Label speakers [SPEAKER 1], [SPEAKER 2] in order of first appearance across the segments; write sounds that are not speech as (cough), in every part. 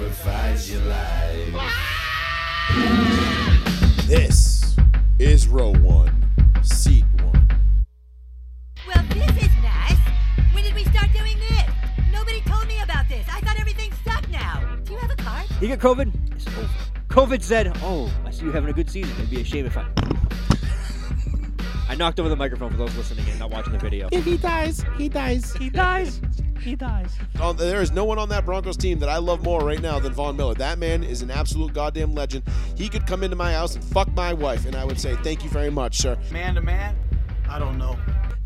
[SPEAKER 1] is your life?
[SPEAKER 2] This is row one, seat one.
[SPEAKER 3] Well, this is nice. When did we start doing this? Nobody told me about this. I thought everything stopped now. Do you have a card?
[SPEAKER 4] You got COVID? It's over. COVID said, Oh, I see you having a good season. It'd be a shame if I. (laughs) I knocked over the microphone for those listening and not watching the video.
[SPEAKER 5] If he dies, he dies.
[SPEAKER 6] He dies. He dies.
[SPEAKER 2] Oh, there is no one on that Broncos team that I love more right now than Von Miller. That man is an absolute goddamn legend. He could come into my house and fuck my wife, and I would say, Thank you very much, sir.
[SPEAKER 7] Man to man, I don't know.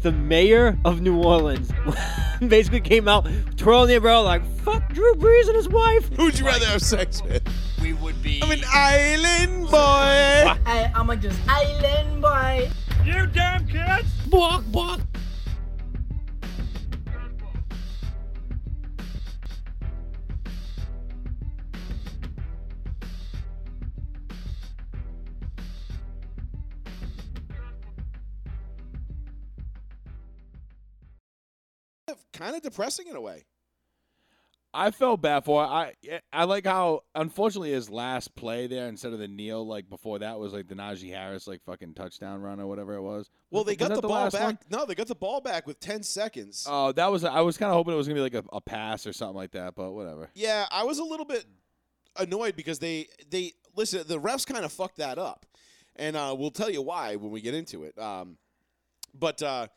[SPEAKER 4] The mayor of New Orleans (laughs) basically came out twirling the umbrella like, Fuck Drew Brees and his wife.
[SPEAKER 2] (laughs) Who'd you rather have sex with?
[SPEAKER 1] We would be.
[SPEAKER 2] I'm an island boy.
[SPEAKER 1] (laughs)
[SPEAKER 8] I, I'm like this island boy.
[SPEAKER 1] you damn kids!
[SPEAKER 5] Bawk, bawk.
[SPEAKER 2] Kind of depressing in a way.
[SPEAKER 9] I felt bad for it. I I like how unfortunately his last play there instead of the kneel like before that was like the Najee Harris like fucking touchdown run or whatever it was.
[SPEAKER 2] Well, they
[SPEAKER 9] Was
[SPEAKER 2] got
[SPEAKER 9] that
[SPEAKER 2] the, ball
[SPEAKER 9] last
[SPEAKER 2] back.
[SPEAKER 9] one?
[SPEAKER 2] No, they got the ball back with 10 seconds.
[SPEAKER 9] Oh, that was I was kind of hoping it was gonna be like a, a pass or something like that, but whatever.
[SPEAKER 2] Yeah, I was a little bit annoyed because they they listen. The refs kind of fucked that up, and uh, we'll tell you why when we get into it. Um, but uh,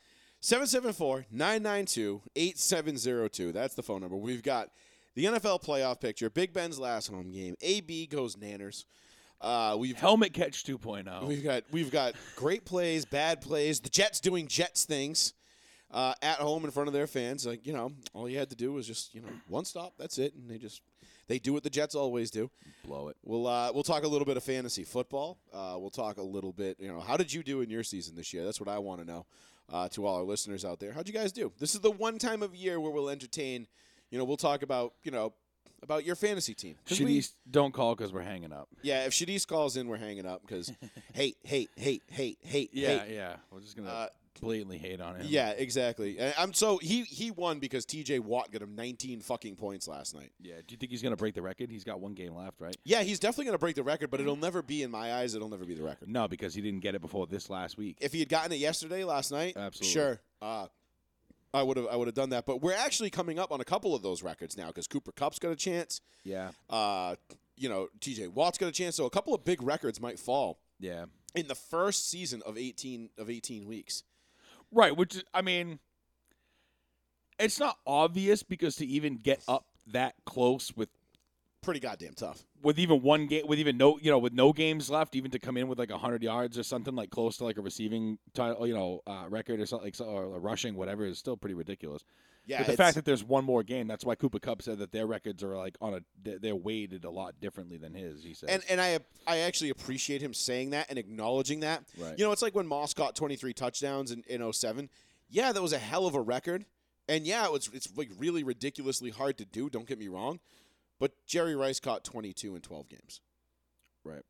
[SPEAKER 2] 774-992-8702. That's the phone number. We've got the NFL playoff picture. Big Ben's last home game. AB goes Nanners. Uh, we've
[SPEAKER 9] Helmet catch oh. 2.0.
[SPEAKER 2] We've got we've got great plays, bad plays. The Jets doing Jets things uh, at home in front of their fans. Like you know, all you had to do was just you know one stop. That's it, and they just they do what the Jets always do.
[SPEAKER 9] Blow it.
[SPEAKER 2] We'll uh, we'll talk a little bit of fantasy football. Uh, we'll talk a little bit. You know, how did you do in your season this year? That's what I want to know uh, to all our listeners out there. How'd you guys do? This is the one time of year where we'll entertain. You know, we'll talk about you know about your fantasy team. 'Cause we-
[SPEAKER 9] Shitty don't call because we're hanging up.
[SPEAKER 2] yeah, if Shadis calls in, we're hanging up because hate, hate, hate, hate, hate,
[SPEAKER 9] Yeah,
[SPEAKER 2] hate.
[SPEAKER 9] yeah. We're just gonna
[SPEAKER 2] Uh,
[SPEAKER 9] blatantly hate on him.
[SPEAKER 2] Yeah, exactly. And I'm so he he won because T.J. Watt got him 19 fucking points last night.
[SPEAKER 9] Yeah. Do you think he's gonna break the record? He's got one game left, right?
[SPEAKER 2] Yeah, he's definitely gonna break the record, but it'll never be in my eyes. It'll never be the record.
[SPEAKER 9] No, because he didn't get it before this last week.
[SPEAKER 2] If he had gotten it yesterday, last night,
[SPEAKER 9] Absolutely.
[SPEAKER 2] sure, uh, I would have I would have done that. But we're actually coming up on a couple of those records now because Cooper Cup's got a chance.
[SPEAKER 9] yeah.
[SPEAKER 2] Uh, you know, T.J. Watt's got a chance, so a couple of big records might fall
[SPEAKER 9] Yeah.
[SPEAKER 2] in the first season of 18 of 18 weeks.
[SPEAKER 9] Right, which is- I mean, it's not obvious because to even get up that close with
[SPEAKER 2] Pretty goddamn tough.
[SPEAKER 9] with even one game, with even no, you know, with no games left, even to come in with like hundred yards or something like close to like a receiving title, you know, uh, record or something like so- or a rushing whatever is still pretty ridiculous.
[SPEAKER 2] Yeah,
[SPEAKER 9] but the
[SPEAKER 2] it's-
[SPEAKER 9] fact that there's one more game, that's why Cooper Cup said that their records are like on a they're- they're weighted a lot differently than his. He said,
[SPEAKER 2] and and I I actually appreciate him saying that and acknowledging that.
[SPEAKER 9] Right.
[SPEAKER 2] You know, it's like when Moss caught 23 touchdowns in, in 07. Yeah, that was a hell of a record. And yeah, it was it's like really ridiculously hard to do, don't get me wrong. But Jerry Rice caught 22 in 12 games.
[SPEAKER 9] Right.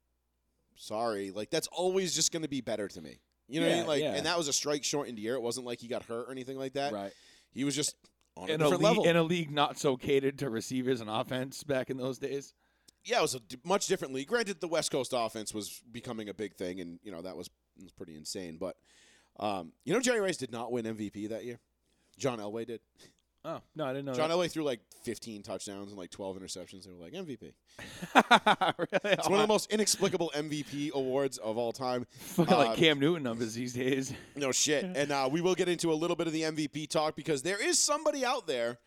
[SPEAKER 2] Sorry, like that's always just going to be better to me. You know what I
[SPEAKER 9] Yeah,
[SPEAKER 2] mean? Like
[SPEAKER 9] yeah.
[SPEAKER 2] and that was a strike shortened year. It wasn't like he got hurt or anything like that.
[SPEAKER 9] right
[SPEAKER 2] He was just uh, on a
[SPEAKER 9] in a,
[SPEAKER 2] different
[SPEAKER 9] league,
[SPEAKER 2] level.
[SPEAKER 9] in a league not so catered to receivers and offense back in those days.
[SPEAKER 2] yeah, it was a d- much different league. Granted, the West Coast offense was becoming a big thing, and you know that was, it was pretty insane. But um, you know, Jerry Rice did not win MVP that year. John Elway did.
[SPEAKER 9] Oh no, I didn't know.
[SPEAKER 2] John Elway threw like 15 touchdowns and like 12 interceptions. They were like MVP.
[SPEAKER 9] that. (laughs) really?
[SPEAKER 2] It's one of the most inexplicable MVP awards of all time.
[SPEAKER 9] Fucking
[SPEAKER 2] Uh,
[SPEAKER 9] (laughs) like Cam Newton numbers these days.
[SPEAKER 2] No shit. And uh, we will get into a little bit of the MVP talk because there is somebody out there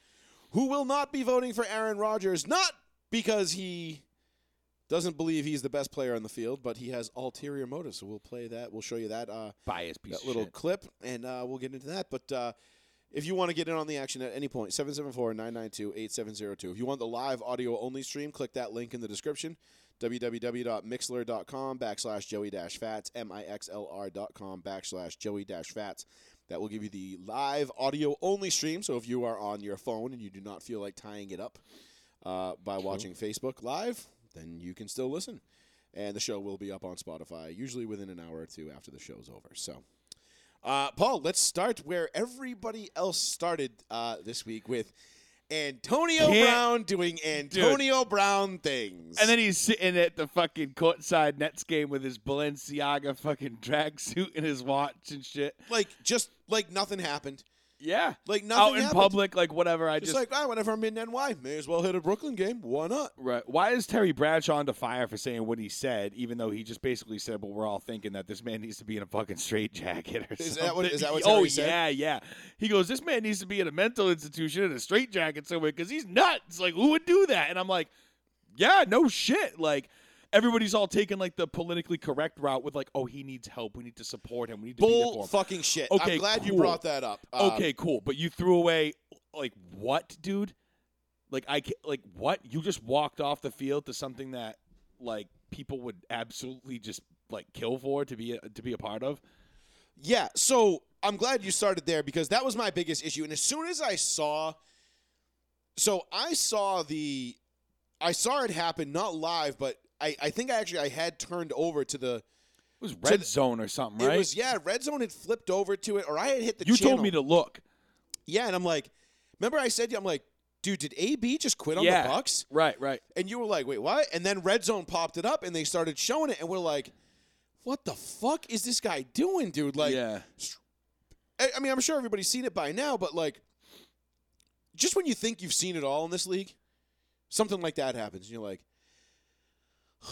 [SPEAKER 2] who will not be voting for Aaron Rodgers, not because he doesn't believe he's the best player on the field, but he has ulterior motives. So we'll play that. We'll show you that uh,
[SPEAKER 9] Bias piece
[SPEAKER 2] that little clip, and uh, we'll get into that. But uh, if you want to get in on the action at any point, 774-992-8702. If you want the live audio only stream, click that link in the description, www.mixler.com backslash joey-fats, M-I-X-L-R dot com backslash joey-fats. That will give you the live audio only stream. So if you are on your phone and you do not feel like tying it up uh, by watching Facebook live, then you can still listen. And the show will be up on Spotify, usually within an hour or two after the show's over. So, uh, Paul, let's start where everybody else started uh, this week with Antonio
[SPEAKER 9] Can't-
[SPEAKER 2] Brown doing Antonio Brown things.
[SPEAKER 9] And then he's sitting at the fucking courtside Nets game with his Balenciaga fucking drag suit and his watch and shit.
[SPEAKER 2] like just like nothing happened.
[SPEAKER 9] Yeah.
[SPEAKER 2] Like nothing
[SPEAKER 9] Out in
[SPEAKER 2] happened.
[SPEAKER 9] public, like whatever. I
[SPEAKER 2] Just,
[SPEAKER 9] just,
[SPEAKER 2] like ah, whenever I'm in NY, may as well hit a Brooklyn game. Why not?
[SPEAKER 9] right. Why is Terry Bradshaw under fire for saying what he said, even though he just basically said, "Well, we're all thinking that this man needs to be in a fucking straitjacket or
[SPEAKER 2] Is
[SPEAKER 9] something."
[SPEAKER 2] that what-
[SPEAKER 9] (laughs)
[SPEAKER 2] is that what
[SPEAKER 9] oh
[SPEAKER 2] Terry said?
[SPEAKER 9] yeah, yeah. He goes, "This man needs to be in a mental institution in a straitjacket somewhere because he's nuts." Like, who would do that? And I'm like, "Yeah, no shit." Like. Everybody's all taking like the politically correct route with like, oh, he needs help. We need to support him. We need to be there for
[SPEAKER 2] Bull
[SPEAKER 9] him.
[SPEAKER 2] fucking shit.
[SPEAKER 9] Okay,
[SPEAKER 2] I'm glad you
[SPEAKER 9] cool.
[SPEAKER 2] brought that up. Um,
[SPEAKER 9] okay, cool. But you threw away like what, dude? Like I ca- like what? You just walked off the field to something that like people would absolutely just like kill for to be a, to be a part of.
[SPEAKER 2] Yeah, so I'm glad you started there because that was my biggest issue. And as soon as I saw, so I saw the, I saw it happen not live, but I, I think I actually I had turned over to the.
[SPEAKER 9] It was red
[SPEAKER 2] the-
[SPEAKER 9] zone or something, right?
[SPEAKER 2] It was yeah, red zone had flipped over to it, or I had hit the.
[SPEAKER 9] you told me
[SPEAKER 2] channel.
[SPEAKER 9] to look.
[SPEAKER 2] Yeah, and I'm like, remember I said to you, I'm like, dude, did AB just quit on
[SPEAKER 9] yeah.
[SPEAKER 2] the Bucks?
[SPEAKER 9] Right, right.
[SPEAKER 2] And you were like, wait, what? And then Red Zone popped it up and they started showing it, and we're like, what the fuck is this guy doing, dude? Like,
[SPEAKER 9] yeah.
[SPEAKER 2] I, I mean, I'm sure everybody's seen it by now, but like, just when you think you've seen it all in this league, something like that happens, and you're like,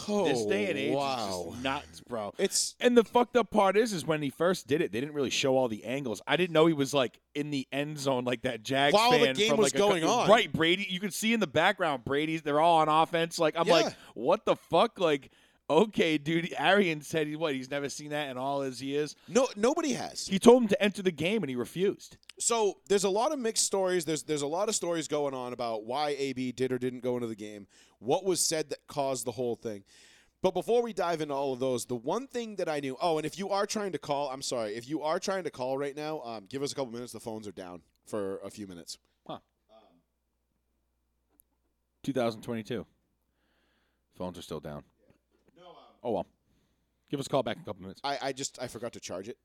[SPEAKER 2] oh,
[SPEAKER 9] this day and age
[SPEAKER 2] wow,
[SPEAKER 9] is just nuts, bro.
[SPEAKER 2] it's
[SPEAKER 9] And the fucked up part is, is when he first did it, they didn't really show all the angles. I didn't know he was like in the end zone, like that Jags
[SPEAKER 2] While the
[SPEAKER 9] fan
[SPEAKER 2] game
[SPEAKER 9] from,
[SPEAKER 2] was
[SPEAKER 9] like, a cou-
[SPEAKER 2] going on.
[SPEAKER 9] Right, Brady. You could see in the background, Brady's. They're all on offense. Like I'm
[SPEAKER 2] Yeah.
[SPEAKER 9] like, what the fuck? Like, okay, dude. Arian said he what? He's never seen that in all his years.
[SPEAKER 2] no, nobody has.
[SPEAKER 9] He told him to enter the game, and he refused.
[SPEAKER 2] so there's a lot of mixed stories. There's there's a lot of stories going on about why AB did or didn't go into the game, what was said that caused the whole thing. But before we dive into all of those, the one thing that I knew. Oh, and if you are trying to call, I'm sorry. If you are trying to call right now, um, give us a couple minutes. The phones are down for a few minutes.
[SPEAKER 9] 2022. Phones are still down. oh well. Give us a call back in a
[SPEAKER 2] (laughs)
[SPEAKER 9] couple minutes.
[SPEAKER 2] I, I just I forgot to charge it.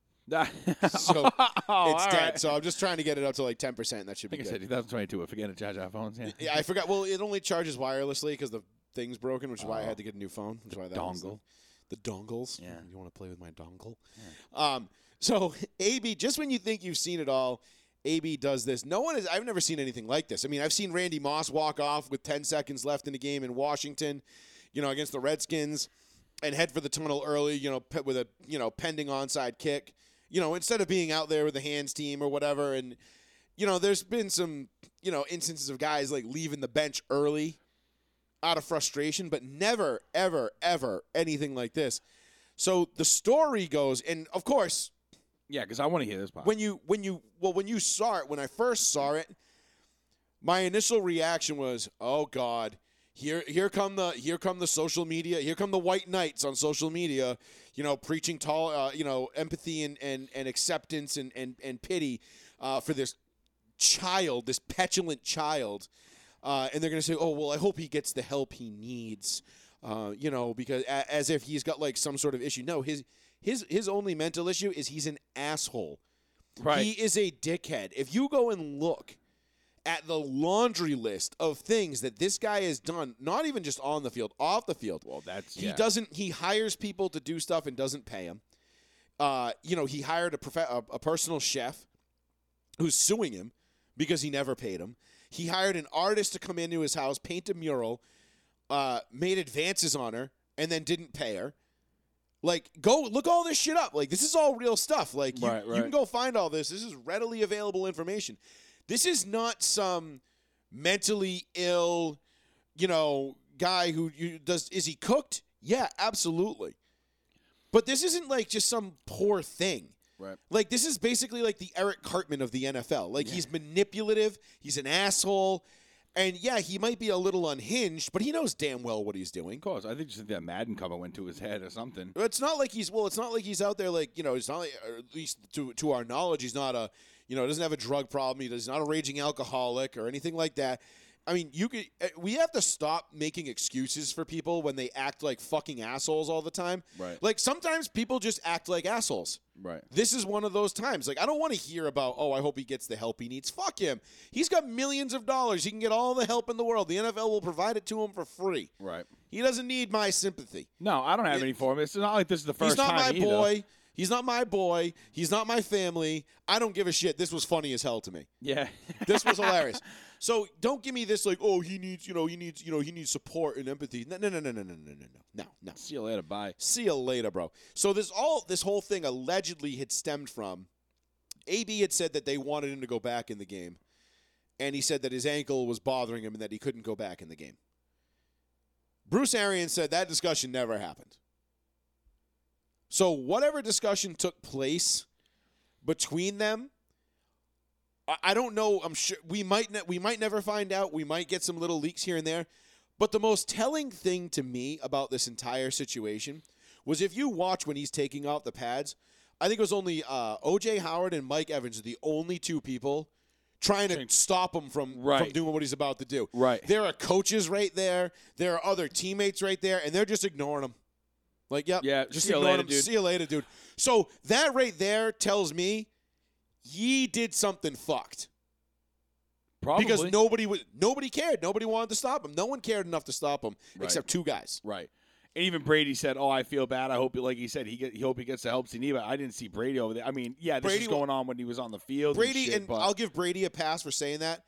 [SPEAKER 9] so (laughs) Oh,
[SPEAKER 2] it's dead. So I'm just trying to get it up to like 10. percent That should
[SPEAKER 9] I
[SPEAKER 2] be
[SPEAKER 9] think I said
[SPEAKER 2] good.
[SPEAKER 9] 2022. If we get to charge our phones, yeah.
[SPEAKER 2] yeah, I forgot. Well, it only charges wirelessly because the thing's broken, which is
[SPEAKER 9] Oh.
[SPEAKER 2] why I had to get a new phone. Which is why that one's-
[SPEAKER 9] dongle.
[SPEAKER 2] the dongles.
[SPEAKER 9] Yeah.
[SPEAKER 2] you want to play with my dongle? Um, so AB, just when you think you've seen it all, AB does this. No one is. I've never seen anything like this. I mean, I've seen Randy Moss walk off with 10 seconds left in the game in Washington, you know, against the Redskins, and head for the tunnel early, you know, pe- with a you know pending onside kick. You know, instead of being out there with the hands team or whatever, and you know, there's been some you know instances of guys like leaving the bench early out of frustration, but never, ever, ever anything like this. So the story goes, and of course,
[SPEAKER 9] Yeah, because I want to hear this part.
[SPEAKER 2] when you when you well when you saw it, when I first saw it, my initial reaction was, "Oh God, here here come the here come the social media, here come the white knights on social media, you know, preaching tall, uh, you know, empathy and and and acceptance and and and pity uh, for this child, this petulant child." uh, and they're going to say, "Oh well, I hope he gets the help he needs," uh, you know, because a- as if he's got like some sort of issue. No, his his his only mental issue is he's an asshole.
[SPEAKER 9] right.
[SPEAKER 2] He is a dickhead. If you go and look at the laundry list of things that this guy has done, not even just on the field, off the field.
[SPEAKER 9] well, that's
[SPEAKER 2] He
[SPEAKER 9] yeah.
[SPEAKER 2] doesn't. He hires people to do stuff and doesn't pay them. Uh, you know, he hired a, prof- a a personal chef who's suing him because he never paid him. He hired an artist to come into his house, paint a mural, uh, made advances on her, and then didn't pay her. Like, go look all this shit up. Like, this is all real stuff. Like, you,
[SPEAKER 9] Right,
[SPEAKER 2] you
[SPEAKER 9] right.
[SPEAKER 2] can go find all this. This is readily available information. This is not some mentally ill, you know, guy who you, does. Is he cooked? Yeah, absolutely. But this isn't like just some poor thing.
[SPEAKER 9] Right.
[SPEAKER 2] Like this is basically like the Eric Cartman of the NFL. Like he's manipulative, he's an asshole, and yeah, he might be a little unhinged, but he knows damn well what he's doing.
[SPEAKER 9] Of course, I think just that Madden cover went to his head or something.
[SPEAKER 2] It's not like he's well. It's not like he's out there like you know. It's not like, or at least to to our knowledge, he's not a you know doesn't have a drug problem. He does he's not a raging alcoholic or anything like that. I mean, you could. eh, We have to stop making excuses for people when they act like fucking assholes all the time.
[SPEAKER 9] Right.
[SPEAKER 2] Like sometimes people just act like assholes.
[SPEAKER 9] Right.
[SPEAKER 2] This is one of those times. Like I don't want to hear about. Oh, I hope he gets the help he needs. Fuck him. He's got millions of dollars. He can get all the help in the world. The NFL will provide it to him for free.
[SPEAKER 9] Right.
[SPEAKER 2] He doesn't need my sympathy.
[SPEAKER 9] No, I don't have any for him. It's not like this is the first
[SPEAKER 2] He's not
[SPEAKER 9] time
[SPEAKER 2] my
[SPEAKER 9] either.
[SPEAKER 2] boy. He's not my boy. He's not my family. I don't give a shit. This was funny as hell to me.
[SPEAKER 9] Yeah. (laughs)
[SPEAKER 2] This was hilarious. So don't give me this like, oh, he needs, you know, he needs, you know, he needs support and empathy. No, no, no, no, no, no, no, no, no, no, no.
[SPEAKER 9] See you later. Bye.
[SPEAKER 2] See you later, bro. So this all this whole thing allegedly had stemmed from AB had said that they wanted him to go back in the game, and he said that his ankle was bothering him and that he couldn't go back in the game. Bruce Arians said that discussion never happened. So whatever discussion took place between them, I, I don't know. I'm sure we might ne- we might never find out. We might get some little leaks here and there. But the most telling thing to me about this entire situation was if you watch when he's taking off the pads, I think it was only uh, OJ Howard and Mike Evans are the only two people trying to stop him from, from
[SPEAKER 9] Right.
[SPEAKER 2] doing what he's about to do.
[SPEAKER 9] Right.
[SPEAKER 2] There are coaches right there. There are other teammates right there, and they're just ignoring him. Like, yep.
[SPEAKER 9] Yeah,
[SPEAKER 2] Just
[SPEAKER 9] see you
[SPEAKER 2] ignoring
[SPEAKER 9] later,
[SPEAKER 2] him.
[SPEAKER 9] dude.
[SPEAKER 2] See you later, dude. So that right there tells me ye did something fucked
[SPEAKER 9] Probably.
[SPEAKER 2] because nobody was nobody cared. Nobody wanted to stop him. No one cared enough to stop him
[SPEAKER 9] Right.
[SPEAKER 2] except two guys.
[SPEAKER 9] Right. And even Brady said, "Oh, I feel bad. I hope, like he said, he get, he hope he gets the help he needs." But I didn't see Brady over there. I mean, yeah, this
[SPEAKER 2] Brady
[SPEAKER 9] is
[SPEAKER 2] wa-
[SPEAKER 9] going on when he was on the field.
[SPEAKER 2] Brady
[SPEAKER 9] shit,
[SPEAKER 2] and
[SPEAKER 9] but-
[SPEAKER 2] I'll give Brady a pass for saying that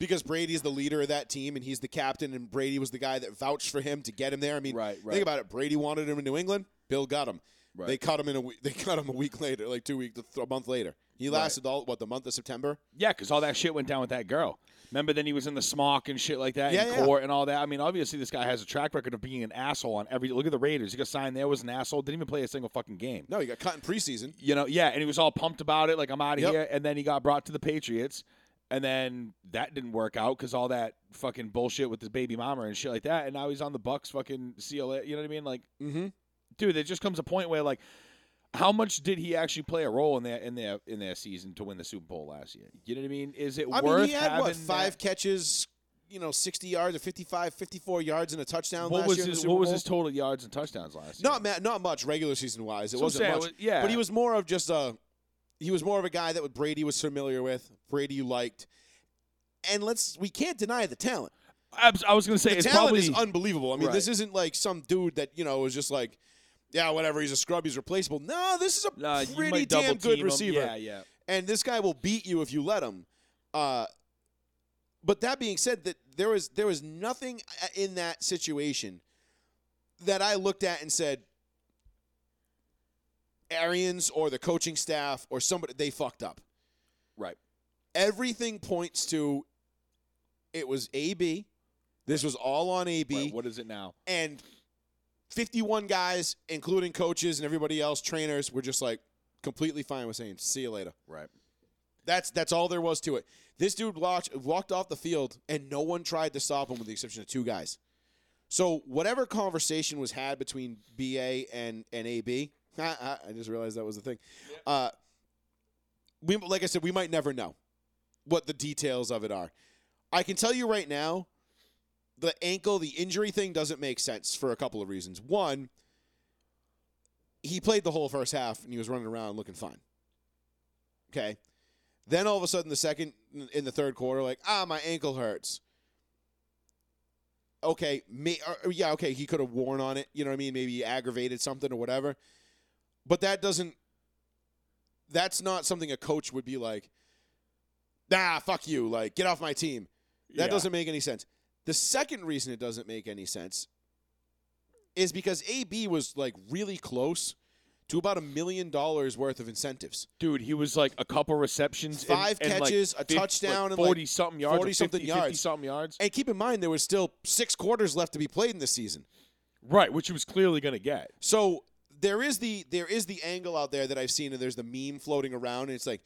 [SPEAKER 2] because Brady is the leader of that team and he's the captain and Brady was the guy that vouched for him to get him there. I mean,
[SPEAKER 9] Right,
[SPEAKER 2] think
[SPEAKER 9] right.
[SPEAKER 2] about it. Brady wanted him in New England. Bill got him.
[SPEAKER 9] Right.
[SPEAKER 2] They cut him in a week. They (laughs) cut him a week later, like two weeks, a month later. He lasted all what the month of September.
[SPEAKER 9] yeah, because all that shit went down with that girl. Remember, then he was in the smock and shit like that,
[SPEAKER 2] Yeah,
[SPEAKER 9] in
[SPEAKER 2] yeah.
[SPEAKER 9] court and all that. I mean, obviously, this guy has a track record of being an asshole on every. Look at the Raiders. He got signed there, was an asshole, didn't even play a single fucking game.
[SPEAKER 2] No, he got cut in preseason.
[SPEAKER 9] You know, yeah, and he was all pumped about it, like I'm out of
[SPEAKER 2] Yep.
[SPEAKER 9] here. And then he got brought to the Patriots, and then that didn't work out because all that fucking bullshit with his baby mama and shit like that. And now he's on the Bucks, fucking CLA. You know what I mean? Like,
[SPEAKER 2] Mm-hmm.
[SPEAKER 9] dude, there just comes a point where like, how much did he actually play a role in their in their in their season to win the Super Bowl last year? You know what I mean? Is it
[SPEAKER 2] I
[SPEAKER 9] worth
[SPEAKER 2] mean, he had
[SPEAKER 9] having
[SPEAKER 2] what five
[SPEAKER 9] that-
[SPEAKER 2] catches, you know, sixty yards or 55, 54 yards and a touchdown
[SPEAKER 9] What
[SPEAKER 2] last
[SPEAKER 9] was
[SPEAKER 2] year. in the
[SPEAKER 9] his
[SPEAKER 2] Super
[SPEAKER 9] What was
[SPEAKER 2] Bowl?
[SPEAKER 9] his total yards and touchdowns last year?
[SPEAKER 2] Not ma- not much regular season wise. It
[SPEAKER 9] So I'm
[SPEAKER 2] wasn't
[SPEAKER 9] saying
[SPEAKER 2] much.
[SPEAKER 9] it was- yeah,
[SPEAKER 2] But he was more of just a he was more of a guy that Brady was familiar with, Brady liked. And let's we can't deny the talent.
[SPEAKER 9] Abs- I was gonna say
[SPEAKER 2] The
[SPEAKER 9] it's
[SPEAKER 2] talent
[SPEAKER 9] probably
[SPEAKER 2] is unbelievable. I mean,
[SPEAKER 9] Right.
[SPEAKER 2] this isn't like some dude that, you know, is just like yeah, whatever, he's a scrub, he's replaceable. No, this is a
[SPEAKER 9] Nah, you
[SPEAKER 2] pretty
[SPEAKER 9] might
[SPEAKER 2] damn
[SPEAKER 9] double
[SPEAKER 2] good
[SPEAKER 9] team him.
[SPEAKER 2] receiver
[SPEAKER 9] Yeah, yeah.
[SPEAKER 2] and this guy will beat you if you let him. Uh, but that being said, that there was there was nothing a- in that situation that I looked at and said, Arians or the coaching staff or somebody they fucked up.
[SPEAKER 9] Right.
[SPEAKER 2] Everything points to it was AB. This was all on AB
[SPEAKER 9] Right, What is it now?
[SPEAKER 2] and 51 guys, including coaches and everybody else, trainers, were just like completely fine with saying "see you later."
[SPEAKER 9] Right.
[SPEAKER 2] That's that's all there was to it. This dude walked walked off the field, and no one tried to stop him, with the exception of two guys. So whatever conversation was had between BA and and AB, (laughs) I I just realized that was the thing. Uh, we like I said, we might never know what the details of it are. I can tell you right now, the ankle, the injury thing doesn't make sense for a couple of reasons. One, he played the whole first half and he was running around looking fine. Okay. Then all of a sudden, the second in the third quarter, like ah, my ankle hurts. Okay, me, or, yeah, okay, he could have worn on it. You know what I mean? Maybe he aggravated something or whatever. But that doesn't. That's not something a coach would be like. Nah, fuck you! Like, get off my team. That
[SPEAKER 9] Yeah.
[SPEAKER 2] doesn't make any sense. The second reason it doesn't make any sense is because AB was like really close to about a million dollars worth of incentives.
[SPEAKER 9] Dude, he was like a couple receptions, and-
[SPEAKER 2] Five
[SPEAKER 9] and, like,
[SPEAKER 2] catches, a
[SPEAKER 9] fif-
[SPEAKER 2] touchdown,
[SPEAKER 9] like
[SPEAKER 2] and, like,
[SPEAKER 9] forty something yards,
[SPEAKER 2] 40-something yards.
[SPEAKER 9] something yards.
[SPEAKER 2] And keep in mind, there was still six quarters left to be played in this season.
[SPEAKER 9] Right, which he was clearly going to get.
[SPEAKER 2] So there is the there is the angle out there that I've seen, and there's the meme floating around, and it's like,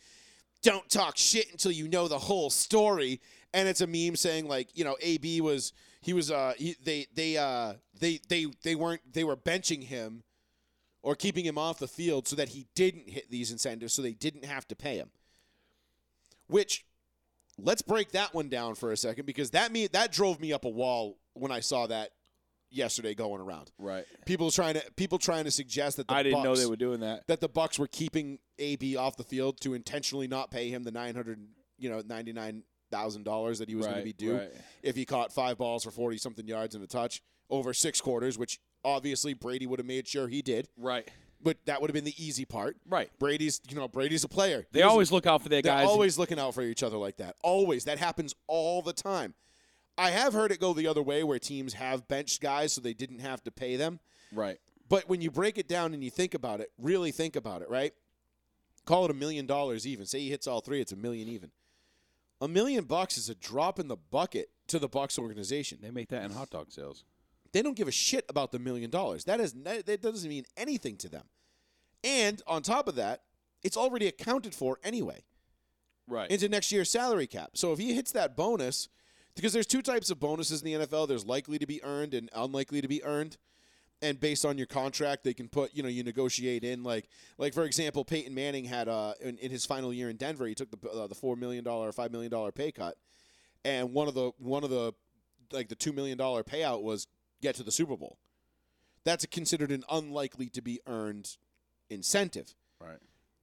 [SPEAKER 2] don't talk shit until you know the whole story. And it's a meme saying like, you know, AB was he was uh he, they they uh they they they weren't they were benching him or keeping him off the field so that he didn't hit these incentives, so they didn't have to pay him. Which Let's break that one down for a second because that me that drove me up a wall when I saw that yesterday going around.
[SPEAKER 9] Right.
[SPEAKER 2] People trying to people trying to suggest that the
[SPEAKER 9] I didn't know
[SPEAKER 2] Bucks-
[SPEAKER 9] they were doing that.
[SPEAKER 2] that the Bucks were keeping AB off the field to intentionally not pay him the nine hundred, you know, ninety nine thousand dollars that he was going
[SPEAKER 9] Right,
[SPEAKER 2] to be due
[SPEAKER 9] right.
[SPEAKER 2] if he caught five balls for forty something yards and a touch over six quarters, which obviously Brady would have made sure he did.
[SPEAKER 9] Right.
[SPEAKER 2] But that would have been the easy part.
[SPEAKER 9] Right.
[SPEAKER 2] Brady's, you know, Brady's a player.
[SPEAKER 9] They
[SPEAKER 2] He was-
[SPEAKER 9] always look out for their
[SPEAKER 2] they're
[SPEAKER 9] guys.
[SPEAKER 2] always looking out for each other like that. Always. That happens all the time. I have heard it go the other way where teams have benched guys so they didn't have to pay them.
[SPEAKER 9] right.
[SPEAKER 2] But when you break it down and you think about it, really think about it, right? Call it a million dollars even. Say he hits all three, it's a million even. A million bucks is a drop in the bucket to the Bucks organization.
[SPEAKER 9] They make that in hot dog sales.
[SPEAKER 2] They don't give a shit about the million dollars. That is ne- that doesn't mean anything to them. And on top of that, it's already accounted for anyway
[SPEAKER 9] Right.
[SPEAKER 2] into next year's salary cap. So if he hits that bonus, because there's two types of bonuses in the NFL, there's likely to be earned and unlikely to be earned. And based on your contract, they can put you know you negotiate in like like for example, Peyton Manning had uh in, in his final year in Denver, he took the uh, the four million dollar five million dollar pay cut, and one of the one of the like the two million dollar payout was get to the Super Bowl. That's considered an unlikely to be earned incentive
[SPEAKER 9] right.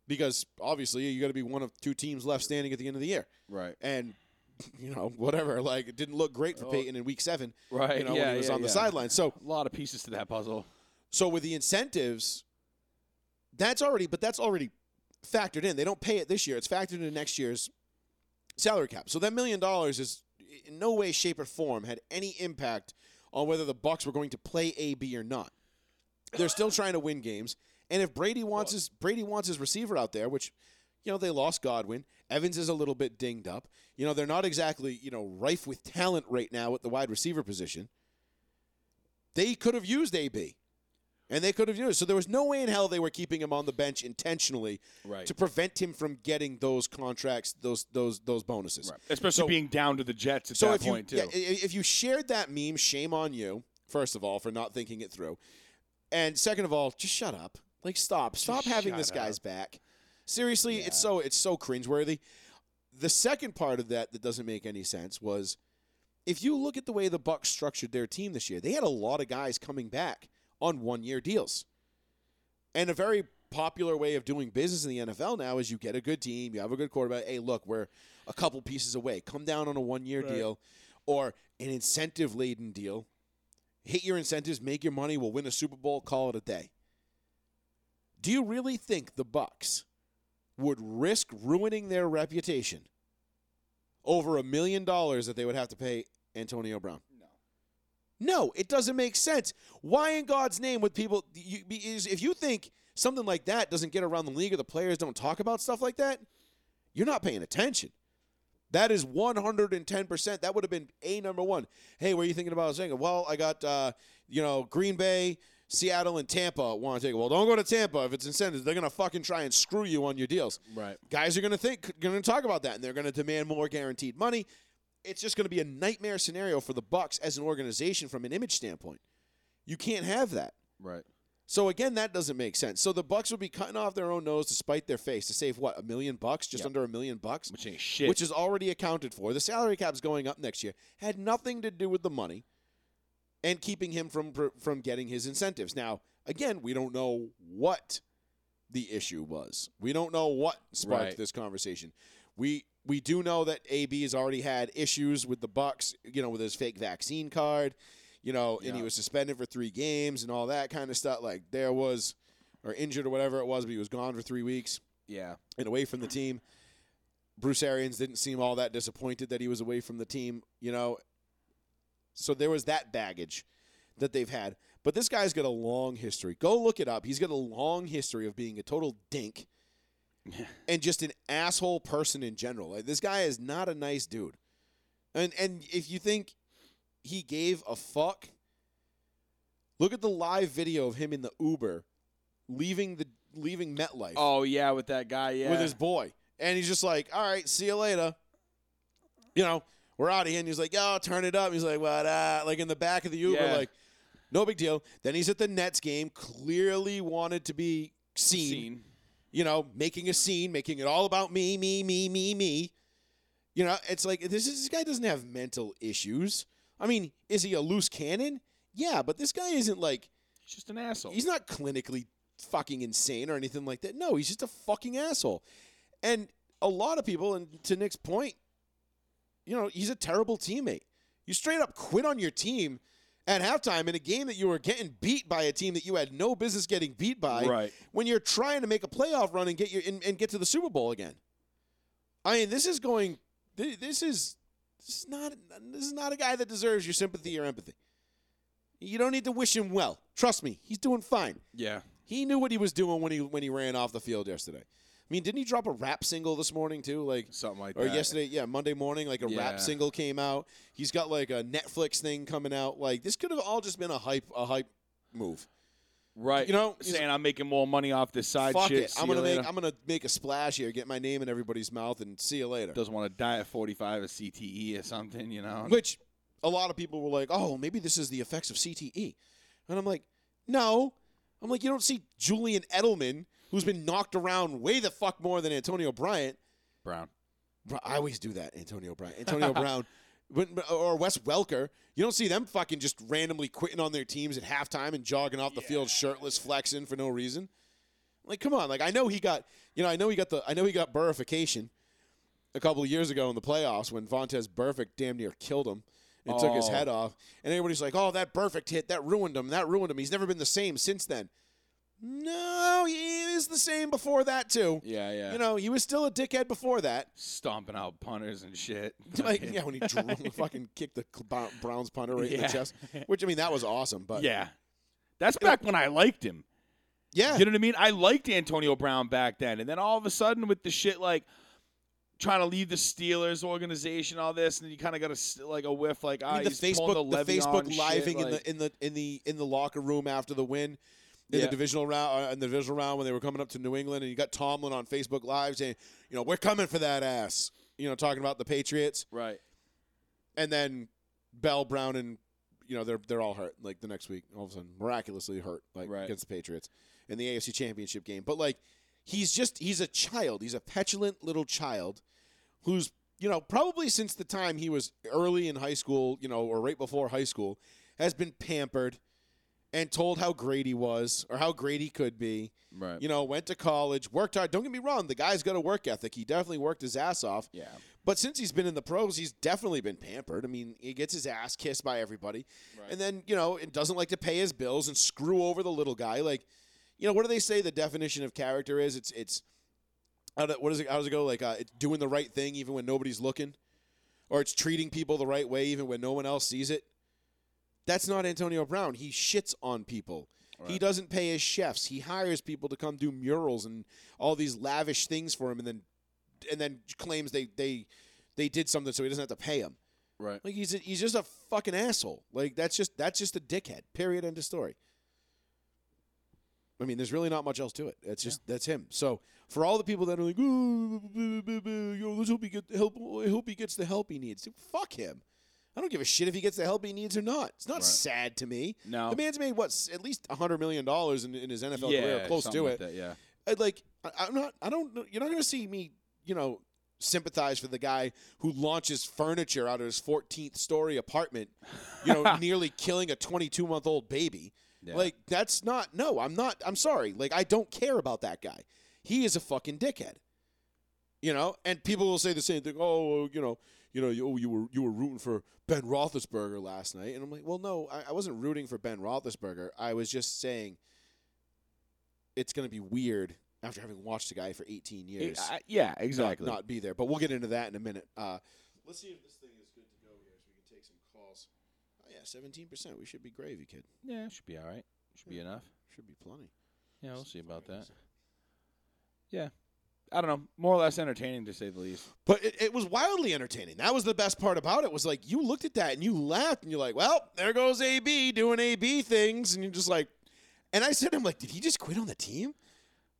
[SPEAKER 2] because obviously you got to be one of two teams left standing at the end of the year
[SPEAKER 9] Right.
[SPEAKER 2] and (laughs) you know whatever like it didn't look great for Peyton in week 7
[SPEAKER 9] Oh. Right.
[SPEAKER 2] you know
[SPEAKER 9] yeah,
[SPEAKER 2] when he was
[SPEAKER 9] yeah,
[SPEAKER 2] on the
[SPEAKER 9] yeah.
[SPEAKER 2] sideline so
[SPEAKER 9] A lot of pieces to that puzzle.
[SPEAKER 2] so with the incentives that's already but that's already factored in they don't pay it this year it's factored into next year's salary cap so that million dollars is in no way shape or form had any impact on whether the bucks were going to play AB or not they're still trying to win games and if Brady wants his Brady wants his receiver out there which you know they lost Godwin. Evans is a little bit dinged up. You know they're not exactly you know rife with talent right now at the wide receiver position. They could have used AB, and they could have used. So there was no way in hell they were keeping him on the bench intentionally
[SPEAKER 9] Right.
[SPEAKER 2] to prevent him from getting those contracts, those those those bonuses.
[SPEAKER 9] Right. Especially
[SPEAKER 2] So-
[SPEAKER 9] being down to the Jets at
[SPEAKER 2] so
[SPEAKER 9] that
[SPEAKER 2] if
[SPEAKER 9] point
[SPEAKER 2] you
[SPEAKER 9] too.
[SPEAKER 2] yeah, i- i- if you shared that meme, shame on you. First of all, for not thinking it through, and second of all, just shut up. Like stop, stop having
[SPEAKER 9] shut
[SPEAKER 2] this guy's back. Seriously, it's so it's so cringeworthy. The second part of that that doesn't make any sense was if you look at the way the Bucks structured their team this year, they had a lot of guys coming back on one-year deals. And a very popular way of doing business in the NFL now is you get a good team, you have a good quarterback. Hey, look, we're a couple pieces away. Come down on a one-year deal or an incentive-laden deal. Hit your incentives, make your money, we'll win a Super Bowl, call it a day. Do you really think the Bucks would risk ruining their reputation over a million dollars that they would have to pay Antonio Brown? No. No, it doesn't make sense. Why in God's name would people you, be- is- if you think something like that doesn't get around the league or the players don't talk about stuff like that, you're not paying attention. That is 110%. That would have been a number one. Hey, what are you thinking about Zynga? Well, I got, uh, you know, Green Bay, Seattle, and Tampa want to take it. Well, don't go to Tampa if it's incentives. They're going to fucking try and screw you on your deals.
[SPEAKER 9] Right.
[SPEAKER 2] Guys are going to think, going to talk about that, and they're going to demand more guaranteed money. It's just going to be a nightmare scenario for the Bucks as an organization from an image standpoint. You can't have that.
[SPEAKER 9] right.
[SPEAKER 2] So again, that doesn't make sense. So the Bucks would be cutting off their own nose to spite their face to save what a million bucks, just under a million bucks,
[SPEAKER 9] Which ain't shit.
[SPEAKER 2] which is already accounted for. The salary cap's going up next year. Had nothing to do with the money and keeping him from from getting his incentives. Now, again, we don't know what the issue was. We don't know what sparked
[SPEAKER 9] Right.
[SPEAKER 2] this conversation. We we do know that AB has already had issues with the Bucks, you know, with his fake vaccine card, you know, and he
[SPEAKER 9] Yeah.
[SPEAKER 2] was suspended for 3 games and all that kind of stuff like there was or injured or whatever it was, but he was gone for 3 weeks
[SPEAKER 9] yeah.
[SPEAKER 2] and away from the team. Bruce Arians didn't seem all that disappointed that he was away from the team, you know. So there was that baggage that they've had. But this guy's got a long history. Go look it up. He's got a long history of being a total dink and just an asshole person in general. Like, this guy is not a nice dude. And and if you think he gave a fuck, look at the live video of him in the Uber leaving the leaving MetLife
[SPEAKER 9] Oh yeah, with that guy. Yeah.
[SPEAKER 2] with his boy. And he's just like, all right, see you later. You know, we're out of here. And he's like, yo, turn it up. He's like, what up? Like in the back of the Uber,
[SPEAKER 9] Yeah.
[SPEAKER 2] like, no big deal. Then he's at the Nets game, clearly wanted to be seen,
[SPEAKER 9] scene.
[SPEAKER 2] you know, making a scene, making it all about me, me, me, me, me. You know, it's like this, is, this guy doesn't have mental issues. I mean, is he a loose cannon? Yeah, but this guy isn't like
[SPEAKER 9] He's just an asshole.
[SPEAKER 2] he's not clinically fucking insane or anything like that. No, he's just a fucking asshole. And a lot of people, and to Nick's point, you know, he's a terrible teammate. You straight up quit on your team at halftime in a game that you were getting beat by a team that you had no business getting beat by
[SPEAKER 9] Right.
[SPEAKER 2] when you're trying to make a playoff run and get your and, and get to the Super Bowl again. I mean, this is going thi- this is this is not this is not a guy that deserves your sympathy or empathy. You don't need to wish him well. Trust me, he's doing fine.
[SPEAKER 9] yeah.
[SPEAKER 2] He knew what he was doing when he when he ran off the field yesterday. I mean, didn't he drop a rap single this morning too? Like
[SPEAKER 9] Something like
[SPEAKER 2] or
[SPEAKER 9] that.
[SPEAKER 2] yesterday, yeah, Monday morning, like a
[SPEAKER 9] Yeah.
[SPEAKER 2] rap single came out. He's got like a Netflix thing coming out. Like this could have all just been a hype a hype move.
[SPEAKER 9] Right.
[SPEAKER 2] You know, he's-
[SPEAKER 9] saying I'm making more money off this side
[SPEAKER 2] Fuck
[SPEAKER 9] shit.
[SPEAKER 2] it,
[SPEAKER 9] see
[SPEAKER 2] I'm
[SPEAKER 9] you
[SPEAKER 2] gonna
[SPEAKER 9] later."
[SPEAKER 2] make I'm gonna make a splash here, get my name in everybody's mouth, and see you later.
[SPEAKER 9] doesn't want to die at 45 of CTE or something, you know.
[SPEAKER 2] Which a lot of people were like, oh, maybe this is the effects of CTE. And I'm like, no. I'm like, you don't see Julian Edelman, who's been knocked around way the fuck more than Antonio Bryant.
[SPEAKER 9] Brown.
[SPEAKER 2] Bro, I always do that, Antonio Brown. Antonio
[SPEAKER 9] (laughs)
[SPEAKER 2] Brown when- or Wes Welker. You don't see them fucking just randomly quitting on their teams at halftime and jogging off the field shirtless, flexing for no reason. Like, come on! Like, I know he got, you know, I know he got the, I know he got burrification a couple of years ago in the playoffs when Vontez Burfict damn near killed him and took his
[SPEAKER 9] Oh.
[SPEAKER 2] head off, and everybody's like, "Oh, that Burfict hit, that ruined him, that ruined him. He's never been the same since then." No, he is the same before that too.
[SPEAKER 9] Yeah, yeah.
[SPEAKER 2] You know, he was still a dickhead before that.
[SPEAKER 9] stomping out punters and shit.
[SPEAKER 2] (laughs) Like, yeah, when he (laughs) drew, fucking kicked the Cl- Brown- Browns punter right in the
[SPEAKER 9] Yeah.
[SPEAKER 2] chest, which I mean that was awesome. But
[SPEAKER 9] Yeah. Uh, That's back when I liked him.
[SPEAKER 2] yeah,
[SPEAKER 9] You know what I mean? I liked Antonio Brown back then. And then all of a sudden with the shit like trying to leave the Steelers organization, all this, and you kind of got a s- like a whiff like ah,
[SPEAKER 2] I mean, the
[SPEAKER 9] he's pulling
[SPEAKER 2] Facebook, the,
[SPEAKER 9] the, Le'Veon
[SPEAKER 2] Facebook
[SPEAKER 9] shit,
[SPEAKER 2] living in
[SPEAKER 9] like-
[SPEAKER 2] the in the in the in the locker room after the win. In
[SPEAKER 9] Yeah.
[SPEAKER 2] the divisional round, uh, in the divisional round, when they were coming up to New England, and you got Tomlin on Facebook Live saying, "You know, we're coming for that ass," you know, talking about the Patriots,
[SPEAKER 9] right.
[SPEAKER 2] and then Bell, Brown, and you know they're they're all hurt. Like the next week, all of a sudden, miraculously hurt, like
[SPEAKER 9] Right.
[SPEAKER 2] against the Patriots in the AFC Championship game. But like, he's just he's a child. He's a petulant little child who's you know probably since the time he was early in high school, you know, or right before high school, has been pampered and told how great he was or how great he could be.
[SPEAKER 9] Right.
[SPEAKER 2] You know, went to college, worked hard. Don't get me wrong, the guy's got a work ethic. He definitely worked his ass off.
[SPEAKER 9] yeah.
[SPEAKER 2] But since he's been in the pros, he's definitely been pampered. I mean, he gets his ass kissed by everybody, and then you know, and doesn't like to pay his bills and screw over the little guy. Like, you know, what do they say the definition of character is? It's it's how do, what does it how does it go? Like, uh, it's doing the right thing even when nobody's looking, or it's treating people the right way even when no one else sees it. That's not Antonio Brown. He shits on people. He doesn't pay his chefs. He hires people to come do murals and all these lavish things for him, and then and then claims they they they did something so he doesn't have to pay him.
[SPEAKER 9] Right.
[SPEAKER 2] Like he's a, he's just a fucking asshole. Like that's just that's just a dickhead. Period. End of story. I mean, there's really not much else to it. That's just that's him. So for all the people that are like, "Ooh, boo, boo, boo, yo, let's hope he get the help. I hope he gets the help he needs. Dude, fuck him. I don't give a shit if he gets the help he needs or not. It's not
[SPEAKER 9] Right.
[SPEAKER 2] sad to me.
[SPEAKER 9] No.
[SPEAKER 2] the man's made what s- at least hundred million dollars in, in his NFL career, close
[SPEAKER 9] something
[SPEAKER 2] to
[SPEAKER 9] like
[SPEAKER 2] it.
[SPEAKER 9] that, yeah.
[SPEAKER 2] I, like I, I'm not. I don't. know- You're not going to see me. You know, sympathize for the guy who launches furniture out of his 14th story apartment. You know, nearly killing a 22 month old baby.
[SPEAKER 9] Yeah.
[SPEAKER 2] Like that's not. No, I'm not. I'm sorry. Like I don't care about that guy. He is a fucking dickhead. You know, and people will say the same thing. Oh, you know, you know, you, oh, you were you were rooting for Ben Roethlisberger last night, and I'm like, well, no, I, I wasn't rooting for Ben Roethlisberger. I was just saying it's going to be weird after having watched the guy for 18 years
[SPEAKER 9] Yeah, I- yeah,
[SPEAKER 2] not-
[SPEAKER 9] exactly.
[SPEAKER 2] not, be there. But we'll get into that in a minute. Uh, Let's see if this thing is good to go here, so we can take some calls. Oh yeah, 17 percent. We should be gravy, kid.
[SPEAKER 9] yeah, should be all right. Should be enough.
[SPEAKER 2] Should be plenty.
[SPEAKER 9] Yeah, we'll see about that. Yeah. I don't know. More or less entertaining to say the least.
[SPEAKER 2] But it, it was wildly entertaining. That was the best part about it. Was like you looked at that and you laughed and you're like, "Well, there goes AB doing AB things," and you're just like, and I said, "I'm like, did he just quit on the team?"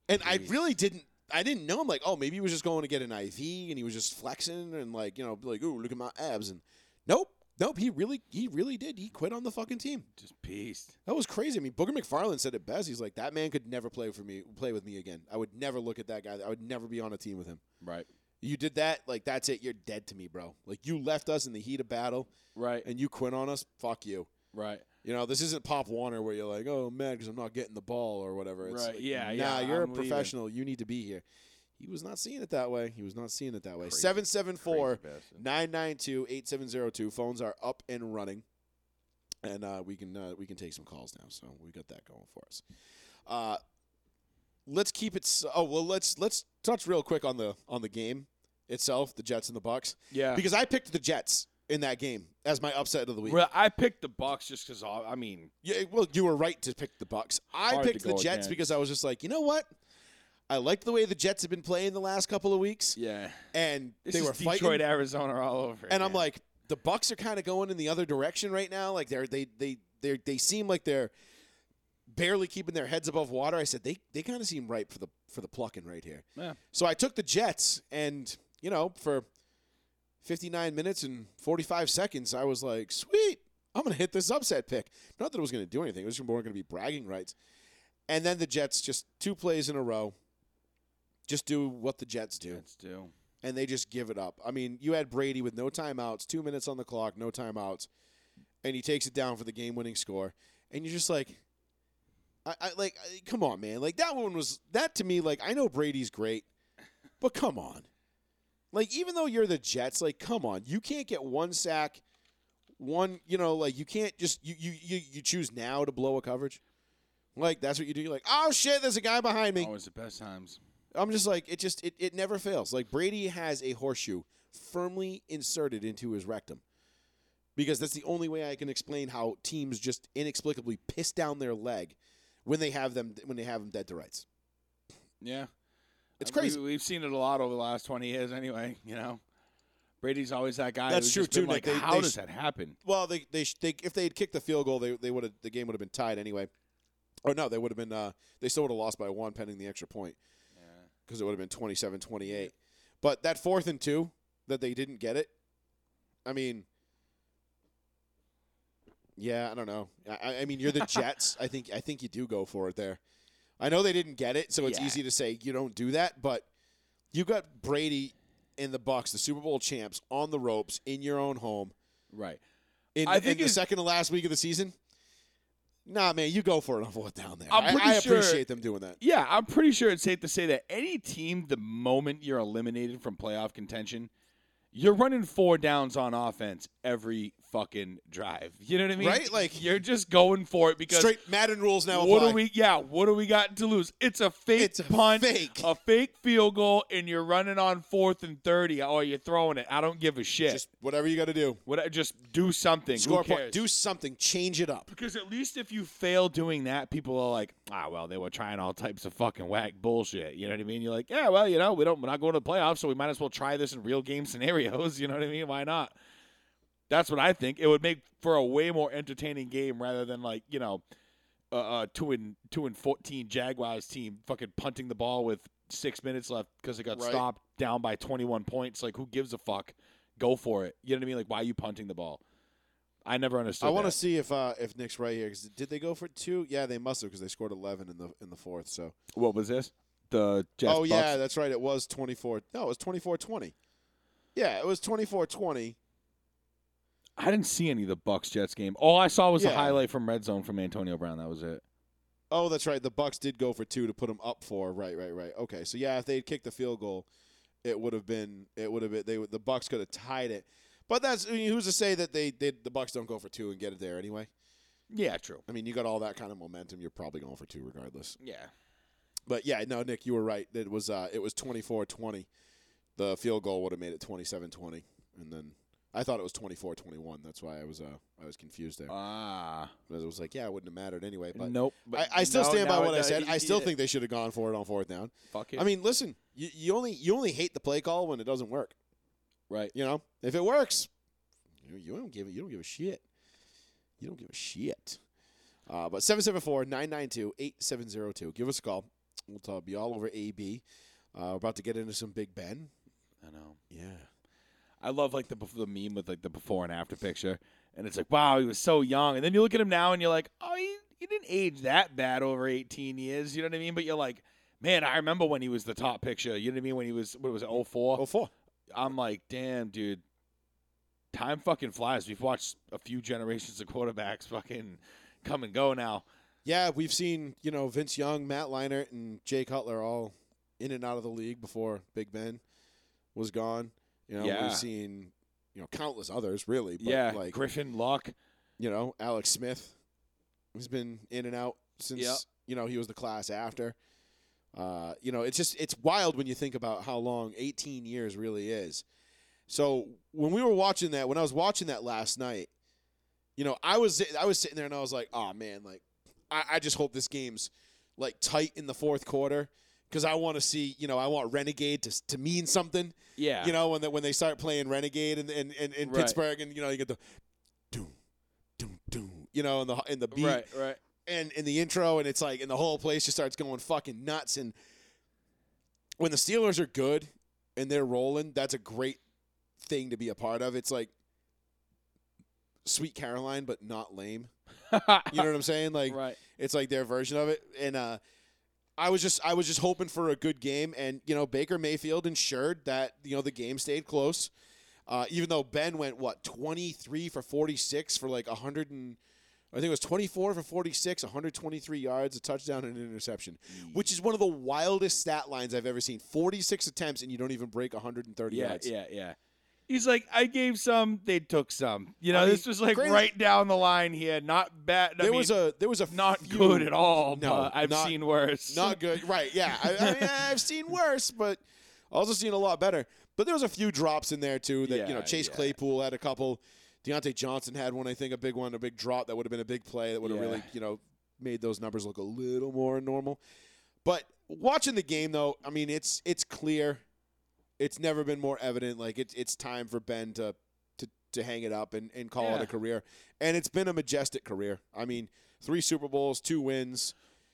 [SPEAKER 2] And I
[SPEAKER 9] Jeez.
[SPEAKER 2] really didn't. I didn't know. I'm like, oh, maybe he was just going to get an IV and he was just flexing and like, you know, like, ooh, look at my abs. And nope, nope. He really, he really did. He quit on the fucking team.
[SPEAKER 9] Just beast.
[SPEAKER 2] That was crazy. I mean, Booger McFarland said it best. He's like, that man could never play for me, play with me again. I would never look at that guy. I would never be on a team with him.
[SPEAKER 9] Right.
[SPEAKER 2] You did that, like that's it. You're dead to me, bro. Like you left us in the heat of battle
[SPEAKER 9] Right.
[SPEAKER 2] and you quit on us. Fuck you.
[SPEAKER 9] Right.
[SPEAKER 2] You know, this isn't Pop Warner where you're like, oh, I'm mad because I'm not getting the ball or whatever. It's
[SPEAKER 9] Right,
[SPEAKER 2] like,
[SPEAKER 9] yeah,
[SPEAKER 2] nah,
[SPEAKER 9] yeah,
[SPEAKER 2] you're
[SPEAKER 9] I'm
[SPEAKER 2] a
[SPEAKER 9] leaving.
[SPEAKER 2] professional. You need to be here. He was not seeing it that way. He was not seeing it that way. 774 992 8702. Phones are up and running. And uh, we can uh, we can take some calls now. So we got that going for us. Uh, let's keep it. s oh well, let's let's touch real quick on the on the game itself, the Jets and the Bucks,
[SPEAKER 9] Yeah.
[SPEAKER 2] because I picked the Jets in that game as my upset of the week.
[SPEAKER 9] Well, I picked the Bucks just because I mean,
[SPEAKER 2] Yeah, well, you were right to pick the Bucks. I
[SPEAKER 9] Hard to
[SPEAKER 2] picked the
[SPEAKER 9] go
[SPEAKER 2] Jets
[SPEAKER 9] against.
[SPEAKER 2] because I was just like, you know what? I liked the way the Jets have been playing the last couple of weeks,
[SPEAKER 9] yeah,
[SPEAKER 2] and
[SPEAKER 9] this
[SPEAKER 2] they
[SPEAKER 9] is
[SPEAKER 2] were
[SPEAKER 9] Detroit,
[SPEAKER 2] fighting.
[SPEAKER 9] Arizona, all over.
[SPEAKER 2] and I'm
[SPEAKER 9] again.
[SPEAKER 2] like, the Bucks are kind of going in the other direction right now. Like they're they they they they seem like they're barely keeping their heads above water. I said they they kind of seem ripe for the for the plucking right here.
[SPEAKER 9] Yeah.
[SPEAKER 2] So I took the Jets, and you know, for 59 minutes and 45 seconds, I was like, sweet, I'm gonna hit this upset pick. Not that it was gonna do anything; it was just more gonna be bragging rights. And then the Jets just two plays in a row, just do what the Jets do
[SPEAKER 9] Jets do.
[SPEAKER 2] and they just give it up. I mean, you had Brady with no timeouts, two minutes on the clock, no timeouts, and he takes it down for the game-winning score. And you're just like, I, I like, I- come on, man. Like that one was that to me. Like I know Brady's great, but come on. Like even though you're the Jets, like come on, you can't get one sack, one. You know, like you can't just you you you, you choose now to blow a coverage. Like that's what you do. You're like, oh shit, there's a guy behind me.
[SPEAKER 9] Always the best times.
[SPEAKER 2] I'm just like it just it, it never fails. Like Brady has a horseshoe firmly inserted into his rectum. Because that's the only way I can explain how teams just inexplicably piss down their leg when they have them when they have them dead to rights.
[SPEAKER 9] Yeah,
[SPEAKER 2] It's
[SPEAKER 9] Uh, we-
[SPEAKER 2] crazy.
[SPEAKER 9] we've seen it a lot over the last 20 years, anyway. You know, Brady's always that guy.
[SPEAKER 2] That's
[SPEAKER 9] who's
[SPEAKER 2] true,
[SPEAKER 9] just been
[SPEAKER 2] too, Nick.
[SPEAKER 9] Like,
[SPEAKER 2] They-
[SPEAKER 9] how
[SPEAKER 2] they
[SPEAKER 9] does
[SPEAKER 2] sh-
[SPEAKER 9] that happen?
[SPEAKER 2] Well, they they, sh- they if they had kicked the field goal, they they would have the game would have been tied anyway. Or no, they would have been uh, they still would have lost by one pending the extra point. Cuz it would have been 27-28. But that fourth and 2 that they didn't get it. I mean Yeah, I don't know. I- I, I mean, you're the Jets. I think I think you do go for it there. I know they didn't get it, so it's
[SPEAKER 9] Yeah.
[SPEAKER 2] easy to say you don't do that, but you got Brady in the Bucks, the Super Bowl champs, on the ropes in your own home
[SPEAKER 9] Right.
[SPEAKER 2] in,
[SPEAKER 9] I
[SPEAKER 2] in
[SPEAKER 9] think
[SPEAKER 2] the
[SPEAKER 9] it's-
[SPEAKER 2] second to last week of the season. Nah, man, you go for it on fourth down there.
[SPEAKER 9] I'm
[SPEAKER 2] I-
[SPEAKER 9] pretty
[SPEAKER 2] I,
[SPEAKER 9] sure-
[SPEAKER 2] appreciate them doing that.
[SPEAKER 9] Yeah, I'm pretty sure it's safe to say that any team, the moment you're eliminated from playoff contention, you're running four downs on offense every fucking drive. You know what I mean?
[SPEAKER 2] Right? Like-
[SPEAKER 9] you're just going for it because
[SPEAKER 2] Straight Madden rules now
[SPEAKER 9] what
[SPEAKER 2] apply.
[SPEAKER 9] do we? Yeah, what do we got to lose? It's a fake
[SPEAKER 2] It's a
[SPEAKER 9] punt,
[SPEAKER 2] fake.
[SPEAKER 9] a fake field goal, and you're running on fourth and thirty, or you're throwing it. I don't give a shit.
[SPEAKER 2] Just whatever you got to do.
[SPEAKER 9] what? Just do something. Who
[SPEAKER 2] Score a point.
[SPEAKER 9] cares?
[SPEAKER 2] Do something. Change it up.
[SPEAKER 9] Because at least if you fail doing that, people are like, ah, well, they were trying all types of fucking whack bullshit. You know what I mean? You're like, yeah, well, you know, we don't, we're not going to the playoffs, so we might as well try this in real game (laughs) scenarios. You know what I mean? Why not? That's what I think. It would make for a way more entertaining game rather than like you know, uh, uh two and two and fourteen Jaguars team fucking punting the ball with six minutes left because it got
[SPEAKER 2] Right.
[SPEAKER 9] stopped down by twenty one points. Like, who gives a fuck? Go for it. You know what I mean? Like, why are you punting the ball? I never understood.
[SPEAKER 2] I want
[SPEAKER 9] that.
[SPEAKER 2] to see if uh, if Nick's right here. 'cause did they go for two? Yeah, they must have because they scored eleven in the in the fourth. So.
[SPEAKER 9] What was this? The Jets.
[SPEAKER 2] oh yeah,
[SPEAKER 9] Bucks?
[SPEAKER 2] that's right. It was twenty four. No, it was twenty four twenty. Yeah, it was twenty four twenty.
[SPEAKER 9] I didn't see any of the Bucks Jets game. All I saw was the
[SPEAKER 2] Yeah.
[SPEAKER 9] highlight from Red Zone from Antonio Brown. That was it.
[SPEAKER 2] Oh, that's right. The Bucks did go for two to put them up four. Right, right, right. Okay, so yeah, if they had kicked the field goal, it would have been it would have been they would- the Bucks could have tied it. But that's I mean, who's to say that they, they the Bucks don't go for two and get it there anyway.
[SPEAKER 9] Yeah, true.
[SPEAKER 2] I mean, you got all that kind of momentum. You're probably going for two regardless.
[SPEAKER 9] Yeah.
[SPEAKER 2] But yeah, no, Nick, you were right. It was uh, it was 24-20. The field goal would have made it 27-20, and then I thought it was 24-21. That's why I was uh, I was confused there.
[SPEAKER 9] Ah.
[SPEAKER 2] Because it was like, yeah, it wouldn't have mattered anyway. But
[SPEAKER 9] nope.
[SPEAKER 2] I, I still stand by what I said. I still think they should have gone for it on fourth down.
[SPEAKER 9] Fuck it.
[SPEAKER 2] I mean, listen, you, you only you only hate the play call when it doesn't work.
[SPEAKER 9] right.
[SPEAKER 2] You know, if it works, you, you don't give it. You don't give a shit. You don't give a shit. Uh, but 774-992-8702. Give us a call. We'll uh, be all over AB. Uh, we're about to get into some Big Ben.
[SPEAKER 9] I know.
[SPEAKER 2] Yeah.
[SPEAKER 9] I love like the bef- the meme with like the before and after picture, and it's like, wow, he was so young, and then you look at him now, and you're like, oh, he, he didn't age that bad over 18 years. You know what I mean? But you're like, man, I remember when he was the top picture. You know what I mean? When he was what was it, 04?
[SPEAKER 2] Oh, four.
[SPEAKER 9] I'm like, damn, dude. Time fucking flies. We've watched a few generations of quarterbacks fucking come and go now.
[SPEAKER 2] Yeah, we've seen you know Vince Young, Matt Leinart, and Jay Cutler all in and out of the league before Big Ben was gone. You know,
[SPEAKER 9] Yeah.
[SPEAKER 2] we've seen you know countless others really. But
[SPEAKER 9] yeah,
[SPEAKER 2] like
[SPEAKER 9] Griffin, Luck.
[SPEAKER 2] you know Alex Smith, has been in and out since
[SPEAKER 9] Yep.
[SPEAKER 2] you know he was the class after. Uh, you know, it's just it's wild when you think about how long 18 years really is. So when we were watching that, when I was watching that last night, you know, I was I was sitting there and I was like, oh man, like I, I just hope this game's like tight in the fourth quarter because I want to see, you know, I want Renegade to, to mean something.
[SPEAKER 9] Yeah.
[SPEAKER 2] You know, when they, when they start playing Renegade in, in, in, in
[SPEAKER 9] Right.
[SPEAKER 2] Pittsburgh and, you know, you get the doom, doom, doom, you know, and the, and the beat
[SPEAKER 9] right, right.
[SPEAKER 2] and in the intro, and it's like, and the whole place just starts going fucking nuts. And when the Steelers are good and they're rolling, that's a great thing to be a part of. It's like Sweet Caroline, but not lame. You know what I'm saying? Like,
[SPEAKER 9] right.
[SPEAKER 2] it's like their version of it. And uh, I was just I was just hoping for a good game, and you know Baker Mayfield ensured that you know the game stayed close. Uh, even though Ben went what 23 for 46 for like 100 and I think it was 24 for 46, 123 yards, a touchdown and an interception, which is one of the wildest stat lines I've ever seen. 46 attempts and you don't even break 130
[SPEAKER 9] Yeah,
[SPEAKER 2] yards.
[SPEAKER 9] yeah, yeah. He's like, I gave some, they took some. You know,
[SPEAKER 2] I mean,
[SPEAKER 9] this was like
[SPEAKER 2] granted-
[SPEAKER 9] right down the line here. Not bad. I
[SPEAKER 2] There was
[SPEAKER 9] mean,
[SPEAKER 2] a there was a
[SPEAKER 9] not
[SPEAKER 2] few-
[SPEAKER 9] good at all.
[SPEAKER 2] No,
[SPEAKER 9] but I've
[SPEAKER 2] not-
[SPEAKER 9] seen worse.
[SPEAKER 2] Not good. Right. Yeah. I, I mean, I've seen worse, but also seen a lot better. But there was a few drops in there too. That you know,
[SPEAKER 9] Yeah,
[SPEAKER 2] Chase
[SPEAKER 9] yeah.
[SPEAKER 2] Claypool had a couple. Deontay Johnson had one. I think a big one, a big drop that would have been a big play that would have
[SPEAKER 9] Yeah.
[SPEAKER 2] really you know made those numbers look a little more normal. But watching the game though, I mean, it's it's clear. It's never been more evident. Like it's it's time for Ben to to, to hang it up and, and call it
[SPEAKER 9] Yeah.
[SPEAKER 2] a career. And it's been a majestic career. I mean, three Super Bowls, two wins.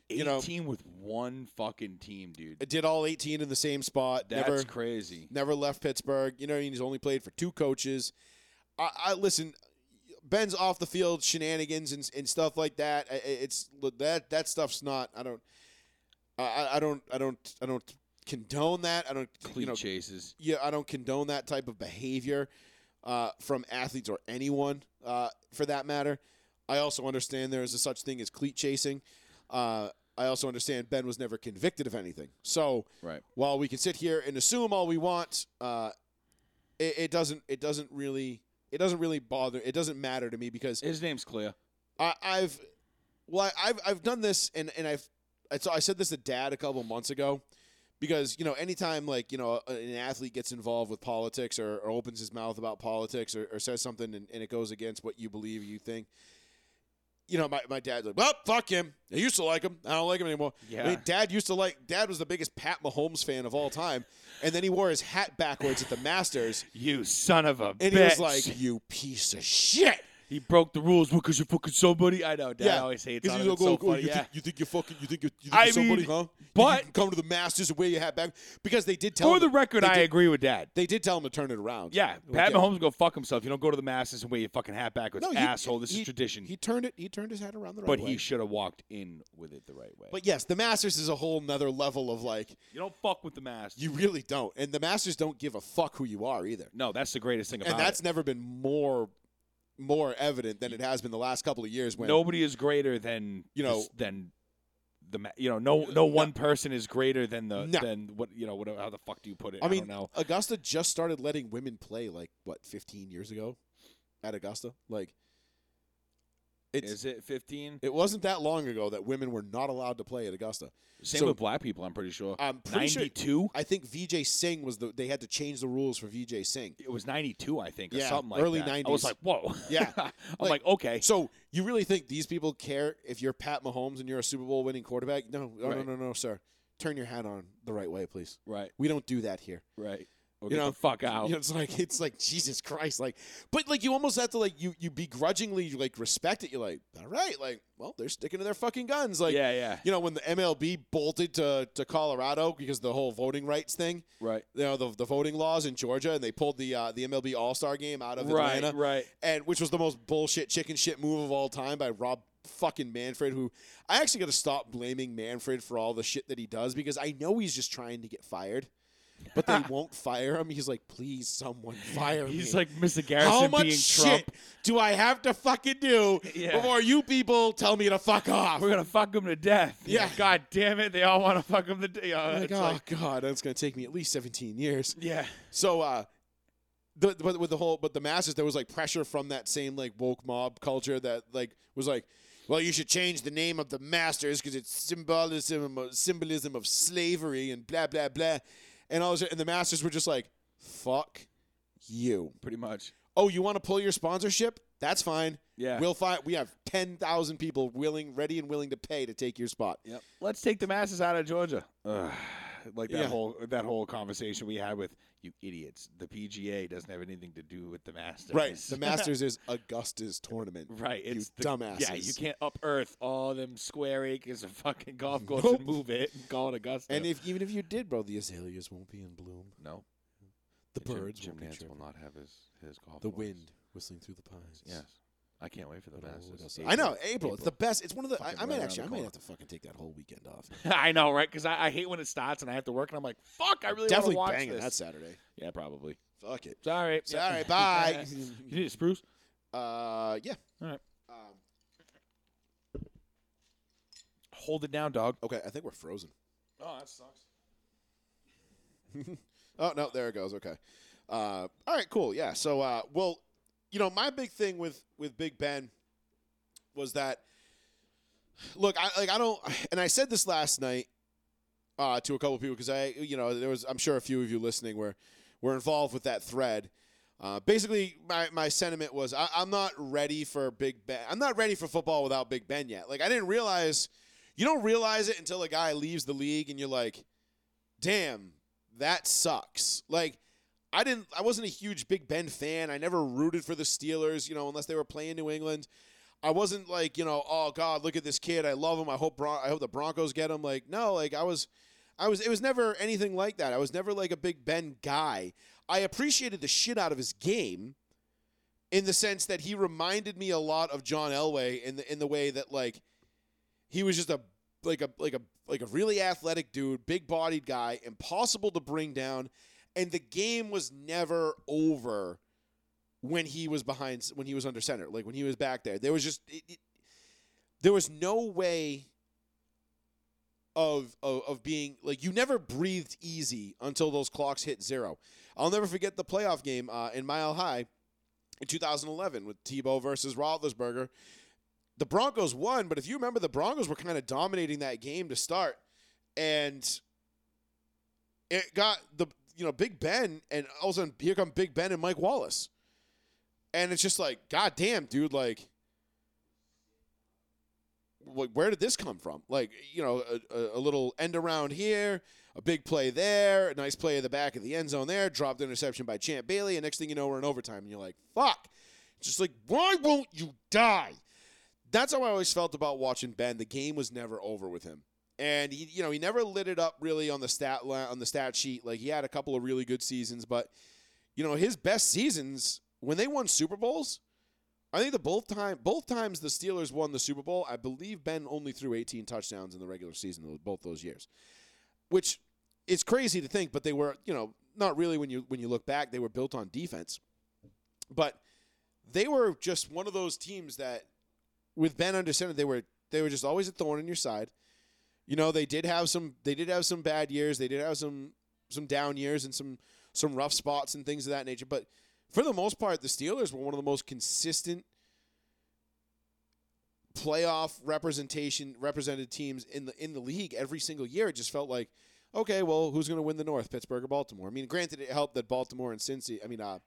[SPEAKER 2] you know-
[SPEAKER 9] 18 with one fucking team, dude.
[SPEAKER 2] did all 18 in the same spot.
[SPEAKER 9] That's
[SPEAKER 2] never,
[SPEAKER 9] crazy.
[SPEAKER 2] never left Pittsburgh. You know, what I mean, he's only played for two coaches. I, I listen. Ben's off the field shenanigans and, and stuff like that. I- I- It's look, that that stuff's not. I don't. I- I, I don't. I don't. I don't condone that. I don't.
[SPEAKER 9] Cleat
[SPEAKER 2] You know.
[SPEAKER 9] chases.
[SPEAKER 2] Yeah, I don't condone that type of behavior uh, from athletes or anyone uh, for that matter. I also understand there is a such thing as cleat chasing. Uh, I also understand Ben was never convicted of anything. So
[SPEAKER 9] Right.
[SPEAKER 2] while we can sit here and assume all we want, uh, it, it doesn't it doesn't really it doesn't really bother it doesn't matter to me because
[SPEAKER 9] His name's Clea.
[SPEAKER 2] I, I've well I- I've I've done this and and I've I, so I said this to Dad a couple months ago because you know anytime like you know a- an athlete gets involved with politics or, or opens his mouth about politics or, or says something and, and it goes against what you believe or you think. You know, my, my dad's like, well, fuck him. I used to like him. I don't like him anymore. I mean,
[SPEAKER 9] Yeah.
[SPEAKER 2] dad used to like, dad was the biggest Pat Mahomes fan of all time. And then he wore his hat backwards at the Masters.
[SPEAKER 9] You son of a
[SPEAKER 2] And
[SPEAKER 9] bitch.
[SPEAKER 2] he was like, you piece of shit.
[SPEAKER 9] he broke the rules because you're fucking somebody. I know. Dad always hates
[SPEAKER 2] 'Cause
[SPEAKER 9] on
[SPEAKER 2] he's
[SPEAKER 9] him. It's
[SPEAKER 2] like,
[SPEAKER 9] so
[SPEAKER 2] oh, oh,
[SPEAKER 9] funny.
[SPEAKER 2] You,
[SPEAKER 9] Yeah.
[SPEAKER 2] think, you think you're fucking. You think you're, you think
[SPEAKER 9] I
[SPEAKER 2] you're somebody,
[SPEAKER 9] mean,
[SPEAKER 2] huh? You think
[SPEAKER 9] but-
[SPEAKER 2] you can come to the Masters and wear your hat back because they did tell.
[SPEAKER 9] For the
[SPEAKER 2] him-
[SPEAKER 9] record,
[SPEAKER 2] they
[SPEAKER 9] I
[SPEAKER 2] did-
[SPEAKER 9] agree with Dad.
[SPEAKER 2] They did tell him to turn it around.
[SPEAKER 9] Yeah,
[SPEAKER 2] Like,
[SPEAKER 9] Pat
[SPEAKER 2] yeah.
[SPEAKER 9] Mahomes go fuck himself. You don't go to the masses and wear your fucking hat backwards,
[SPEAKER 2] he-
[SPEAKER 9] asshole. This
[SPEAKER 2] he-
[SPEAKER 9] is tradition.
[SPEAKER 2] He turned it. He turned his hat around the right
[SPEAKER 9] but
[SPEAKER 2] way.
[SPEAKER 9] he should have walked in with it the right way.
[SPEAKER 2] But yes, the Masters is a whole nother level of like
[SPEAKER 9] you don't fuck with the masses.
[SPEAKER 2] you really don't, and the Masters don't give a fuck who you are either,
[SPEAKER 9] no, that's the greatest thing about
[SPEAKER 2] and that's
[SPEAKER 9] it.
[SPEAKER 2] never been more more evident than it has been the last couple of years when
[SPEAKER 9] Nobody is greater than
[SPEAKER 2] You
[SPEAKER 9] this-
[SPEAKER 2] know-
[SPEAKER 9] than the ma- you know no no one person is greater than the
[SPEAKER 2] No.
[SPEAKER 9] than what you know what how the fuck do you put it?
[SPEAKER 2] I mean,
[SPEAKER 9] don't know.
[SPEAKER 2] Augusta just started letting women play like what 15 years ago at Augusta. Like it's
[SPEAKER 9] Is it fifteen?
[SPEAKER 2] it wasn't that long ago that women were not allowed to play at Augusta.
[SPEAKER 9] Same
[SPEAKER 2] so-
[SPEAKER 9] with black people. I'm pretty sure.
[SPEAKER 2] I'm pretty sure-
[SPEAKER 9] Ninety two.
[SPEAKER 2] I think Vijay Singh was the they had to change the rules for Vijay Singh.
[SPEAKER 9] It was ninety two, I think, or
[SPEAKER 2] Yeah,
[SPEAKER 9] something like
[SPEAKER 2] early
[SPEAKER 9] that. I
[SPEAKER 2] 90s.
[SPEAKER 9] was like, whoa. (laughs)
[SPEAKER 2] Yeah.
[SPEAKER 9] I'm
[SPEAKER 2] Like-
[SPEAKER 9] like, okay.
[SPEAKER 2] So you really think these people care if you're Pat Mahomes and you're a Super Bowl winning quarterback? No, Oh, no,
[SPEAKER 9] Right.
[SPEAKER 2] no, no, no, sir. Turn your hat on the right way, please.
[SPEAKER 9] Right.
[SPEAKER 2] We don't do that here.
[SPEAKER 9] Right. Or
[SPEAKER 2] You
[SPEAKER 9] get
[SPEAKER 2] know,
[SPEAKER 9] the fuck out.
[SPEAKER 2] You know, it's like it's like Jesus Christ, like, but like you almost have to like you you begrudgingly like respect it. You're like, all right, like, well, they're sticking to their fucking guns, like,
[SPEAKER 9] yeah, yeah.
[SPEAKER 2] you know, when the MLB bolted to to Colorado because the whole voting rights thing,
[SPEAKER 9] Right.
[SPEAKER 2] you know, the, the voting laws in Georgia, and they pulled the uh, the MLB All Star game out of
[SPEAKER 9] Right,
[SPEAKER 2] Atlanta,
[SPEAKER 9] right.
[SPEAKER 2] and which was the most bullshit chicken shit move of all time by Rob fucking Manfred, who I actually got to stop blaming Manfred for all the shit that he does because I know he's just trying to get fired, but
[SPEAKER 9] (laughs)
[SPEAKER 2] they won't fire him. He's like, please, someone fire me.
[SPEAKER 9] He's like Mr. Garrison
[SPEAKER 2] How much
[SPEAKER 9] being
[SPEAKER 2] shit
[SPEAKER 9] Trump.
[SPEAKER 2] do I have to fucking do
[SPEAKER 9] Yeah.
[SPEAKER 2] before you people tell me to fuck off?
[SPEAKER 9] We're gonna fuck him to death.
[SPEAKER 2] Yeah.
[SPEAKER 9] God damn it! They all want to fuck him to death.
[SPEAKER 2] I'm like,
[SPEAKER 9] it's
[SPEAKER 2] oh
[SPEAKER 9] like,
[SPEAKER 2] god, that's gonna take me at least 17 years.
[SPEAKER 9] yeah.
[SPEAKER 2] So, uh, the but with the whole but the masses, there was like pressure from that same like woke mob culture that like was like, well, you should change the name of the masters because it's symbolism symbolism of slavery and blah blah blah, and all this, and the masters were just like, fuck you.
[SPEAKER 9] Pretty much.
[SPEAKER 2] Oh, you want to pull your sponsorship? That's fine.
[SPEAKER 9] Yeah.
[SPEAKER 2] We'll find. We have ten thousand people willing, ready, and willing to pay to take your spot.
[SPEAKER 9] Yep. Let's take the masses out of Georgia. Ugh. Like that
[SPEAKER 2] Yeah.
[SPEAKER 9] whole that whole conversation we had with you idiots. The PGA doesn't have anything to do with the Masters. (laughs)
[SPEAKER 2] Right. The Masters is Augusta's tournament.
[SPEAKER 9] Right,
[SPEAKER 2] You
[SPEAKER 9] it's the,
[SPEAKER 2] dumbasses.
[SPEAKER 9] Yeah, you can't up Earth all them square acres of fucking golf course
[SPEAKER 2] Nope.
[SPEAKER 9] and move it and call it Augusta.
[SPEAKER 2] And if even if you did, bro, the azaleas won't be in bloom.
[SPEAKER 9] no,
[SPEAKER 2] The
[SPEAKER 9] Jim-
[SPEAKER 2] birds
[SPEAKER 9] Jim
[SPEAKER 2] won't be
[SPEAKER 9] Nance will
[SPEAKER 2] chirping.
[SPEAKER 9] not have his his golf.
[SPEAKER 2] The
[SPEAKER 9] course.
[SPEAKER 2] wind whistling through the pines.
[SPEAKER 9] Yes, I can't wait for the
[SPEAKER 2] What else- what
[SPEAKER 9] Masters.
[SPEAKER 2] else? I know April, It's the best. It's one of the. I, I
[SPEAKER 9] Fucking right
[SPEAKER 2] might
[SPEAKER 9] around
[SPEAKER 2] actually.
[SPEAKER 9] the
[SPEAKER 2] I might
[SPEAKER 9] corner.
[SPEAKER 2] have to fucking take that whole weekend off.
[SPEAKER 9] (laughs) I know, right? Because I, I hate when it starts and I have to work, and I'm like, "Fuck, I really
[SPEAKER 2] Definitely
[SPEAKER 9] want to watch
[SPEAKER 2] banging
[SPEAKER 9] this."
[SPEAKER 2] that Saturday.
[SPEAKER 9] yeah, probably.
[SPEAKER 2] Fuck it.
[SPEAKER 9] (laughs) Sorry.
[SPEAKER 2] (laughs) Sorry.
[SPEAKER 9] (laughs)
[SPEAKER 2] Bye.
[SPEAKER 9] you need a spruce?
[SPEAKER 2] uh. Yeah.
[SPEAKER 9] All right.
[SPEAKER 2] Um,
[SPEAKER 9] Hold it down, dog.
[SPEAKER 2] okay. I think we're frozen.
[SPEAKER 9] Oh, that sucks.
[SPEAKER 2] Oh no, there it goes. Okay. Uh, all right, cool. Yeah. So, uh, well, you know, my big thing with with Big Ben was that. Look, I like I don't, and I said this last night uh, to a couple people because I, you know, there was I'm sure a few of you listening were were involved with that thread. Uh, basically, my, my sentiment was I, I'm not ready for Big Ben. I'm not ready for football without Big Ben yet. Like I didn't realize, you don't realize it until a guy leaves the league and you're like, damn, that sucks. Like, I didn't, I wasn't a huge Big Ben fan. I never rooted for the Steelers, you know, unless they were playing New England. I wasn't like, you know, oh God, look at this kid. I love him. I hope, Bron- I hope the Broncos get him. Like, no, like I was, I was, it was never anything like that. I was never like a Big Ben guy. I appreciated the shit out of his game in the sense that he reminded me a lot of John Elway in the in the way that like he was just a like a like a like a really athletic dude, big bodied guy, impossible to bring down, and the game was never over when he was behind when he was under center, like when he was back there. There was just it, it, there was no way of, of of being like you never breathed easy until those clocks hit zero. I'll never forget the playoff game uh, in Mile High in 2011 with Tebow versus Roethlisberger. The Broncos won, but if you remember, the Broncos were kind of dominating that game to start, and it got the you know Big Ben, and all of a sudden here come Big Ben and Mike Wallace, and it's just like, God damn, dude, like. wh- Where did this come from? Like, you know, a, a, a little end around here, a big play there, a nice play at the back of the end zone there, dropped interception by Champ Bailey, and next thing you know, we're in overtime, and you're like, fuck. Just like, why won't you die? That's how I always felt about watching Ben. The game was never over with him. And he, you know, he never lit it up really on the stat line, on the stat sheet. Like he had a couple of really good seasons, but you know, his best seasons when they won Super Bowls, I think the both time both times the Steelers won the Super Bowl, I believe Ben only threw 18 touchdowns in the regular season tho- both those years. Which it's crazy to think, but they were, you know, not really when you when you look back, they were built on defense. But they were just one of those teams that with Ben under center, they were they were just always a thorn in your side. You know, they did have some they did have some bad years, they did have some some down years and some some rough spots and things of that nature, but for the most part, the Steelers were one of the most consistent playoff representation represented teams in the in the league every single year. It just felt like, okay, well, who's going to win the North, Pittsburgh or Baltimore? I mean, granted, it helped that Baltimore and Cincy, I mean, uh,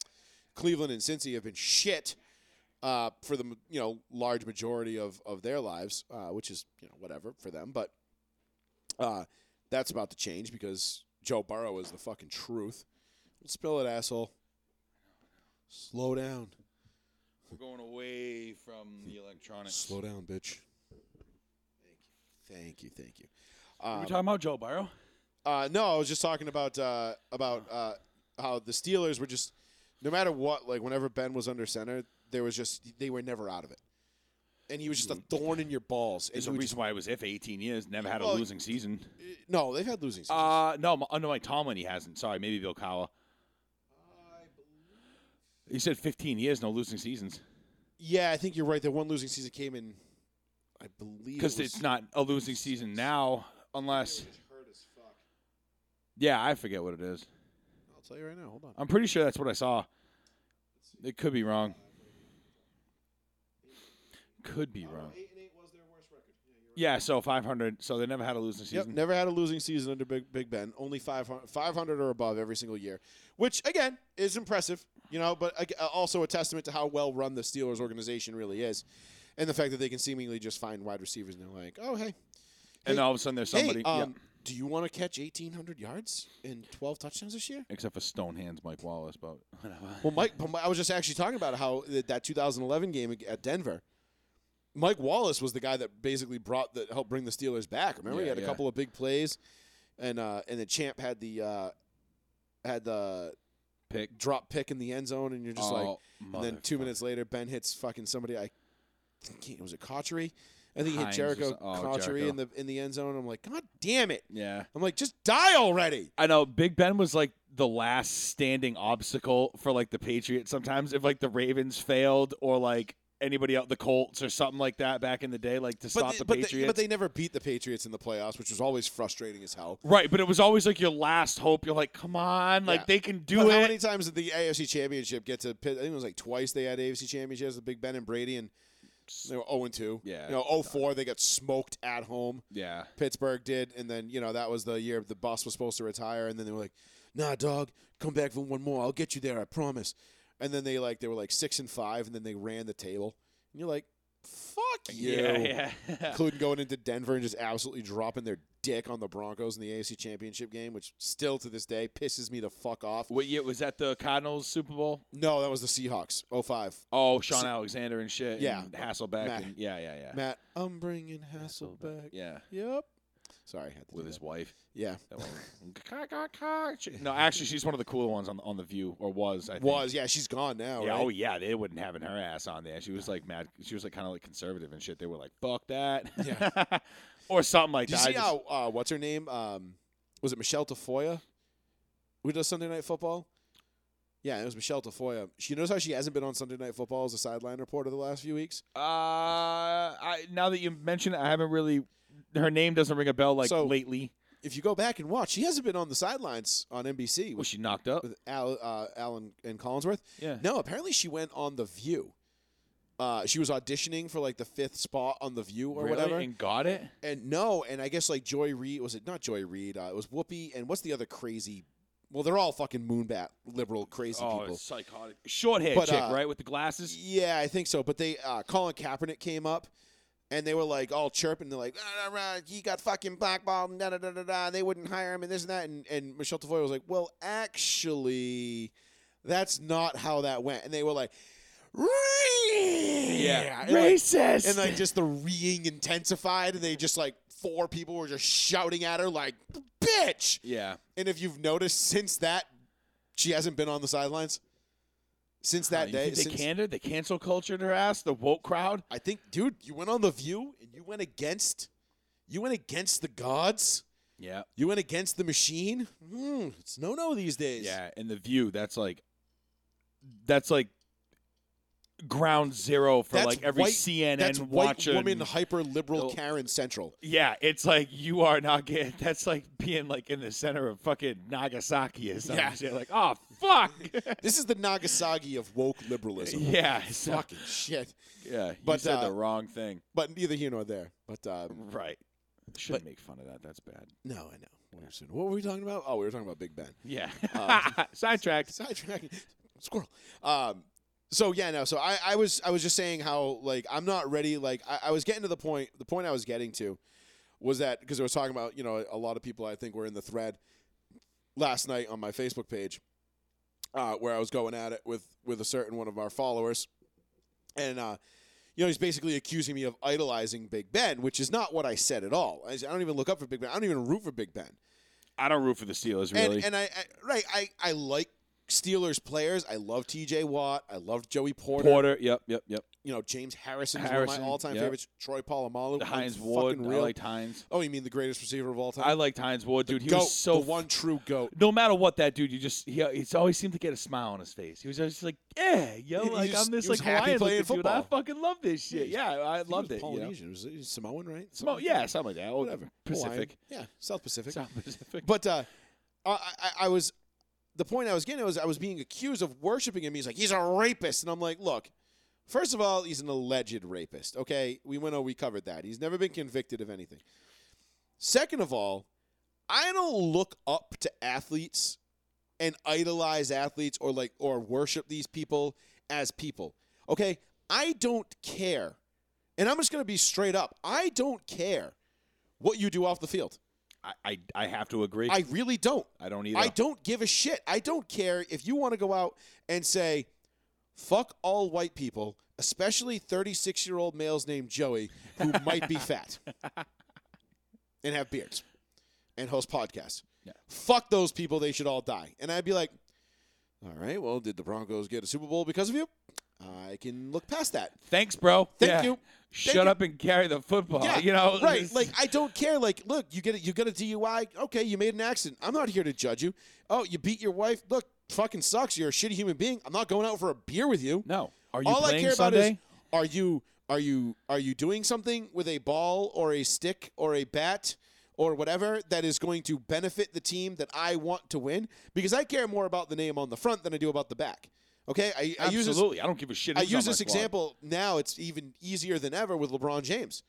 [SPEAKER 2] Cleveland and Cincy have been shit uh, for the you know large majority of of their lives, uh, which is you know whatever for them, but uh, that's about to change because Joe Burrow is the fucking truth. Don't spill it, asshole. Slow down.
[SPEAKER 9] We're going away from the electronics.
[SPEAKER 2] Slow down, bitch. Thank you. Thank you.
[SPEAKER 9] We're
[SPEAKER 2] Thank you. Um,
[SPEAKER 9] talking about Joe Burrow.
[SPEAKER 2] uh, no, I was just talking about uh, about uh, how the Steelers were just no matter what, like whenever Ben was under center, there was just they were never out of it. and he was just a thorn in your balls. And
[SPEAKER 9] Mm-hmm. There's a
[SPEAKER 2] you would
[SPEAKER 9] reason why I was if 18 years, never had a
[SPEAKER 2] Well,
[SPEAKER 9] losing season.
[SPEAKER 2] just- no, they've had losing seasons.
[SPEAKER 9] Uh, no, my, under Mike Tomlin, he hasn't. Sorry, maybe Bill Cowell. He said 15 years, no losing seasons.
[SPEAKER 2] yeah, I think you're right. Their one losing season came in, I believe, it
[SPEAKER 9] Because
[SPEAKER 2] was-
[SPEAKER 9] it's not a losing season now, unless. Yeah, I forget what it is.
[SPEAKER 2] I'll tell you right now. Hold on.
[SPEAKER 9] I'm pretty sure that's what I saw. It could be wrong. Could be
[SPEAKER 2] Oh,
[SPEAKER 9] wrong. Yeah, so 500. So they never had a losing
[SPEAKER 2] Yep,
[SPEAKER 9] season.
[SPEAKER 2] never had a losing season under Big, Big Ben. Only 500, 500 or above every single year, which again is impressive, you know, but ag- uh, also a testament to how well run the Steelers organization really is, and the fact that they can seemingly just find wide receivers and they're like, oh hey,
[SPEAKER 9] And all of a sudden there's somebody.
[SPEAKER 2] hey, um,
[SPEAKER 9] yep.
[SPEAKER 2] do you want to catch eighteen hundred yards and twelve touchdowns this year?
[SPEAKER 9] Except for Stone Hands Mike Wallace, but whatever.
[SPEAKER 2] Well, Mike, but Mi- I was just actually talking about how that, that 2011 game ag- at Denver, Mike Wallace was the guy that basically brought that helped bring the Steelers back. Remember, he
[SPEAKER 9] Yeah,
[SPEAKER 2] had a
[SPEAKER 9] yeah.
[SPEAKER 2] couple of big plays, and uh, and the champ had the uh, had the
[SPEAKER 9] (laughs) Pick.
[SPEAKER 2] drop pick in the end zone, and you're just like,
[SPEAKER 9] Oh,
[SPEAKER 2] and then two
[SPEAKER 9] motherfucker.
[SPEAKER 2] minutes later, Ben hits fucking somebody. I think he, was it Cotchery. I think he hit
[SPEAKER 9] Hines or
[SPEAKER 2] Jericho
[SPEAKER 9] so- oh,
[SPEAKER 2] Cotchery
[SPEAKER 9] Jericho.
[SPEAKER 2] in the in the end zone. I'm like, God damn it!
[SPEAKER 9] Yeah.
[SPEAKER 2] I'm like, just die already.
[SPEAKER 9] I know Big Ben was like the last standing obstacle for like the Patriots sometimes if like the Ravens failed or like anybody out the Colts or something like that back in the day like to stop
[SPEAKER 2] they-
[SPEAKER 9] the
[SPEAKER 2] but,
[SPEAKER 9] Patriots.
[SPEAKER 2] They, but they never beat the Patriots in the playoffs, which was always frustrating as hell.
[SPEAKER 9] right, but it was always like your last hope. You're like, "Come on,
[SPEAKER 2] Yeah.
[SPEAKER 9] like they can do
[SPEAKER 2] But
[SPEAKER 9] it."
[SPEAKER 2] how many times did the AFC Championship get to Pitt? I think it was like twice they had AFC Championships with Big Ben and Brady, and they were 0 2.
[SPEAKER 9] Yeah.
[SPEAKER 2] You know, 0 4, they got smoked at home.
[SPEAKER 9] yeah.
[SPEAKER 2] Pittsburgh did. And then, you know, that was the year the boss was supposed to retire. And then they were like, nah, dog, come back for one more. I'll get you there, I promise. And then they like, they were like 6 and 5, and then they ran the table. And you're like, fuck you.
[SPEAKER 9] Yeah, yeah.
[SPEAKER 2] Including going into Denver and just absolutely dropping their dick on the Broncos in the AFC Championship game, which still to this day pisses me the fuck off.
[SPEAKER 9] (laughs) what year was that the Cardinals Super Bowl?
[SPEAKER 2] No, that was the Seahawks. 05.
[SPEAKER 9] Oh, Sean Alexander and shit.
[SPEAKER 2] Yeah.
[SPEAKER 9] and Hasselbeck.
[SPEAKER 2] Matt-
[SPEAKER 9] and- yeah, yeah, yeah.
[SPEAKER 2] Matt, I'm bringing Hasselbeck.
[SPEAKER 9] Ah. Yeah,
[SPEAKER 2] Yep. Sorry, I had to
[SPEAKER 9] with
[SPEAKER 2] do
[SPEAKER 9] his
[SPEAKER 2] that.
[SPEAKER 9] wife.
[SPEAKER 2] Yeah. (laughs)
[SPEAKER 9] That one. Cock, cock, cock. She- no, actually, she's one of the cooler ones on on the View, or was I think.
[SPEAKER 2] Was yeah, she's gone now.
[SPEAKER 9] Yeah,
[SPEAKER 2] right?
[SPEAKER 9] oh yeah, they wouldn't having her ass on there. She was like mad. She was like kind of like conservative and shit. They were like, "Fuck that,"
[SPEAKER 2] Yeah.
[SPEAKER 9] (laughs) or something like
[SPEAKER 2] Do you
[SPEAKER 9] that. I
[SPEAKER 2] see
[SPEAKER 9] just-
[SPEAKER 2] how uh, what's her name? Um, was it Michelle Tafoya? Who does Sunday Night Football? Yeah, it was Michelle Tafoya. She knows how she hasn't been on Sunday Night Football as a sideline reporter the last few weeks.
[SPEAKER 9] uh, I, now that you mention it, I haven't really. Her name doesn't ring a bell like
[SPEAKER 2] So-
[SPEAKER 9] lately.
[SPEAKER 2] If you go back and watch, she hasn't been on the sidelines on NBC
[SPEAKER 9] Was
[SPEAKER 2] with,
[SPEAKER 9] she knocked up?
[SPEAKER 2] with Al, uh, Alan and Collinsworth.
[SPEAKER 9] Yeah.
[SPEAKER 2] No, apparently she went on The View. Uh, she was auditioning for like the fifth spot on The View or
[SPEAKER 9] Really?
[SPEAKER 2] whatever.
[SPEAKER 9] And got it.
[SPEAKER 2] And no, and I guess like Joy Reid was it not Joy Reid? Uh, it was Whoopi. And what's the other crazy? Well, they're all fucking moonbat liberal crazy
[SPEAKER 9] Oh,
[SPEAKER 2] people.
[SPEAKER 9] it's psychotic. Short hair
[SPEAKER 2] But,
[SPEAKER 9] chick,
[SPEAKER 2] uh,
[SPEAKER 9] right, with the glasses.
[SPEAKER 2] Yeah, I think so. But they uh, Colin Kaepernick came up, and they were like all chirping. They're like, "Ah, rah, rah, he got fucking blackballed, and da da da da da. and They wouldn't hire him, and this and that. And and Michelle Tavoy was like, well, actually, that's not how that went. And they were like, yeah,
[SPEAKER 9] racist.
[SPEAKER 2] and like just the reeing intensified, and they just like four people were just shouting at her like, "Bitch!"
[SPEAKER 9] (laughs) yeah,
[SPEAKER 2] And if you've noticed since that, she hasn't been on the sidelines since that
[SPEAKER 9] Uh, Oh, You
[SPEAKER 2] day.
[SPEAKER 9] think they
[SPEAKER 2] since-
[SPEAKER 9] canned they cancel cultured her ass. The woke crowd.
[SPEAKER 2] I think, dude, you went on the View and you went against, you went against the gods.
[SPEAKER 9] Yeah,
[SPEAKER 2] You went against the machine. Hmm, it's no no these days.
[SPEAKER 9] Yeah, and the view that's like that's like ground zero for
[SPEAKER 2] That's
[SPEAKER 9] like every
[SPEAKER 2] white-
[SPEAKER 9] CNN
[SPEAKER 2] that's white
[SPEAKER 9] watcher.
[SPEAKER 2] woman hyper liberal
[SPEAKER 9] Oh.
[SPEAKER 2] Karen Central.
[SPEAKER 9] (laughs) yeah, it's like you are not getting. (laughs) That's like being like in the center of fucking Nagasaki or something.
[SPEAKER 2] Yeah.
[SPEAKER 9] shit. Like, oh
[SPEAKER 2] (laughs)
[SPEAKER 9] fuck.
[SPEAKER 2] This is the Nagasaki of woke liberalism.
[SPEAKER 9] (laughs) yeah, so-
[SPEAKER 2] Fucking shit.
[SPEAKER 9] yeah. You
[SPEAKER 2] but,
[SPEAKER 9] said
[SPEAKER 2] uh,
[SPEAKER 9] the wrong thing.
[SPEAKER 2] But neither here nor there. But um,
[SPEAKER 9] Right. Shouldn't make fun of that. That's bad.
[SPEAKER 2] No, I know. What were we- What were we talking about? Oh, we were talking about Big Ben.
[SPEAKER 9] (laughs) Yeah.
[SPEAKER 2] (laughs) Um,
[SPEAKER 9] Sidetracked.
[SPEAKER 2] Sidetracking. Squirrel. Um, so yeah, no. So I, I was I was just saying how like I'm not ready. Like I, I was getting to the point. The point I was getting to was that because I was talking about you know a lot of people I think were in the thread last night on my Facebook page uh, where I was going at it with with a certain one of our followers, and uh, you know he's basically accusing me of idolizing Big Ben, which is not what I said at all. I, I don't even look up for Big Ben. I don't even root for Big Ben.
[SPEAKER 9] I don't root for the Steelers really.
[SPEAKER 2] And, and I, I right, I, I like Steelers players, I love T.J. Watt. I loved Joey Porter.
[SPEAKER 9] Porter. Yep, yep, yep.
[SPEAKER 2] You know, James Harrison one
[SPEAKER 9] Harrison,
[SPEAKER 2] of my all-time
[SPEAKER 9] yep.
[SPEAKER 2] favorites. Troy Polamalu.
[SPEAKER 9] Heinz
[SPEAKER 2] unfucking
[SPEAKER 9] Ward. I
[SPEAKER 2] real.
[SPEAKER 9] liked Heinz.
[SPEAKER 2] oh, you mean the greatest receiver of all time?
[SPEAKER 9] I liked Heinz Ward, dude. He
[SPEAKER 2] goat,
[SPEAKER 9] was so
[SPEAKER 2] the one true goat.
[SPEAKER 9] no matter what that dude, you just he he's always seemed to get a smile on his face. He was always like, yeah, yo,
[SPEAKER 2] He- he
[SPEAKER 9] like
[SPEAKER 2] just-
[SPEAKER 9] I'm this
[SPEAKER 2] he was
[SPEAKER 9] like
[SPEAKER 2] happy
[SPEAKER 9] Hawaiian
[SPEAKER 2] playing
[SPEAKER 9] looking dude. I
[SPEAKER 2] football.
[SPEAKER 9] fucking love this shit. Yeah, I
[SPEAKER 2] He
[SPEAKER 9] loved
[SPEAKER 2] was
[SPEAKER 9] it. You know?
[SPEAKER 2] Polynesian. Was he Samoan, right?
[SPEAKER 9] Smo-
[SPEAKER 2] Samoan?
[SPEAKER 9] yeah, something like that. Or
[SPEAKER 2] whatever.
[SPEAKER 9] Pacific.
[SPEAKER 2] Hawaiian. Yeah, South Pacific.
[SPEAKER 9] South
[SPEAKER 2] (laughs)
[SPEAKER 9] Pacific.
[SPEAKER 2] But uh, I, I, I was the point I was getting at was I was being accused of worshiping him. He's like he's a rapist, and I'm like, look, first of all, he's an alleged rapist. Okay, we went over, we covered that. He's never been convicted of anything. Second of all, I don't look up to athletes and idolize athletes or like or worship these people as people. Okay, I don't care, and I'm just gonna be straight up. I don't care what you do off the field.
[SPEAKER 9] I, I I have to agree.
[SPEAKER 2] I really don't.
[SPEAKER 9] I don't either.
[SPEAKER 2] I don't give a shit. I don't care if you want to go out and say, fuck all white people, especially 36 year old males named Joey who might be fat and have beards and host podcasts.
[SPEAKER 9] Yeah.
[SPEAKER 2] Fuck those people. They should all die. And I'd be like, all right, well, did the Broncos get a Super Bowl because of you? I can look past that.
[SPEAKER 9] Thanks, bro.
[SPEAKER 2] Thank
[SPEAKER 9] Yeah.
[SPEAKER 2] you. Thank
[SPEAKER 9] Shut
[SPEAKER 2] you.
[SPEAKER 9] up and carry the football.
[SPEAKER 2] Yeah,
[SPEAKER 9] (laughs) you know,
[SPEAKER 2] right?
[SPEAKER 9] this-
[SPEAKER 2] Like I don't care. Like, look, you get it. You got a DUI. Okay, you made an accident. I'm not here to judge you. Oh, you beat your wife. Look, fucking sucks. You're a shitty human being. I'm not going out for a beer with you.
[SPEAKER 9] no. Are you
[SPEAKER 2] All I
[SPEAKER 9] playing
[SPEAKER 2] care
[SPEAKER 9] Sunday?
[SPEAKER 2] about is are you are you are you doing something with a ball or a stick or a bat or whatever that is going to benefit the team that I want to win? Because I care more about the name on the front than I do about the back. Okay, I, I use this
[SPEAKER 9] Absolutely. I don't give a shit.
[SPEAKER 2] I
[SPEAKER 9] who's on
[SPEAKER 2] use
[SPEAKER 9] my
[SPEAKER 2] this
[SPEAKER 9] squad.
[SPEAKER 2] example now. It's even easier than ever with LeBron James.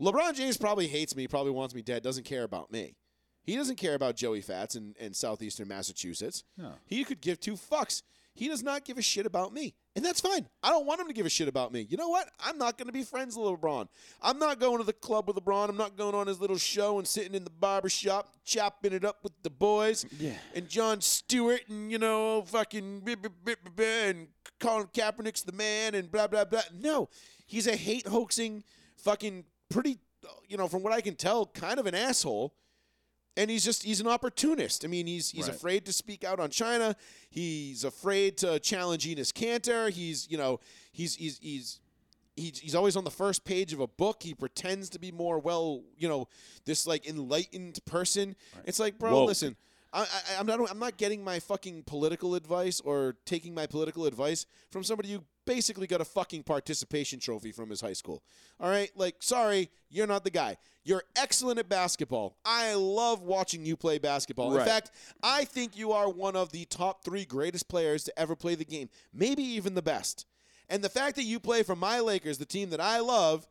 [SPEAKER 2] LeBron James probably hates me, probably wants me dead, doesn't care about me. He doesn't care about Joey Fats and, and Southeastern Massachusetts.
[SPEAKER 9] No.
[SPEAKER 2] He could give two fucks. He does not give a shit about me. And that's fine. I don't want him to give a shit about me. You know what? I'm not going to be friends with LeBron. I'm not going to the club with LeBron. I'm not going on his little show and sitting in the barber shop chopping it up with the boys
[SPEAKER 9] Yeah.
[SPEAKER 2] and John Stewart and you know fucking blah, blah, blah, blah, blah, and Colin Kaepernick's the man and blah blah blah. No, he's a hate hoaxing fucking pretty you know from what I can tell kind of an asshole. And he's just he's an opportunist. I mean, he's he's
[SPEAKER 9] Right.
[SPEAKER 2] afraid to speak out on China. He's afraid to challenge Enos Cantor. He's you know, he's he's he's he's, he's always on the first page of a book. He pretends to be more well, you know, this like enlightened person. It's like, bro,
[SPEAKER 9] Woke.
[SPEAKER 2] listen, I, I, I'm not I'm not getting my fucking political advice or taking my political advice from somebody who basically got a fucking participation trophy from his high school. All right, like, sorry, you're not the guy. You're excellent at basketball. I love watching you play basketball. In
[SPEAKER 9] Right.
[SPEAKER 2] fact, I think you are one of the top three greatest players to ever play the game, maybe even the best. And the fact that you play for my Lakers, the team that I love,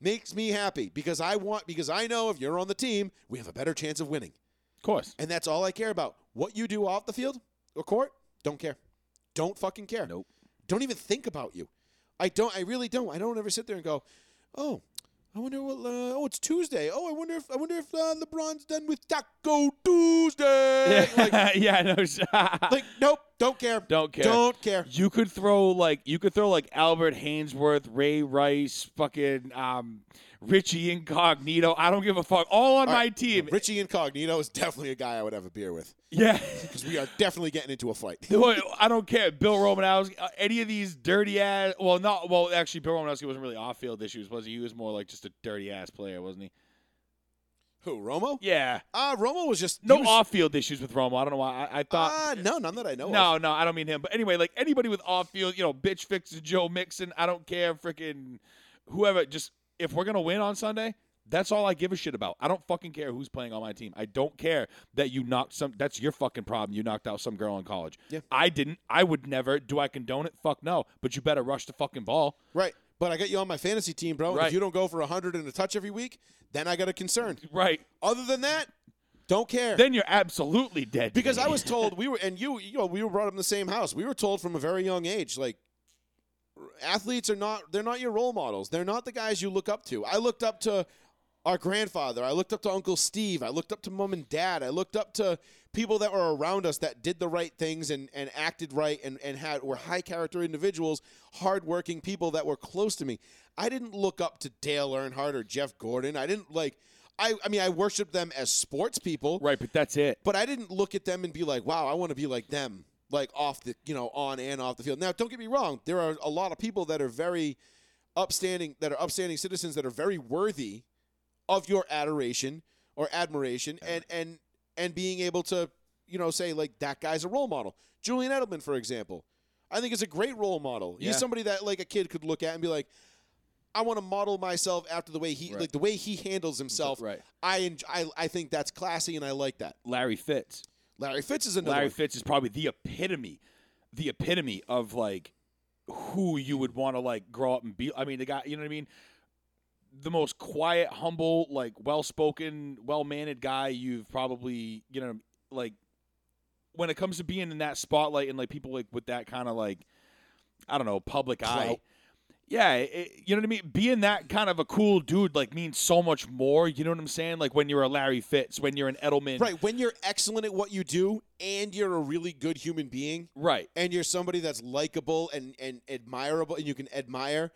[SPEAKER 2] makes me happy because I want because I know if you're on the team, we have a better chance of winning.
[SPEAKER 9] Of course.
[SPEAKER 2] And that's all I care about. What you do off the field or court, don't care. Don't fucking care.
[SPEAKER 9] Nope.
[SPEAKER 2] Don't even think about you. I don't. I really don't. I don't ever sit there and go, oh, I wonder what. Uh, oh, it's Tuesday. Oh, I wonder if I wonder if uh, LeBron's done with Taco Tuesday. uh, Like,
[SPEAKER 9] Yeah. (laughs) yeah. No.
[SPEAKER 2] like, nope. Don't care.
[SPEAKER 9] Don't care.
[SPEAKER 2] Don't care.
[SPEAKER 9] You could throw like you could throw like Albert Hainsworth, Ray Rice, fucking um, Richie Incognito. I don't give a fuck. All on
[SPEAKER 2] All
[SPEAKER 9] my
[SPEAKER 2] right,
[SPEAKER 9] team.
[SPEAKER 2] Richie Incognito is definitely a guy I would have a beer with
[SPEAKER 9] yeah.
[SPEAKER 2] because we are definitely getting into a fight.
[SPEAKER 9] (laughs) Well, I don't care. Bill Romanowski, uh, any of these dirty ass. Well, not well. Actually, Bill Romanowski wasn't really off field issues, was he? He was more like just a dirty ass player, wasn't he?
[SPEAKER 2] Who? Romo?
[SPEAKER 9] Yeah.
[SPEAKER 2] Uh, Romo was just he
[SPEAKER 9] No
[SPEAKER 2] was-
[SPEAKER 9] off field issues with Romo. I don't know why. I, I thought.
[SPEAKER 2] Uh, no, none that I know of.
[SPEAKER 9] No, no, I don't mean him. But anyway, like anybody with off field, you know, bitch fixes Joe Mixon. I don't care, freaking whoever. Just if we're gonna win on Sunday, that's all I give a shit about. I don't fucking care who's playing on my team. I don't care that you knocked some. That's your fucking problem. You knocked out some girl in college.
[SPEAKER 2] Yeah.
[SPEAKER 9] I didn't. I would never. Do I condone it? Fuck no. But you better rush the fucking ball.
[SPEAKER 2] Right. But I got you on my fantasy team, bro. and If
[SPEAKER 9] Right.
[SPEAKER 2] you don't go for 100 and a touch every week, then I got a concern.
[SPEAKER 9] Right.
[SPEAKER 2] Other than that, don't care.
[SPEAKER 9] Then you're absolutely dead. to
[SPEAKER 2] because
[SPEAKER 9] me.
[SPEAKER 2] I was
[SPEAKER 9] (laughs)
[SPEAKER 2] told we were, and you, you know, we were brought up in the same house. We were told from a very young age, like, athletes are not, they're not your role models. They're not the guys you look up to. I looked up to our grandfather. I looked up to Uncle Steve. I looked up to mom and dad. I looked up to people that were around us that did the right things and, and acted right and, and had were high character individuals, hardworking people that were close to me. I didn't look up to Dale Earnhardt or Jeff Gordon. I didn't like I, I mean I worshiped them as sports people.
[SPEAKER 9] Right, but that's it.
[SPEAKER 2] But I didn't look at them and be like, wow, I want to be like them. like off the you know on and off the field. Now, don't get me wrong, there are a lot of people that are very upstanding that are upstanding citizens that are very worthy of your adoration or admiration and and and being able to you know say like that guy's a role model. Julian Edelman, for example, I think is a great role model.
[SPEAKER 9] Yeah.
[SPEAKER 2] He's somebody that like a kid could look at and be like. I want to model myself after the way he
[SPEAKER 9] Right.
[SPEAKER 2] like the way he handles himself.
[SPEAKER 9] Right.
[SPEAKER 2] I, enj- I I think that's classy and I like that.
[SPEAKER 9] Larry Fitz.
[SPEAKER 2] Larry Fitz is another
[SPEAKER 9] Larry
[SPEAKER 2] one.
[SPEAKER 9] Fitz is probably the epitome, the epitome of like who you would want to like grow up and be. I mean, the guy, you know what I mean? The most quiet, humble, like well spoken, well mannered guy you've probably, you know, like when it comes to being in that spotlight and like people like with that kind of like, I don't know, public eye.
[SPEAKER 2] Clout.
[SPEAKER 9] Yeah, it, you know what I mean. Being that kind of a cool dude like means so much more. You know what I'm saying? Like when you're a Larry Fitz, when you're an Edelman,
[SPEAKER 2] Right. When you're excellent at what you do and you're a really good human being
[SPEAKER 9] Right.
[SPEAKER 2] and you're somebody that's likable and, and admirable and you can admire,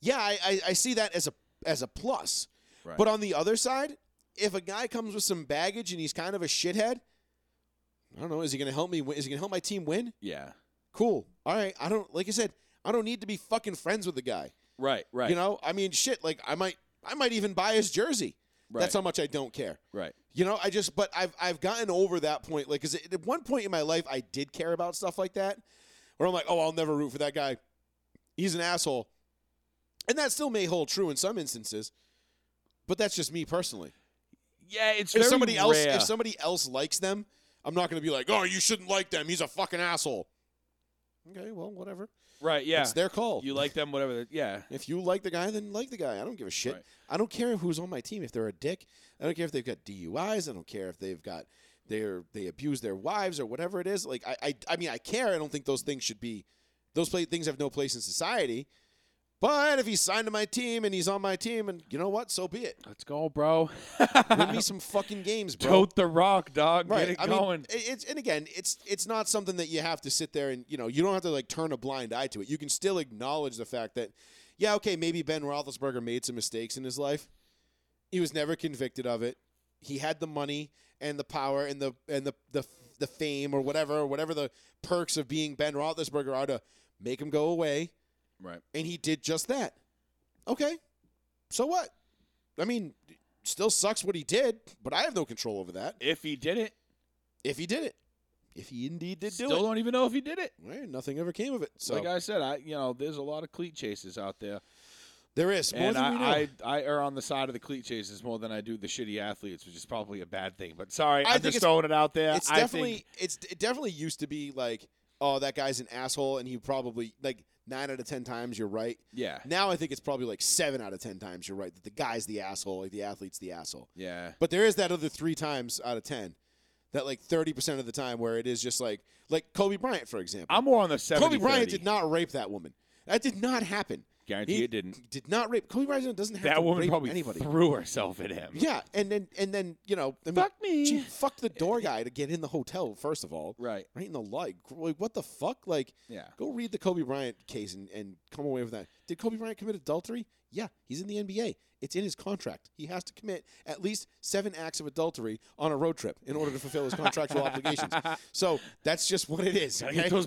[SPEAKER 2] yeah, I, I, I see that as a as a plus.
[SPEAKER 9] Right.
[SPEAKER 2] But on the other side, if a guy comes with some baggage and he's kind of a shithead, I don't know, is he gonna help me win? Is he gonna help my team win?
[SPEAKER 9] Yeah.
[SPEAKER 2] Cool. All right. I don't like I said, I don't need to be fucking friends with the guy.
[SPEAKER 9] Right. Right.
[SPEAKER 2] You know, I mean shit, like I might I might even buy his jersey. That's how much I don't care.
[SPEAKER 9] Right.
[SPEAKER 2] You know, I just but I've I've gotten over that point. Like, cause at one point in my life, I did care about stuff like that, where I'm like, oh, I'll never root for that guy. He's an asshole, and that still may hold true in some instances. But that's just me personally.
[SPEAKER 9] Yeah, it's
[SPEAKER 2] If
[SPEAKER 9] very
[SPEAKER 2] somebody else
[SPEAKER 9] rare.
[SPEAKER 2] if somebody else likes them, I'm not going to be like, oh, you shouldn't like them. He's a fucking asshole. Okay, well, whatever.
[SPEAKER 9] right, yeah,
[SPEAKER 2] It's their call.
[SPEAKER 9] you like them, whatever. they- Yeah,
[SPEAKER 2] If you like the guy, then like the guy. I don't give a shit.
[SPEAKER 9] Right.
[SPEAKER 2] I don't care who's on my team. If they're a dick, I don't care if they've got DUIs. I don't care if they've got they're they abuse their wives or whatever it is. Like I, I, I mean, I care. I don't think those things should be. Those play, things have no place in society. But if he's signed to my team and he's on my team, and you know what, so be it.
[SPEAKER 9] let's go, bro.
[SPEAKER 2] (laughs) Win
[SPEAKER 9] (laughs)
[SPEAKER 2] me some fucking games, bro.
[SPEAKER 9] Tote the rock, dog.
[SPEAKER 2] Right.
[SPEAKER 9] Get it
[SPEAKER 2] I
[SPEAKER 9] going.
[SPEAKER 2] mean, it- it's and again, it's it's not something that you have to sit there and you know you don't have to like turn a blind eye to it. You can still acknowledge the fact that, yeah, okay, maybe Ben Roethlisberger made some mistakes in his life. He was never convicted of it. He had the money and the power and the and the the the fame or whatever or whatever the perks of being Ben Roethlisberger are to make him go away,
[SPEAKER 9] right.
[SPEAKER 2] and he did just that. Okay, so what? I mean, still sucks what he did, but I have no control over that
[SPEAKER 9] If he did it,
[SPEAKER 2] if he did it. If he indeed did
[SPEAKER 9] still
[SPEAKER 2] do it.
[SPEAKER 9] don't even know if he did it.
[SPEAKER 2] Well, nothing ever came of it. So
[SPEAKER 9] Like I said, I you know, there's a lot of cleat chases out there,
[SPEAKER 2] there is more
[SPEAKER 9] and
[SPEAKER 2] than we know.
[SPEAKER 9] I, I I err on the side of the cleat chases more than I do the shitty athletes, which is probably a bad thing. But sorry,
[SPEAKER 2] I
[SPEAKER 9] I'm
[SPEAKER 2] think
[SPEAKER 9] just
[SPEAKER 2] it's-
[SPEAKER 9] throwing it out there.
[SPEAKER 2] it's
[SPEAKER 9] I
[SPEAKER 2] definitely
[SPEAKER 9] think,
[SPEAKER 2] it's it definitely used to be like, oh, that guy's an asshole, and he probably like nine out of ten times you're right.
[SPEAKER 9] yeah,
[SPEAKER 2] Now I think it's probably like seven out of ten times you're right that the guy's the asshole, like the athlete's the asshole.
[SPEAKER 9] yeah.
[SPEAKER 2] But there is that other three times out of ten, that like thirty percent of the time where it is just like like Kobe Bryant for example.
[SPEAKER 9] I'm more on the 70
[SPEAKER 2] Kobe Bryant
[SPEAKER 9] 30.
[SPEAKER 2] did not rape that woman. That did not happen.
[SPEAKER 9] guarantee
[SPEAKER 2] he-
[SPEAKER 9] it didn't.
[SPEAKER 2] Did not rape. Kobe Bryant doesn't have to
[SPEAKER 9] That woman
[SPEAKER 2] rape
[SPEAKER 9] probably
[SPEAKER 2] anybody.
[SPEAKER 9] threw herself at him.
[SPEAKER 2] Yeah, and then and then you know, I mean,
[SPEAKER 9] Fuck me.
[SPEAKER 2] gee, fuck the door guy to get in the hotel first of all,
[SPEAKER 9] Right.
[SPEAKER 2] right in the leg. Like, what the fuck? Like,
[SPEAKER 9] Yeah.
[SPEAKER 2] go read the Kobe Bryant case and, and come away with that. Did Kobe Bryant commit adultery? Yeah, he's in the NBA. It's in his contract. He has to commit at least seven acts of adultery on a road trip in order to fulfill his
[SPEAKER 9] (laughs)
[SPEAKER 2] contractual obligations. So that's just what it is.
[SPEAKER 9] Gotta
[SPEAKER 2] okay?
[SPEAKER 9] get those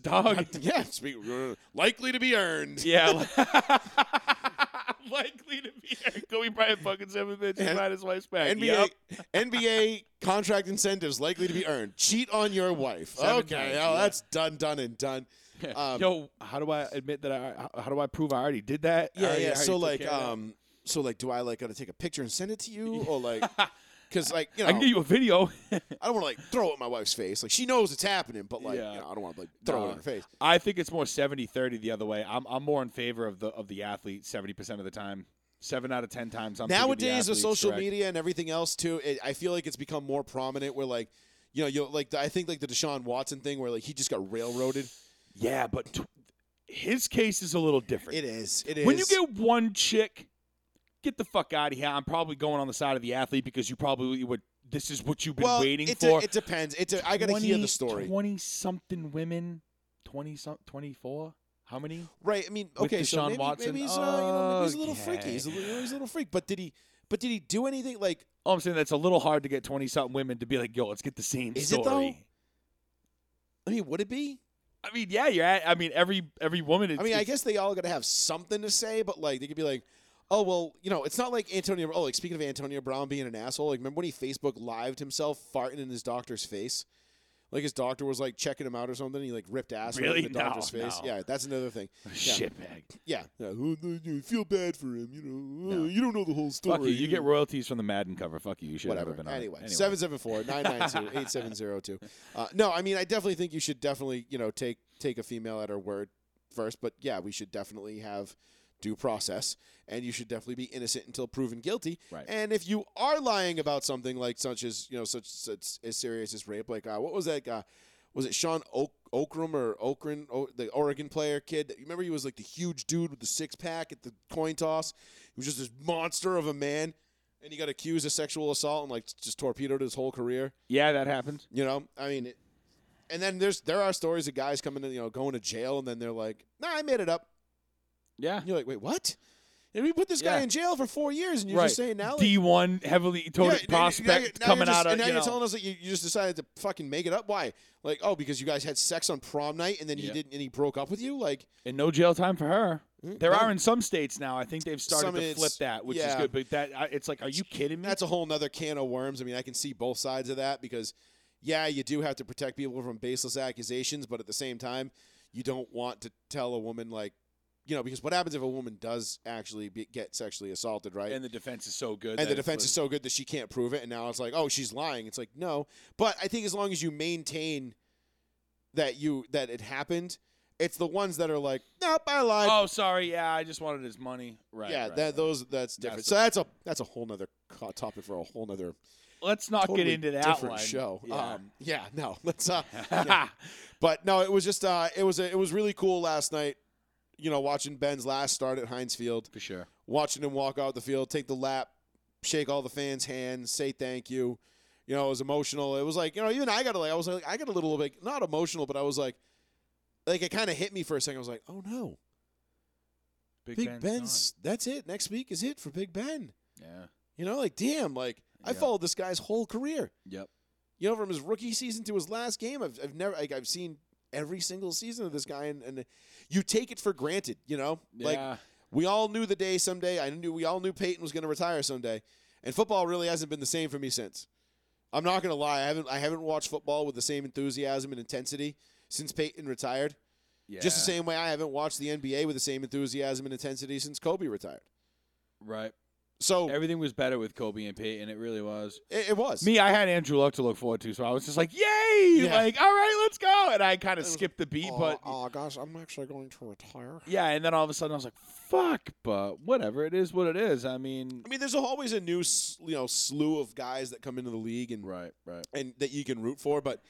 [SPEAKER 2] (laughs)
[SPEAKER 9] dog.
[SPEAKER 2] yeah, speak, likely to be earned. (laughs)
[SPEAKER 9] Yeah. (laughs) Likely to be Kobe Bryant fucking seven bitches
[SPEAKER 2] And-
[SPEAKER 9] behind his wife's
[SPEAKER 2] (laughs)
[SPEAKER 9] back.
[SPEAKER 2] NBA NBA contract incentives likely to be earned. Cheat on your wife.
[SPEAKER 9] Seven
[SPEAKER 2] okay,
[SPEAKER 9] times,
[SPEAKER 2] oh,
[SPEAKER 9] yeah.
[SPEAKER 2] that's done, done, and done.
[SPEAKER 9] Yep.
[SPEAKER 2] um,
[SPEAKER 9] Yo, how do I admit that I? How, how do I prove I already did that? I
[SPEAKER 2] Yeah,
[SPEAKER 9] already- I
[SPEAKER 2] yeah.
[SPEAKER 9] already
[SPEAKER 2] So
[SPEAKER 9] took
[SPEAKER 2] like,
[SPEAKER 9] care of that.
[SPEAKER 2] um, so like, do I like gotta take a picture and send it to
[SPEAKER 9] (laughs)
[SPEAKER 2] you, or like, because like you know,
[SPEAKER 9] I can get you a video. (laughs)
[SPEAKER 2] I don't want to like throw it in my wife's face. Like she knows it's happening, but like,
[SPEAKER 9] Yeah.
[SPEAKER 2] you know, I don't want to like throw it
[SPEAKER 9] No.
[SPEAKER 2] in her face.
[SPEAKER 9] I think it's more 70-30 the other way. I'm I'm more in favor of the of the athlete seventy percent of the time. Seven out of ten times. I'm thinking the
[SPEAKER 2] Nowadays with
[SPEAKER 9] athlete's
[SPEAKER 2] social
[SPEAKER 9] correct.
[SPEAKER 2] media and everything else too, it, I feel like it's become more prominent. Where like, you know, you like I think like the Deshaun Watson thing, where like he just got railroaded.
[SPEAKER 9] Yeah, but t- his case is a little different.
[SPEAKER 2] It is. It is.
[SPEAKER 9] When you get one chick, get the fuck out of here. I'm probably going on the side of the athlete because you probably would. This is what you've been
[SPEAKER 2] well,
[SPEAKER 9] waiting
[SPEAKER 2] it, de-
[SPEAKER 9] for.
[SPEAKER 2] it depends. It's a, I gotta hear the story.
[SPEAKER 9] Twenty something women, twenty some, twenty four. How many?
[SPEAKER 2] Right. I mean,
[SPEAKER 9] with
[SPEAKER 2] okay. so
[SPEAKER 9] Deshaun
[SPEAKER 2] maybe,
[SPEAKER 9] Watson.
[SPEAKER 2] maybe he's, uh, you know, maybe he's a little freaky.
[SPEAKER 9] Okay.
[SPEAKER 2] He's a, li- you know, he's a little freak. But did he? But did he do anything? Like,
[SPEAKER 9] All I'm saying that's a little hard to get twenty something women to be like, yo, let's get the same
[SPEAKER 2] Is it,
[SPEAKER 9] story.
[SPEAKER 2] though? I mean, would it be?
[SPEAKER 9] I mean, yeah, you're at. I mean, every every woman. It's,
[SPEAKER 2] I mean, I
[SPEAKER 9] it's-
[SPEAKER 2] guess they all got to have something to say, but like they could be like, oh well, you know, it's not like Antonio. Oh, like speaking of Antonio Brown being an asshole, like remember when he Facebook lived himself farting in his doctor's face? Like his doctor was like checking him out or something. He like ripped ass right
[SPEAKER 9] Really?
[SPEAKER 2] in the
[SPEAKER 9] No,
[SPEAKER 2] doctor's face.
[SPEAKER 9] no.
[SPEAKER 2] Yeah, that's another thing.
[SPEAKER 9] (laughs)
[SPEAKER 2] Yeah.
[SPEAKER 9] shitbag.
[SPEAKER 2] Yeah, yeah. "Oh, no, you feel bad for him. You know, Oh, you don't know the whole story.
[SPEAKER 9] Fuck you. You get royalties from the Madden cover. Fuck you. You should
[SPEAKER 2] whatever.
[SPEAKER 9] have been on it.
[SPEAKER 2] Anyway,
[SPEAKER 9] (laughs)
[SPEAKER 2] 774-992-8702. Uh, no, I mean, I definitely think you should definitely, you know, take take a female at her word first. But yeah, we should definitely have due process, and you should definitely be innocent until proven guilty.
[SPEAKER 9] Right.
[SPEAKER 2] And if you are lying about something like such as you know such, such as serious as rape, like uh, what was that? Uh, was it Sean Oak, Okram or Okran, o- the Oregon player kid? You remember he was like the huge dude with the six pack at the coin toss. He was just this monster of a man, and he got accused of sexual assault and like just torpedoed his whole career.
[SPEAKER 9] Yeah, that happened.
[SPEAKER 2] You know, I mean, it, and then there's there are stories of guys coming in, you know, going to jail, and then they're like, "Nah, I made it up."
[SPEAKER 9] Yeah.
[SPEAKER 2] And you're like, "Wait, what?" And we put this guy
[SPEAKER 9] Yeah.
[SPEAKER 2] in jail for four years, and you're just saying now, like,
[SPEAKER 9] D1 heavily
[SPEAKER 2] Yeah,
[SPEAKER 9] toted
[SPEAKER 2] and- and now you're-
[SPEAKER 9] prospect
[SPEAKER 2] now you're
[SPEAKER 9] coming
[SPEAKER 2] just-
[SPEAKER 9] out of
[SPEAKER 2] And now
[SPEAKER 9] you
[SPEAKER 2] you're
[SPEAKER 9] know,
[SPEAKER 2] telling us that you, you just decided to fucking make it up. Why? Like, oh, because you guys had sex on prom night, and then he
[SPEAKER 9] Yeah.
[SPEAKER 2] didn't, and he broke up with you. Like,
[SPEAKER 9] and no jail time for her.
[SPEAKER 2] Mm, no.
[SPEAKER 9] There are in some states now. I think they've started
[SPEAKER 2] Some
[SPEAKER 9] to
[SPEAKER 2] it's-
[SPEAKER 9] flip that, which
[SPEAKER 2] yeah.
[SPEAKER 9] is good. But that I, it's like, are you kidding me?
[SPEAKER 2] that's a whole nother can of worms. I mean, I can see both sides of that because, yeah, you do have to protect people from baseless accusations, but at the same time, you don't want to tell a woman like, you know, because what happens if a woman does actually be, get sexually assaulted, right?
[SPEAKER 9] and the defense is so good.
[SPEAKER 2] and the
[SPEAKER 9] that it's
[SPEAKER 2] defense is
[SPEAKER 9] like-
[SPEAKER 2] so good that she can't prove it and now it's like oh she's lying it's like no but i think as long as you maintain that you that it happened it's the ones that are like nope i lied
[SPEAKER 9] Oh, sorry. Yeah, I just wanted his money. Right.
[SPEAKER 2] yeah
[SPEAKER 9] right,
[SPEAKER 2] that
[SPEAKER 9] right.
[SPEAKER 2] those that's different
[SPEAKER 9] That's
[SPEAKER 2] so that's a that's a whole nother co- topic for a whole nother
[SPEAKER 9] Let's not
[SPEAKER 2] totally
[SPEAKER 9] get into that
[SPEAKER 2] different
[SPEAKER 9] one.
[SPEAKER 2] show
[SPEAKER 9] Yeah.
[SPEAKER 2] um yeah no (laughs) let's
[SPEAKER 9] (laughs)
[SPEAKER 2] uh yeah. but no it was just uh it was a, it was really cool last night you know watching ben's last start at heinz field
[SPEAKER 9] for sure.
[SPEAKER 2] watching him walk out the field, take the lap, shake all the fans' hands, say thank you. You know, it was emotional. It was like, you know, even I got to like, I was like, I got a little like not emotional, but I was like, like it kind of hit me for a second. I was like, oh no, Big, Ben's, that's it. Next week is it for Big Ben.
[SPEAKER 9] gone.
[SPEAKER 2] You know, like damn, like I
[SPEAKER 9] Yeah.
[SPEAKER 2] followed this guy's whole career.
[SPEAKER 9] Yeah. Yep.
[SPEAKER 2] You know, from his rookie season to his last game, I've, I've never, like, I've seen every single season of this guy, and, and you take it for granted. You know, like
[SPEAKER 9] yeah.
[SPEAKER 2] we all knew the day someday. I knew we all knew Peyton was going to retire someday, and football really hasn't been the same for me since. I'm not going to lie. I haven't I haven't watched football with the same enthusiasm and intensity since Peyton retired.
[SPEAKER 9] yeah.
[SPEAKER 2] Just the same way I haven't watched the NBA with the same enthusiasm and intensity since Kobe retired.
[SPEAKER 9] Right.
[SPEAKER 2] So it,
[SPEAKER 9] Everything was better with Kobe and Peyton. It really was.
[SPEAKER 2] it was.
[SPEAKER 9] Me, I had Andrew Luck to look forward to, so I was just like, "Yay!"
[SPEAKER 2] Yeah.
[SPEAKER 9] Like, all right, let's go. And I kind of
[SPEAKER 2] was
[SPEAKER 9] skipped the beat,
[SPEAKER 2] oh,
[SPEAKER 9] but
[SPEAKER 2] oh, gosh, I'm actually going to retire.
[SPEAKER 9] yeah. And then all of a sudden, I was like, "Fuck!" But whatever, it is what it is. I mean,
[SPEAKER 2] I mean, there's always a new s- you know slew of guys that come into the league and
[SPEAKER 9] right, right.
[SPEAKER 2] and that you can root for, but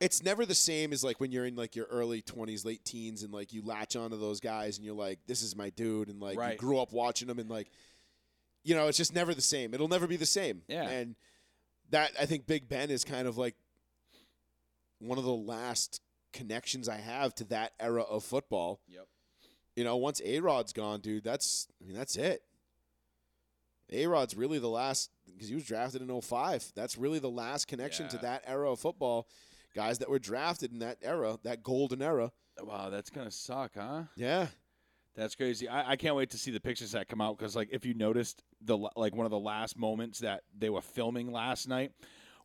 [SPEAKER 2] it's never the same as like when you're in like your early 20s, late teens, and like you latch onto those guys and you're like, this is my dude, and like you
[SPEAKER 9] Right.
[SPEAKER 2] grew up watching them, and like, you know, it's just never the same. It'll never be the same.
[SPEAKER 9] Yeah.
[SPEAKER 2] And that, I think Big Ben is kind of like one of the last connections I have to that era of football.
[SPEAKER 9] Yep.
[SPEAKER 2] You know, once A Rod's gone, dude, that's, I mean, that's it. A Rod's really the last because he was drafted in 05. That's really the last connection to
[SPEAKER 9] Yeah.
[SPEAKER 2] that era of football. Guys that were drafted in that era, that golden era.
[SPEAKER 9] Wow, that's gonna suck, huh?
[SPEAKER 2] Yeah.
[SPEAKER 9] That's crazy. I, I can't wait to see the pictures that come out because, like, if you noticed the la- like one of the last moments that they were filming last night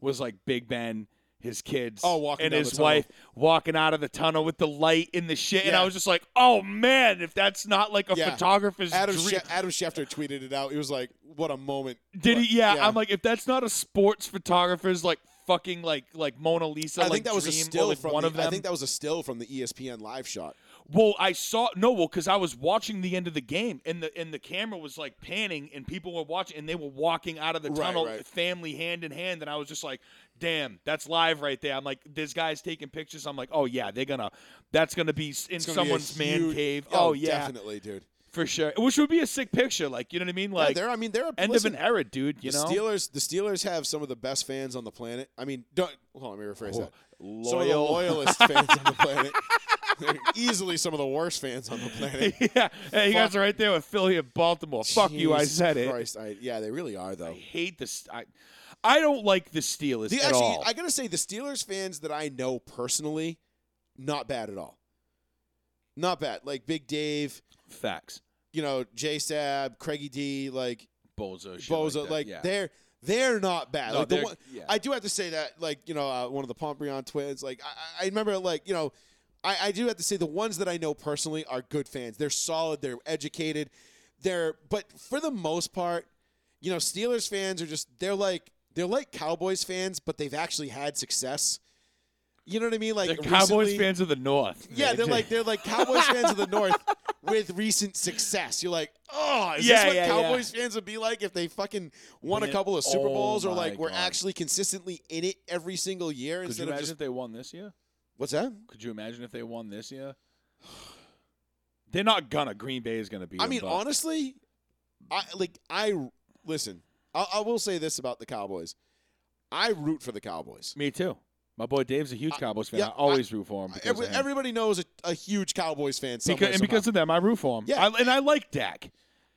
[SPEAKER 9] was like Big Ben, his kids,
[SPEAKER 2] Oh, walking
[SPEAKER 9] and
[SPEAKER 2] down
[SPEAKER 9] his
[SPEAKER 2] the tunnel.
[SPEAKER 9] wife walking out of the tunnel with the light and the shit. And
[SPEAKER 2] Yeah.
[SPEAKER 9] I was just like, oh man, if that's not like a
[SPEAKER 2] Yeah.
[SPEAKER 9] photographer's
[SPEAKER 2] Adam
[SPEAKER 9] dream,
[SPEAKER 2] Sche- Adam Schefter tweeted it out. He was like, "What a moment!"
[SPEAKER 9] did he? Yeah,
[SPEAKER 2] Yeah.
[SPEAKER 9] I'm like, if that's not a sports photographer's like fucking like like Mona Lisa,
[SPEAKER 2] I think
[SPEAKER 9] like
[SPEAKER 2] that was a
[SPEAKER 9] dream, or,
[SPEAKER 2] still
[SPEAKER 9] like,
[SPEAKER 2] from
[SPEAKER 9] one
[SPEAKER 2] the-
[SPEAKER 9] of them.
[SPEAKER 2] I think that was a still from the E ESPN live shot.
[SPEAKER 9] Well, I saw no, well, because I was watching the end of the game, and the and the camera was like panning, and people were watching, and they were walking out of the
[SPEAKER 2] Right,
[SPEAKER 9] tunnel,
[SPEAKER 2] right.
[SPEAKER 9] family hand in hand, and I was just like, "Damn, that's live right there." I'm like, "This guy's taking pictures." I'm like, "Oh yeah, they're gonna, that's gonna be s- in
[SPEAKER 2] It's gonna be a
[SPEAKER 9] someone's man
[SPEAKER 2] huge-
[SPEAKER 9] cave." Oh, yeah,
[SPEAKER 2] definitely, dude.
[SPEAKER 9] for sure. Which would be a sick picture, like you know what I mean,
[SPEAKER 2] Like,
[SPEAKER 9] like
[SPEAKER 2] yeah, there. I mean, there are
[SPEAKER 9] end
[SPEAKER 2] listen,
[SPEAKER 9] of an era, dude. You
[SPEAKER 2] the
[SPEAKER 9] know,
[SPEAKER 2] Steelers. The Steelers have some of the best fans on the planet. I mean, don't, hold on, let me rephrase
[SPEAKER 9] Oh,
[SPEAKER 2] that. Some of the
[SPEAKER 9] loyal.
[SPEAKER 2] loyalist fans on the planet.
[SPEAKER 9] (laughs)
[SPEAKER 2] (laughs) They're easily some of the worst fans on the planet.
[SPEAKER 9] yeah, hey, you guys
[SPEAKER 2] Fuck.
[SPEAKER 9] are right there with Philly and Baltimore. (laughs) Fuck you, I
[SPEAKER 2] Jesus
[SPEAKER 9] said it.
[SPEAKER 2] Christ, I- yeah, they really are though.
[SPEAKER 9] I hate this. I, I don't like the Steelers
[SPEAKER 2] The,
[SPEAKER 9] at
[SPEAKER 2] actually,
[SPEAKER 9] all.
[SPEAKER 2] I gotta say, the Steelers fans that I know personally, not bad at all. Not bad. Like Big Dave,
[SPEAKER 9] Facts,
[SPEAKER 2] you know, J Sab, Craigie D, like
[SPEAKER 9] bozo, shit
[SPEAKER 2] Bozo,
[SPEAKER 9] that.
[SPEAKER 2] like
[SPEAKER 9] yeah.
[SPEAKER 2] they're they're not bad.
[SPEAKER 9] No,
[SPEAKER 2] like the
[SPEAKER 9] they're-
[SPEAKER 2] one,
[SPEAKER 9] yeah.
[SPEAKER 2] I do have to say that, like you know, uh, one of the Pomprion twins. Like I, I- I remember, like you know, I, I do have to say the ones that I know personally are good fans. They're solid. They're educated. They're but for the most part, you know, Steelers fans are just they're like they're like Cowboys fans, but they've actually had success. You know what I mean? Like
[SPEAKER 9] They're Cowboys
[SPEAKER 2] recently-
[SPEAKER 9] fans of the North. (laughs)
[SPEAKER 2] Yeah, they're like they're like Cowboys fans of the North with recent success. You're like, oh, is
[SPEAKER 9] Yeah,
[SPEAKER 2] this what
[SPEAKER 9] yeah,
[SPEAKER 2] Cowboys fans would be like if they fucking won
[SPEAKER 9] Win
[SPEAKER 2] a
[SPEAKER 9] it.
[SPEAKER 2] couple of Super
[SPEAKER 9] Oh
[SPEAKER 2] Bowls or
[SPEAKER 9] my
[SPEAKER 2] like were
[SPEAKER 9] God.
[SPEAKER 2] actually consistently in it every single year
[SPEAKER 9] Could you
[SPEAKER 2] instead of
[SPEAKER 9] imagine
[SPEAKER 2] just
[SPEAKER 9] if they won this year?
[SPEAKER 2] what's that?
[SPEAKER 9] Could you imagine if they won this year? They're not gonna. Green Bay is gonna be.
[SPEAKER 2] I mean, honestly, I like I listen. I, I will say this about the Cowboys: I root for the Cowboys.
[SPEAKER 9] me too. My boy Dave's a huge
[SPEAKER 2] I-
[SPEAKER 9] Cowboys fan.
[SPEAKER 2] yeah,
[SPEAKER 9] I always root for him because
[SPEAKER 2] Every,
[SPEAKER 9] of him.
[SPEAKER 2] everybody knows a, a huge Cowboys fan.
[SPEAKER 9] Beca-
[SPEAKER 2] somewhere,
[SPEAKER 9] and because
[SPEAKER 2] somehow.
[SPEAKER 9] of them, I root for him.
[SPEAKER 2] Yeah.
[SPEAKER 9] I, and I like Dak.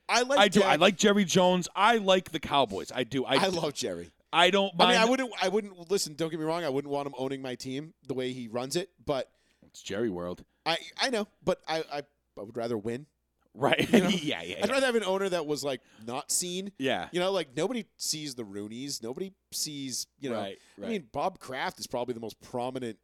[SPEAKER 2] I like
[SPEAKER 9] I do. I
[SPEAKER 2] Dak.
[SPEAKER 9] like Jerry Jones. I like the Cowboys. I do. I,
[SPEAKER 2] I
[SPEAKER 9] do.
[SPEAKER 2] love Jerry.
[SPEAKER 9] I don't
[SPEAKER 2] I
[SPEAKER 9] mind.
[SPEAKER 2] mean, I wouldn't. I wouldn't listen. Don't get me wrong. I wouldn't want him owning my team the way he runs it. But
[SPEAKER 9] It's Jerry World,
[SPEAKER 2] I, I know. But I, I, I would rather win.
[SPEAKER 9] right?
[SPEAKER 2] You know?
[SPEAKER 9] (laughs) yeah, yeah, yeah.
[SPEAKER 2] I'd rather have an owner that was like not seen.
[SPEAKER 9] yeah.
[SPEAKER 2] You know, like nobody sees the Roonies. Nobody sees. You know,
[SPEAKER 9] right, right.
[SPEAKER 2] I mean, Bob Kraft is probably the most prominent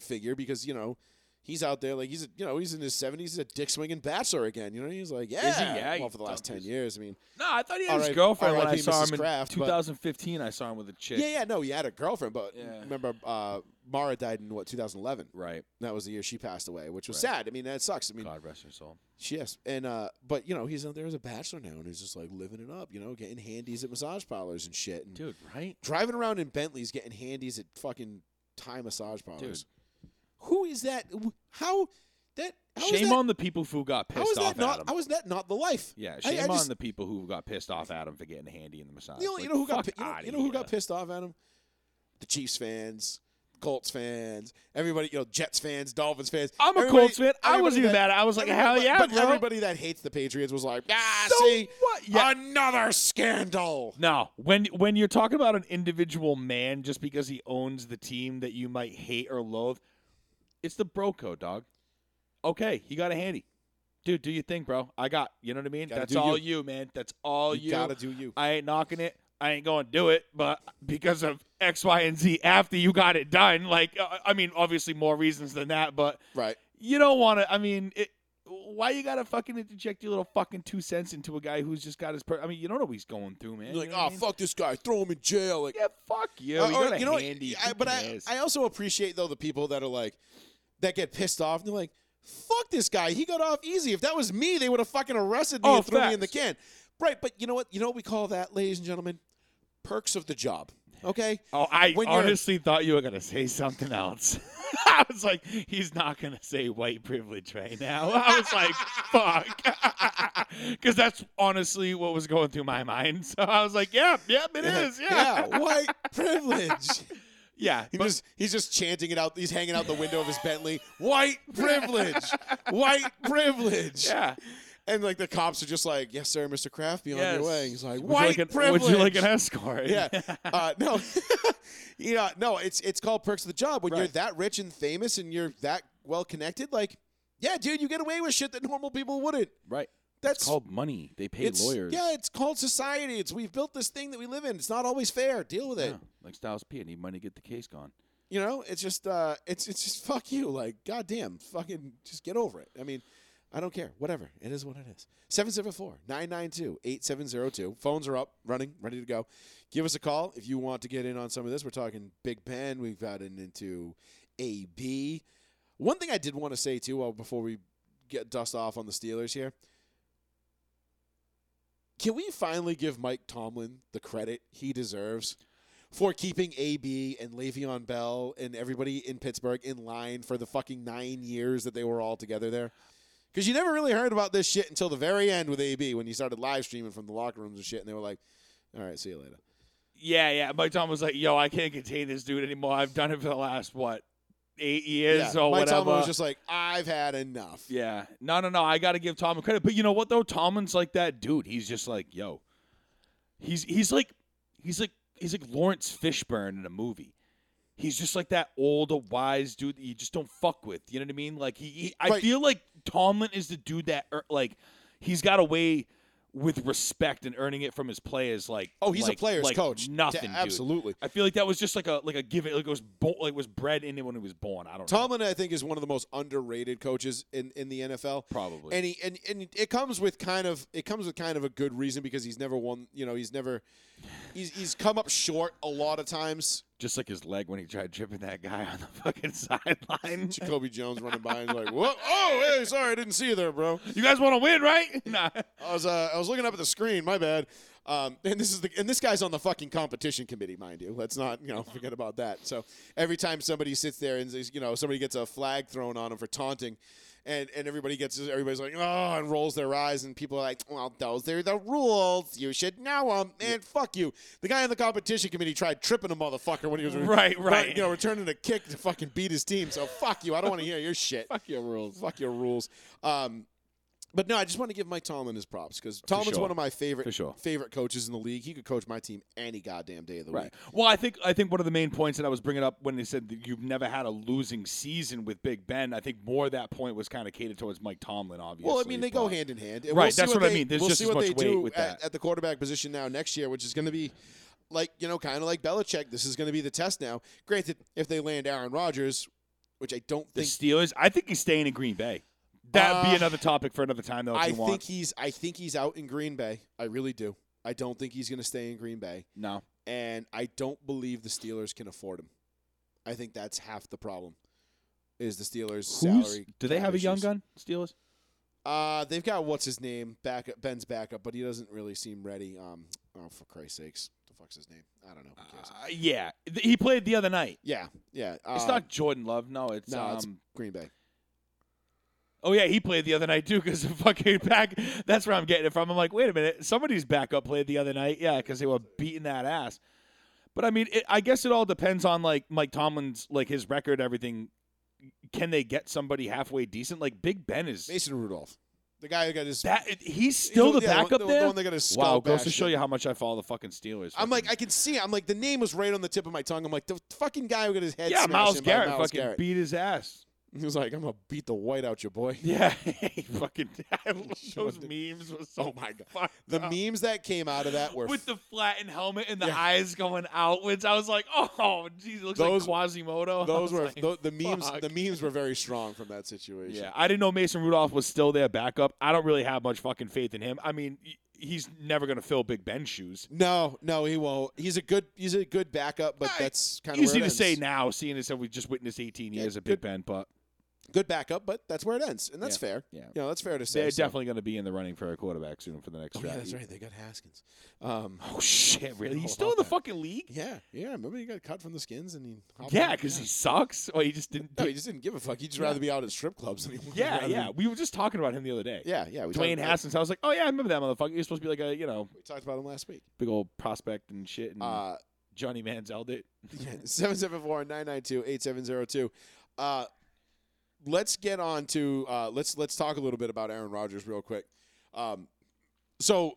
[SPEAKER 2] figure because you know he's out there like he's a, you know he's in his seventies. He's a dick swinging bachelor again. You know, he's like yeah.
[SPEAKER 9] Yeah,
[SPEAKER 2] well,
[SPEAKER 9] you
[SPEAKER 2] for the last ten
[SPEAKER 9] dumb-
[SPEAKER 2] years, I mean,
[SPEAKER 9] no, I thought he had
[SPEAKER 2] RIP
[SPEAKER 9] his girlfriend when I
[SPEAKER 2] RIP
[SPEAKER 9] saw
[SPEAKER 2] Mrs.
[SPEAKER 9] him in
[SPEAKER 2] Kraft, but-
[SPEAKER 9] 2015. I saw him with a chick.
[SPEAKER 2] yeah, yeah, no, he had a girlfriend, but
[SPEAKER 9] Yeah.
[SPEAKER 2] remember, uh, Mara died in what 2011.
[SPEAKER 9] Right.
[SPEAKER 2] That was the year she passed away, which was
[SPEAKER 9] Right.
[SPEAKER 2] sad. I mean, that sucks. I mean,
[SPEAKER 9] God rest her soul.
[SPEAKER 2] she yes, and uh, but you know, he's out there as a bachelor now, and he's just like living it up, you know, getting handies at massage parlors and shit, and
[SPEAKER 9] Dude, right?
[SPEAKER 2] driving around in Bentleys, getting handies at fucking Thai massage parlors.
[SPEAKER 9] Dude.
[SPEAKER 2] Who is that? Wh- How that? How is
[SPEAKER 9] Shame
[SPEAKER 2] that,
[SPEAKER 9] on the people who got
[SPEAKER 2] how is
[SPEAKER 9] pissed
[SPEAKER 2] that
[SPEAKER 9] off
[SPEAKER 2] not?
[SPEAKER 9] at him.
[SPEAKER 2] How is that not the life?
[SPEAKER 9] yeah,
[SPEAKER 2] I- I
[SPEAKER 9] shame on
[SPEAKER 2] just-
[SPEAKER 9] the people who got pissed off at him for getting handy in the massage.
[SPEAKER 2] You know,
[SPEAKER 9] Like,
[SPEAKER 2] you know who got pi-
[SPEAKER 9] fuck
[SPEAKER 2] you know,
[SPEAKER 9] outta
[SPEAKER 2] you know who got
[SPEAKER 9] here.
[SPEAKER 2] pissed off at him? The Chiefs fans, Colts fans, everybody. You know, Jets fans, Dolphins fans.
[SPEAKER 9] I'm a
[SPEAKER 2] everybody-
[SPEAKER 9] Colts fan. I
[SPEAKER 2] everybody
[SPEAKER 9] wasn't even
[SPEAKER 2] that-
[SPEAKER 9] mad. I was like,
[SPEAKER 2] everybody-
[SPEAKER 9] hell yeah,
[SPEAKER 2] But
[SPEAKER 9] bro.
[SPEAKER 2] everybody that hates the Patriots was like, ah,
[SPEAKER 9] So
[SPEAKER 2] see,
[SPEAKER 9] what? Yeah.
[SPEAKER 2] another scandal.
[SPEAKER 9] No, when when you're talking about an individual man just because he owns the team that you might hate or loathe, it's the bro code, dog. Okay, he got a handy. Dude, do your thing, bro. I got, you know what I mean?
[SPEAKER 2] Gotta
[SPEAKER 9] That's
[SPEAKER 2] do
[SPEAKER 9] all you. man. That's all you.
[SPEAKER 2] You gotta do you.
[SPEAKER 9] I ain't knocking it. I ain't going to do it, but because of X, Y, and Z after you got it done, like uh, I mean, obviously more reasons than that, but
[SPEAKER 2] Right.
[SPEAKER 9] you don't want to. I mean, it, why you gotta fucking interject your little fucking two cents into a guy who's just got his? Per- I mean, you don't know what he's going through, man.
[SPEAKER 2] You're
[SPEAKER 9] You
[SPEAKER 2] like,
[SPEAKER 9] know what
[SPEAKER 2] oh
[SPEAKER 9] I mean?
[SPEAKER 2] fuck this guy, throw him in jail. Like,
[SPEAKER 9] yeah, fuck you.
[SPEAKER 2] Uh,
[SPEAKER 9] you
[SPEAKER 2] or,
[SPEAKER 9] got a
[SPEAKER 2] know,
[SPEAKER 9] handy.
[SPEAKER 2] I,
[SPEAKER 9] Who
[SPEAKER 2] but I,
[SPEAKER 9] cares?
[SPEAKER 2] I also appreciate though the people that are like, that get pissed off and they're like, fuck this guy, he got off easy. If that was me, they would have fucking arrested me
[SPEAKER 9] Oh,
[SPEAKER 2] and threw me in the
[SPEAKER 9] facts.
[SPEAKER 2] can. Right, but you know what? You know what we call that, ladies and gentlemen? Perks of the job. Okay.
[SPEAKER 9] oh, I
[SPEAKER 2] when you're-
[SPEAKER 9] honestly thought you were gonna say something else. (laughs) I was like, he's not gonna say white privilege right now. I
[SPEAKER 2] (laughs)
[SPEAKER 9] was like, fuck, (laughs) because that's honestly what was going through my mind. So I was like, yep, yep, it is, yeah,
[SPEAKER 2] yeah, white privilege.
[SPEAKER 9] (laughs) yeah.
[SPEAKER 2] He
[SPEAKER 9] but-
[SPEAKER 2] just, he's just chanting it out. He's hanging out the window of his Bentley. White privilege, white privilege. (laughs)
[SPEAKER 9] yeah.
[SPEAKER 2] And like the cops are just like, "Yes, sir, Mr. Kraft, be on
[SPEAKER 9] Yes.
[SPEAKER 2] your way." He's like,
[SPEAKER 9] Would you
[SPEAKER 2] "White
[SPEAKER 9] like an,
[SPEAKER 2] privilege."
[SPEAKER 9] Would you like an escort?
[SPEAKER 2] yeah,
[SPEAKER 9] (laughs)
[SPEAKER 2] uh, no, (laughs) yeah, no. It's it's called perks of the job. When you're
[SPEAKER 9] Right.
[SPEAKER 2] that rich and famous and you're that well connected, like, yeah, dude, you get away with shit that normal people wouldn't.
[SPEAKER 9] right.
[SPEAKER 2] That's
[SPEAKER 9] money. They pay
[SPEAKER 2] it's- Yeah, it's called society. It's we've built this thing that we live in. It's not always fair. Deal with it.
[SPEAKER 9] Like Styles P, I need money to get the case gone.
[SPEAKER 2] You know, it's just uh it's it's just (laughs) fuck you. Like, goddamn, fucking just get over it. I mean, I don't care. Whatever. It is what it is. 774-992-8702. Phones are up, running, ready to go. Give us a call if you want to get in on some of this. We're talking Big Ben. We've gotten into A B. One thing I did want to say too, uh, before we get dust off on the Steelers here. Can we finally give Mike Tomlin the credit he deserves for keeping AB and Le'Veon Bell and everybody in Pittsburgh in line for the fucking nine years that they were all together there? Because you never really heard about this shit until the very end with AB when he started live streaming from the locker rooms and shit, and they were like, "All right, see you later."
[SPEAKER 9] Yeah, yeah. Mike Tom was like, "Yo, I can't contain this dude anymore. I've done it for the last what eight years
[SPEAKER 2] yeah.
[SPEAKER 9] or
[SPEAKER 2] Mike
[SPEAKER 9] whatever.
[SPEAKER 2] Tomlin was just like, I've had enough.
[SPEAKER 9] yeah, no, no, no. I got to give Tomlin credit, but you know what though? Tomlin's like that dude. He's just like, yo, he's he's like he's like he's like Lawrence Fishburne in a movie. He's just like that old, wise dude that you just don't fuck with. You know what I mean? Like he, he I
[SPEAKER 2] Right.
[SPEAKER 9] feel like Tomlin is the dude that er, like he's got a way with respect and earning it from his players. Like
[SPEAKER 2] Oh, he's
[SPEAKER 9] like-
[SPEAKER 2] a player's
[SPEAKER 9] like
[SPEAKER 2] coach. Da-
[SPEAKER 9] Nothing, dude.
[SPEAKER 2] absolutely.
[SPEAKER 9] I feel like that was just like a like a given. Like it was bo- like it was bred in him when he was born. I don't know.
[SPEAKER 2] Tomlin, I think, is one of the most underrated coaches in, in the NFL.
[SPEAKER 9] Probably.
[SPEAKER 2] and he and, and it comes with kind of it comes with kind of a good reason because he's never won. You know, he's never he's he's come up short a lot of times.
[SPEAKER 9] just like his leg when he tried tripping that guy on the (laughs) fucking
[SPEAKER 2] (laughs)
[SPEAKER 9] sideline.
[SPEAKER 2] Jacoby Jones running by and he's like, whoa, oh, hey, sorry, I didn't see you there, bro.
[SPEAKER 9] You guys want to win, right? (laughs) Nah.
[SPEAKER 2] I was uh, I was looking up at the screen. My bad. Um, and this is the and this guy's on the fucking competition committee, mind you. Let's not you know forget about that. So every time somebody sits there and says, you know somebody gets a flag thrown on them for taunting, and and everybody gets everybody's like oh and rolls their eyes and people are like well those are the rules you should know them and fuck you. The guy on the competition committee tried tripping a motherfucker when he was
[SPEAKER 9] Right, right.
[SPEAKER 2] you know returning a kick to fucking beat his team. So fuck you. I don't want to hear your shit.
[SPEAKER 9] Fuck your rules.
[SPEAKER 2] Fuck your rules. Um, but no, I just want to give Mike Tomlin his props because Tomlin's
[SPEAKER 9] sure.
[SPEAKER 2] one of my
[SPEAKER 9] For
[SPEAKER 2] favorite
[SPEAKER 9] sure.
[SPEAKER 2] favorite coaches in the league. He could coach my team any goddamn day of the
[SPEAKER 9] Right.
[SPEAKER 2] week.
[SPEAKER 9] Well, I think I think one of the main points that I was bringing up when they said that you've never had a losing season with Big Ben, I think more that point was kind of catered towards Mike Tomlin, obviously.
[SPEAKER 2] Well, I mean, they go
[SPEAKER 9] but-
[SPEAKER 2] hand in hand. And
[SPEAKER 9] Right,
[SPEAKER 2] see
[SPEAKER 9] that's what I
[SPEAKER 2] they-
[SPEAKER 9] mean. There's
[SPEAKER 2] we'll
[SPEAKER 9] just
[SPEAKER 2] see
[SPEAKER 9] as
[SPEAKER 2] what
[SPEAKER 9] much
[SPEAKER 2] they
[SPEAKER 9] weight
[SPEAKER 2] do
[SPEAKER 9] with
[SPEAKER 2] at,
[SPEAKER 9] that.
[SPEAKER 2] at the quarterback position now next year, which is going to be like you know, kind of like Belichick. This is going to be the test now. Granted, if they land Aaron Rodgers, which I don't
[SPEAKER 9] The
[SPEAKER 2] think
[SPEAKER 9] Steelers. I think he's staying in Green Bay. That'd
[SPEAKER 2] Uh,
[SPEAKER 9] be another topic for another time, though. If
[SPEAKER 2] I
[SPEAKER 9] you want.
[SPEAKER 2] think he's I think he's out in Green Bay. I really do. I don't think he's going to stay in Green Bay,
[SPEAKER 9] no.
[SPEAKER 2] and I don't believe the Steelers can afford him. I think that's half the problem. Is the Steelers' salary?
[SPEAKER 9] Do they
[SPEAKER 2] cap
[SPEAKER 9] have a young
[SPEAKER 2] issues.
[SPEAKER 9] gun? Steelers.
[SPEAKER 2] Uh, they've got what's his name back Ben's backup, but he doesn't really seem ready. Um, oh for Christ's sakes, the fuck's his name? I don't know. Who cares?
[SPEAKER 9] Uh, yeah, Th- he played the other night.
[SPEAKER 2] yeah, yeah. Uh,
[SPEAKER 9] It's not Jordan Love. No, it's
[SPEAKER 2] no,
[SPEAKER 9] um,
[SPEAKER 2] it's Green Bay.
[SPEAKER 9] Oh yeah, he played the other night too (laughs) because the fucking back. That's where I'm getting it from. I'm like, wait a minute, somebody's backup played the other night. Yeah, because they were beating that ass. But I mean, it, I guess it all depends on like Mike Tomlin's like his record, everything. Can they get somebody halfway decent? Like Big Ben is
[SPEAKER 2] Mason Rudolph, the guy who got his.
[SPEAKER 9] that he's still the
[SPEAKER 2] yeah,
[SPEAKER 9] backup
[SPEAKER 2] the, The
[SPEAKER 9] there.
[SPEAKER 2] one that got his skull
[SPEAKER 9] wow, goes to
[SPEAKER 2] bashed
[SPEAKER 9] show
[SPEAKER 2] in.
[SPEAKER 9] you how much I follow the fucking Steelers.
[SPEAKER 2] I'm like,
[SPEAKER 9] Fucking-
[SPEAKER 2] I can see. it. I'm like, the name was right on the tip of my tongue. I'm like, the fucking guy who got his head.
[SPEAKER 9] yeah,
[SPEAKER 2] smashed
[SPEAKER 9] Miles
[SPEAKER 2] in by
[SPEAKER 9] Garrett
[SPEAKER 2] Miles
[SPEAKER 9] fucking
[SPEAKER 2] Garrett.
[SPEAKER 9] beat his ass. (laughs)
[SPEAKER 2] he was like, I'm gonna beat the white out your boy.
[SPEAKER 9] Yeah, he fucking (laughs) those
[SPEAKER 2] Jordan.
[SPEAKER 9] memes were so oh my god
[SPEAKER 2] The memes that came out of that were
[SPEAKER 9] with the flattened helmet and the
[SPEAKER 2] Yeah.
[SPEAKER 9] eyes going outwards. I was like, (laughs) oh, geez, it looks
[SPEAKER 2] Those-
[SPEAKER 9] like Quasimodo. (laughs) I
[SPEAKER 2] those
[SPEAKER 9] was
[SPEAKER 2] were
[SPEAKER 9] like,
[SPEAKER 2] tho- the memes.
[SPEAKER 9] fuck.
[SPEAKER 2] The memes were very strong from that situation.
[SPEAKER 9] yeah, I didn't know Mason Rudolph was still their backup. I don't really have much fucking faith in him. I mean, y- he's never going to fill Big Ben's shoes.
[SPEAKER 2] No, no, he won't. He's a good. He's a good backup, but
[SPEAKER 9] I-
[SPEAKER 2] that's kind of
[SPEAKER 9] Easy to say now, seeing as how we just witnessed 18
[SPEAKER 2] Yeah,
[SPEAKER 9] years of
[SPEAKER 2] good-
[SPEAKER 9] Big Ben, but
[SPEAKER 2] Good backup, but that's where it ends, and that's
[SPEAKER 9] Yeah,
[SPEAKER 2] fair.
[SPEAKER 9] yeah.
[SPEAKER 2] you know, that's fair to say.
[SPEAKER 9] they're
[SPEAKER 2] so.
[SPEAKER 9] definitely going to be in the running for a quarterback soon for the next
[SPEAKER 2] Oh, yeah,
[SPEAKER 9] draft.
[SPEAKER 2] that's right. They got Haskins. Um,
[SPEAKER 9] (laughs) Oh shit, really?
[SPEAKER 2] All
[SPEAKER 9] He's still in
[SPEAKER 2] about
[SPEAKER 9] the
[SPEAKER 2] that.
[SPEAKER 9] fucking league?
[SPEAKER 2] yeah, yeah. Remember he got cut from the skins, and he. hopped
[SPEAKER 9] Yeah,
[SPEAKER 2] on-
[SPEAKER 9] because he sucks. Or he just didn't.
[SPEAKER 2] No, he just didn't give a fuck. He'd just rather be out at strip clubs. Than he would
[SPEAKER 9] yeah,
[SPEAKER 2] rather
[SPEAKER 9] yeah.
[SPEAKER 2] than-
[SPEAKER 9] We were just talking about him the other day.
[SPEAKER 2] yeah, yeah. We talked
[SPEAKER 9] Dwayne
[SPEAKER 2] about-
[SPEAKER 9] Haskins. I was like, oh yeah, I remember that motherfucker. He was supposed to be like a you know
[SPEAKER 2] We talked about him last week.
[SPEAKER 9] big old prospect and shit. And
[SPEAKER 2] Uh,
[SPEAKER 9] Johnny Manziel did.
[SPEAKER 2] Yeah, 774-992-8702. Uh, let's get on to uh, let's let's talk a little bit about Aaron Rodgers real quick. Um, so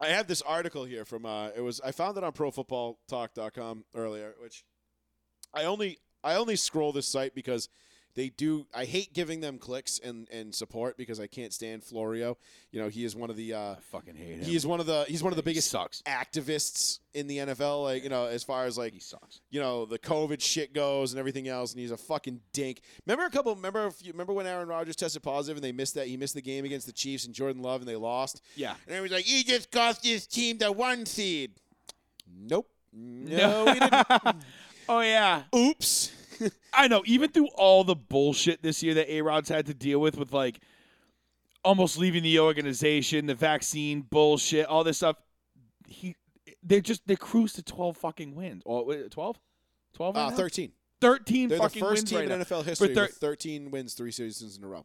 [SPEAKER 2] I have this article here from uh, it was I found it on profootballtalk.com earlier, which I only I only scroll this site because they do I hate giving them clicks and and support because I can't stand Florio. You know, he is one of the uh,
[SPEAKER 9] I fucking hate him.
[SPEAKER 2] he is one of the he's one of the
[SPEAKER 9] he
[SPEAKER 2] biggest
[SPEAKER 9] sucks.
[SPEAKER 2] activists in the NFL like, you know, as far as like
[SPEAKER 9] He sucks.
[SPEAKER 2] you know the COVID shit goes and everything else, and he's a fucking dink. Remember a couple? Remember a few, remember when Aaron Rodgers tested positive and they missed that? He missed the game against the Chiefs and Jordan Love, and they lost.
[SPEAKER 9] Yeah.
[SPEAKER 2] And everyone's like, "He just cost his team the one seed." Nope. No, he
[SPEAKER 9] (laughs)
[SPEAKER 2] didn't.
[SPEAKER 9] oh yeah.
[SPEAKER 2] Oops.
[SPEAKER 9] I know. Even through all the bullshit this year that A Rod's had to deal with, with like almost leaving the organization, the vaccine bullshit, all this stuff, he they just they cruised to twelve fucking wins. Or twelve? Twelve?
[SPEAKER 2] Uh, Thirteen.
[SPEAKER 9] 13
[SPEAKER 2] They're the
[SPEAKER 9] fucking
[SPEAKER 2] first
[SPEAKER 9] wins
[SPEAKER 2] team
[SPEAKER 9] right
[SPEAKER 2] in
[SPEAKER 9] now.
[SPEAKER 2] NFL history
[SPEAKER 9] thir-
[SPEAKER 2] with thirteen wins three seasons in a row.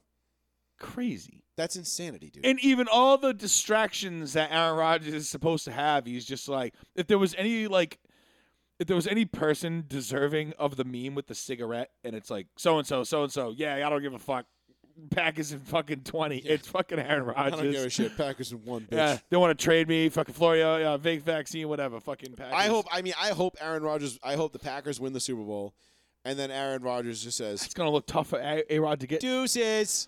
[SPEAKER 9] Crazy.
[SPEAKER 2] That's insanity, dude.
[SPEAKER 9] And even all the distractions that Aaron Rodgers is supposed to have, he's just like, if there was any like if there was any person deserving of the meme with the cigarette, and it's like so and so, so and so, yeah, I don't give a fuck. Pack is in fucking twenty. It's fucking Aaron
[SPEAKER 2] I
[SPEAKER 9] Rodgers.
[SPEAKER 2] don't give a shit. Packers in
[SPEAKER 9] (laughs)
[SPEAKER 2] one bitch.
[SPEAKER 9] Yeah, they want to trade me. Fucking Florio, yeah, vague vaccine, whatever. Fucking Packers.
[SPEAKER 2] I hope. I mean, I hope Aaron Rodgers. I hope the Packers win the Super Bowl, and then Aaron Rodgers just says
[SPEAKER 9] it's gonna look tough for A Rod to get.
[SPEAKER 2] deuces,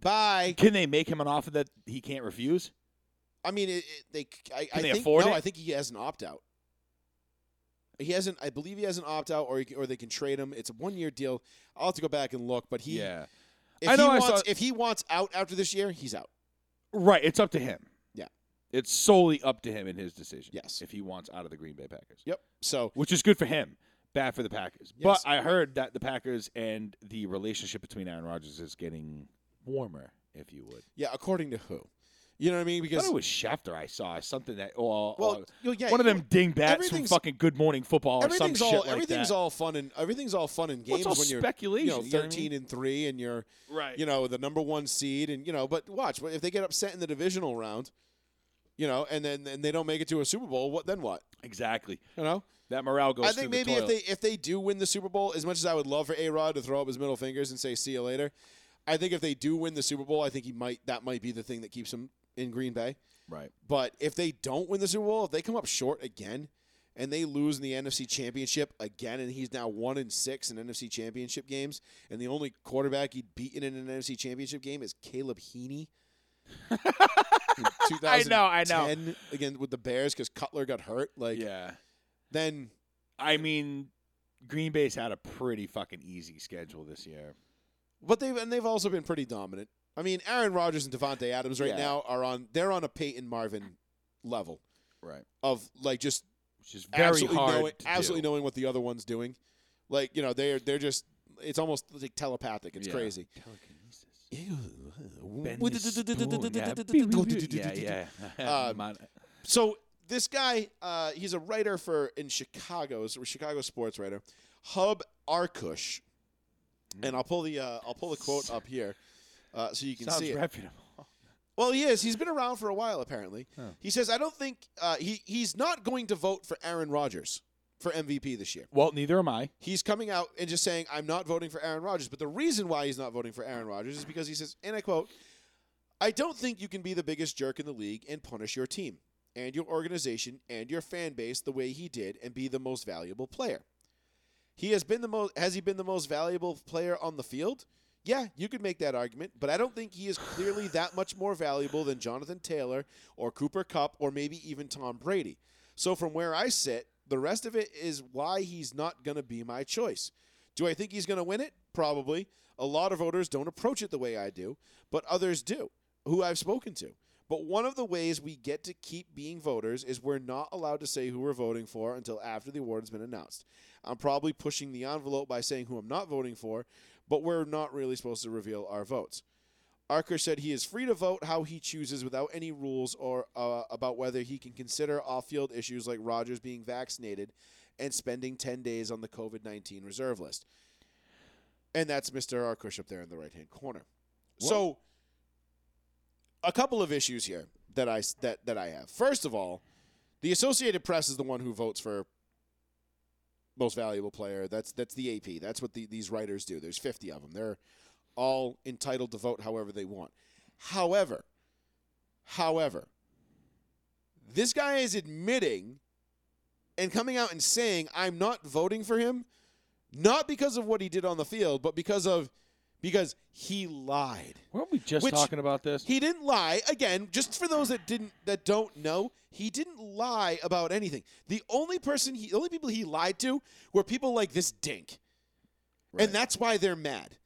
[SPEAKER 2] bye.
[SPEAKER 9] Can they make him an offer that he can't refuse?
[SPEAKER 2] I mean, it, it, they. I, I
[SPEAKER 9] they
[SPEAKER 2] think,
[SPEAKER 9] afford
[SPEAKER 2] no,
[SPEAKER 9] it?
[SPEAKER 2] I think he has an opt out. He hasn't. I believe he has an opt out, or he, can- or they can trade him. It's a one year deal. I'll have to go back and look, but he. If
[SPEAKER 9] I know
[SPEAKER 2] he
[SPEAKER 9] I
[SPEAKER 2] wants,
[SPEAKER 9] saw-
[SPEAKER 2] if he wants out after this year, he's out.
[SPEAKER 9] Right. It's up to him.
[SPEAKER 2] Yeah.
[SPEAKER 9] It's solely up to him and his decision.
[SPEAKER 2] Yes.
[SPEAKER 9] If he wants out of the Green Bay Packers.
[SPEAKER 2] Yep. So
[SPEAKER 9] Which is good for him. Bad for the Packers.
[SPEAKER 2] Yes.
[SPEAKER 9] But I heard that the Packers and the relationship between Aaron Rodgers is getting warmer, if you would.
[SPEAKER 2] yeah, according to who, you know what I mean?
[SPEAKER 9] I
[SPEAKER 2] Because
[SPEAKER 9] thought it was Schefter I saw something that oh,
[SPEAKER 2] well,
[SPEAKER 9] oh,
[SPEAKER 2] you- yeah,
[SPEAKER 9] one of
[SPEAKER 2] you-
[SPEAKER 9] them dingbats from
[SPEAKER 2] everything's-
[SPEAKER 9] fucking Good Morning Football or some
[SPEAKER 2] everything's
[SPEAKER 9] shit
[SPEAKER 2] all
[SPEAKER 9] like that.
[SPEAKER 2] everything's all fun and everything's all fun and
[SPEAKER 9] Well,
[SPEAKER 2] games
[SPEAKER 9] it's all
[SPEAKER 2] when you're
[SPEAKER 9] speculation.
[SPEAKER 2] you know
[SPEAKER 9] you know what I mean?
[SPEAKER 2] thirteen and three and you're
[SPEAKER 9] Right.
[SPEAKER 2] you know the number one seed and you know but watch if they get upset in the divisional round, you know and then and they don't make it to a Super Bowl what then what
[SPEAKER 9] exactly.
[SPEAKER 2] you know
[SPEAKER 9] That morale goes.
[SPEAKER 2] I think
[SPEAKER 9] through
[SPEAKER 2] maybe
[SPEAKER 9] the
[SPEAKER 2] if
[SPEAKER 9] toilet.
[SPEAKER 2] they if they do win the Super Bowl as much as I would love for A Rod to throw up his middle fingers and say see you later, I think if they do win the Super Bowl I think he might that might be the thing that keeps him in Green Bay.
[SPEAKER 9] right.
[SPEAKER 2] But if they don't win the Super Bowl, if they come up short again and they lose in the NFC Championship again, and he's now one in six in NFC Championship games, and the only quarterback he'd beaten in an NFC Championship game is Caleb Heaney. in
[SPEAKER 9] (laughs) I know, I know.
[SPEAKER 2] 2010 Again with the Bears because Cutler got hurt. Like
[SPEAKER 9] yeah.
[SPEAKER 2] then,
[SPEAKER 9] I mean, Green Bay's had a pretty fucking easy schedule this year.
[SPEAKER 2] but they've and they've also been pretty dominant. I mean, Aaron Rodgers and Devontae Adams right
[SPEAKER 9] Yeah.
[SPEAKER 2] now are on they're on a Peyton Marvin level
[SPEAKER 9] Right.
[SPEAKER 2] of like just
[SPEAKER 9] Which is very
[SPEAKER 2] absolutely
[SPEAKER 9] hard.
[SPEAKER 2] knowing,
[SPEAKER 9] to
[SPEAKER 2] absolutely
[SPEAKER 9] do.
[SPEAKER 2] knowing what the other one's doing. Like you know, they're they're just it's almost like telepathic. It's
[SPEAKER 9] Yeah.
[SPEAKER 2] crazy.
[SPEAKER 9] Telekinesis. Bend the spoon,
[SPEAKER 2] So
[SPEAKER 9] yeah. Yeah, yeah. yeah.
[SPEAKER 2] Um,
[SPEAKER 9] Mon-
[SPEAKER 2] this guy, uh, he's a writer for in Chicago, he's a Chicago sports writer, Hub Arkush, and I'll pull the uh, I'll pull the quote up here. Uh, so you can
[SPEAKER 9] Sounds
[SPEAKER 2] see it.
[SPEAKER 9] reputable.
[SPEAKER 2] Well, he is. He's been around for a while, apparently.
[SPEAKER 9] Oh.
[SPEAKER 2] He says, "I don't think uh, he he's not going to vote for Aaron Rodgers for MVP this year."
[SPEAKER 9] Well, neither am I.
[SPEAKER 2] he's coming out and just saying, I'm not voting for Aaron Rodgers. But the reason why he's not voting for Aaron Rodgers is because he says, and I quote, I don't think you can be the biggest jerk in the league and punish your team and your organization and your fan base the way he did and be the most valuable player. He has been the most has he been the most valuable player on the field? Yeah, you could make that argument, but I don't think he is clearly that much more valuable than Jonathan Taylor or Cooper Cup or maybe even Tom Brady. So from where I sit, the rest of it is why he's not going to be my choice. Do I think he's going to win it? Probably. A lot of voters don't approach it the way I do, but others do, who I've spoken to. But one of the ways we get to keep being voters is we're not allowed to say who we're voting for until after the award has been announced. I'm probably pushing the envelope by saying who I'm not voting for, but we're not really supposed to reveal our votes. Archer said he is free to vote how he chooses without any rules or uh, about whether he can consider off field issues like Rogers being vaccinated and spending 10 days on the COVID 19 reserve list. And that's Mr. Arkush up there in the right hand corner. So, a couple of issues here that I, s- that, that I have. First of all, the Associated Press is the one who votes for most valuable player. That's that's the AP. That's what the, these writers do. There's 50 of them. They're all entitled to vote however they want. However, however, this guy is admitting and coming out and saying I'm not voting for him not because of what he did on the field, but because of because he lied.
[SPEAKER 9] Weren't we just
[SPEAKER 2] Which-
[SPEAKER 9] talking about this?
[SPEAKER 2] He didn't lie. Again, just for those that didn't that don't know, he didn't lie about anything. The only person he the only people he lied to were people like this dink.
[SPEAKER 9] Right.
[SPEAKER 2] And that's why they're mad.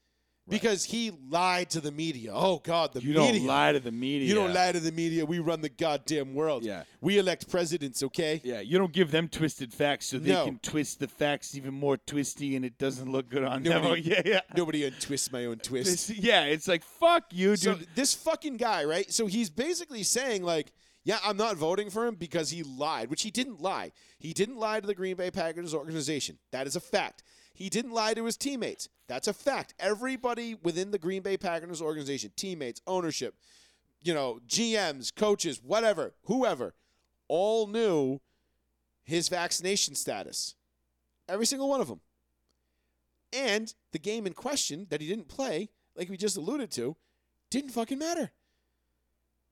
[SPEAKER 2] Because he lied to the media. Oh god, the
[SPEAKER 9] you
[SPEAKER 2] media.
[SPEAKER 9] don't lie to the media.
[SPEAKER 2] You don't lie to the media. We run the goddamn world.
[SPEAKER 9] Yeah.
[SPEAKER 2] We elect presidents, okay?
[SPEAKER 9] Yeah, you don't give them twisted facts so they
[SPEAKER 2] No.
[SPEAKER 9] can twist the facts even more twisty and it doesn't look good on them.
[SPEAKER 2] Nobody-
[SPEAKER 9] yeah, yeah.
[SPEAKER 2] Nobody untwists my own twist.
[SPEAKER 9] It's- yeah, it's like fuck you, dude.
[SPEAKER 2] So this fucking guy, right? So he's basically saying like, yeah, I'm not voting for him because he lied, which he didn't lie. He didn't lie to the Green Bay Packers organization. That is a fact. He didn't lie to his teammates. That's a fact. Everybody within the Green Bay Packers organization, teammates, ownership, you know, GMs, coaches, whatever, whoever, all knew his vaccination status, every single one of them. And the game in question that he didn't play, like we just alluded to, didn't fucking matter.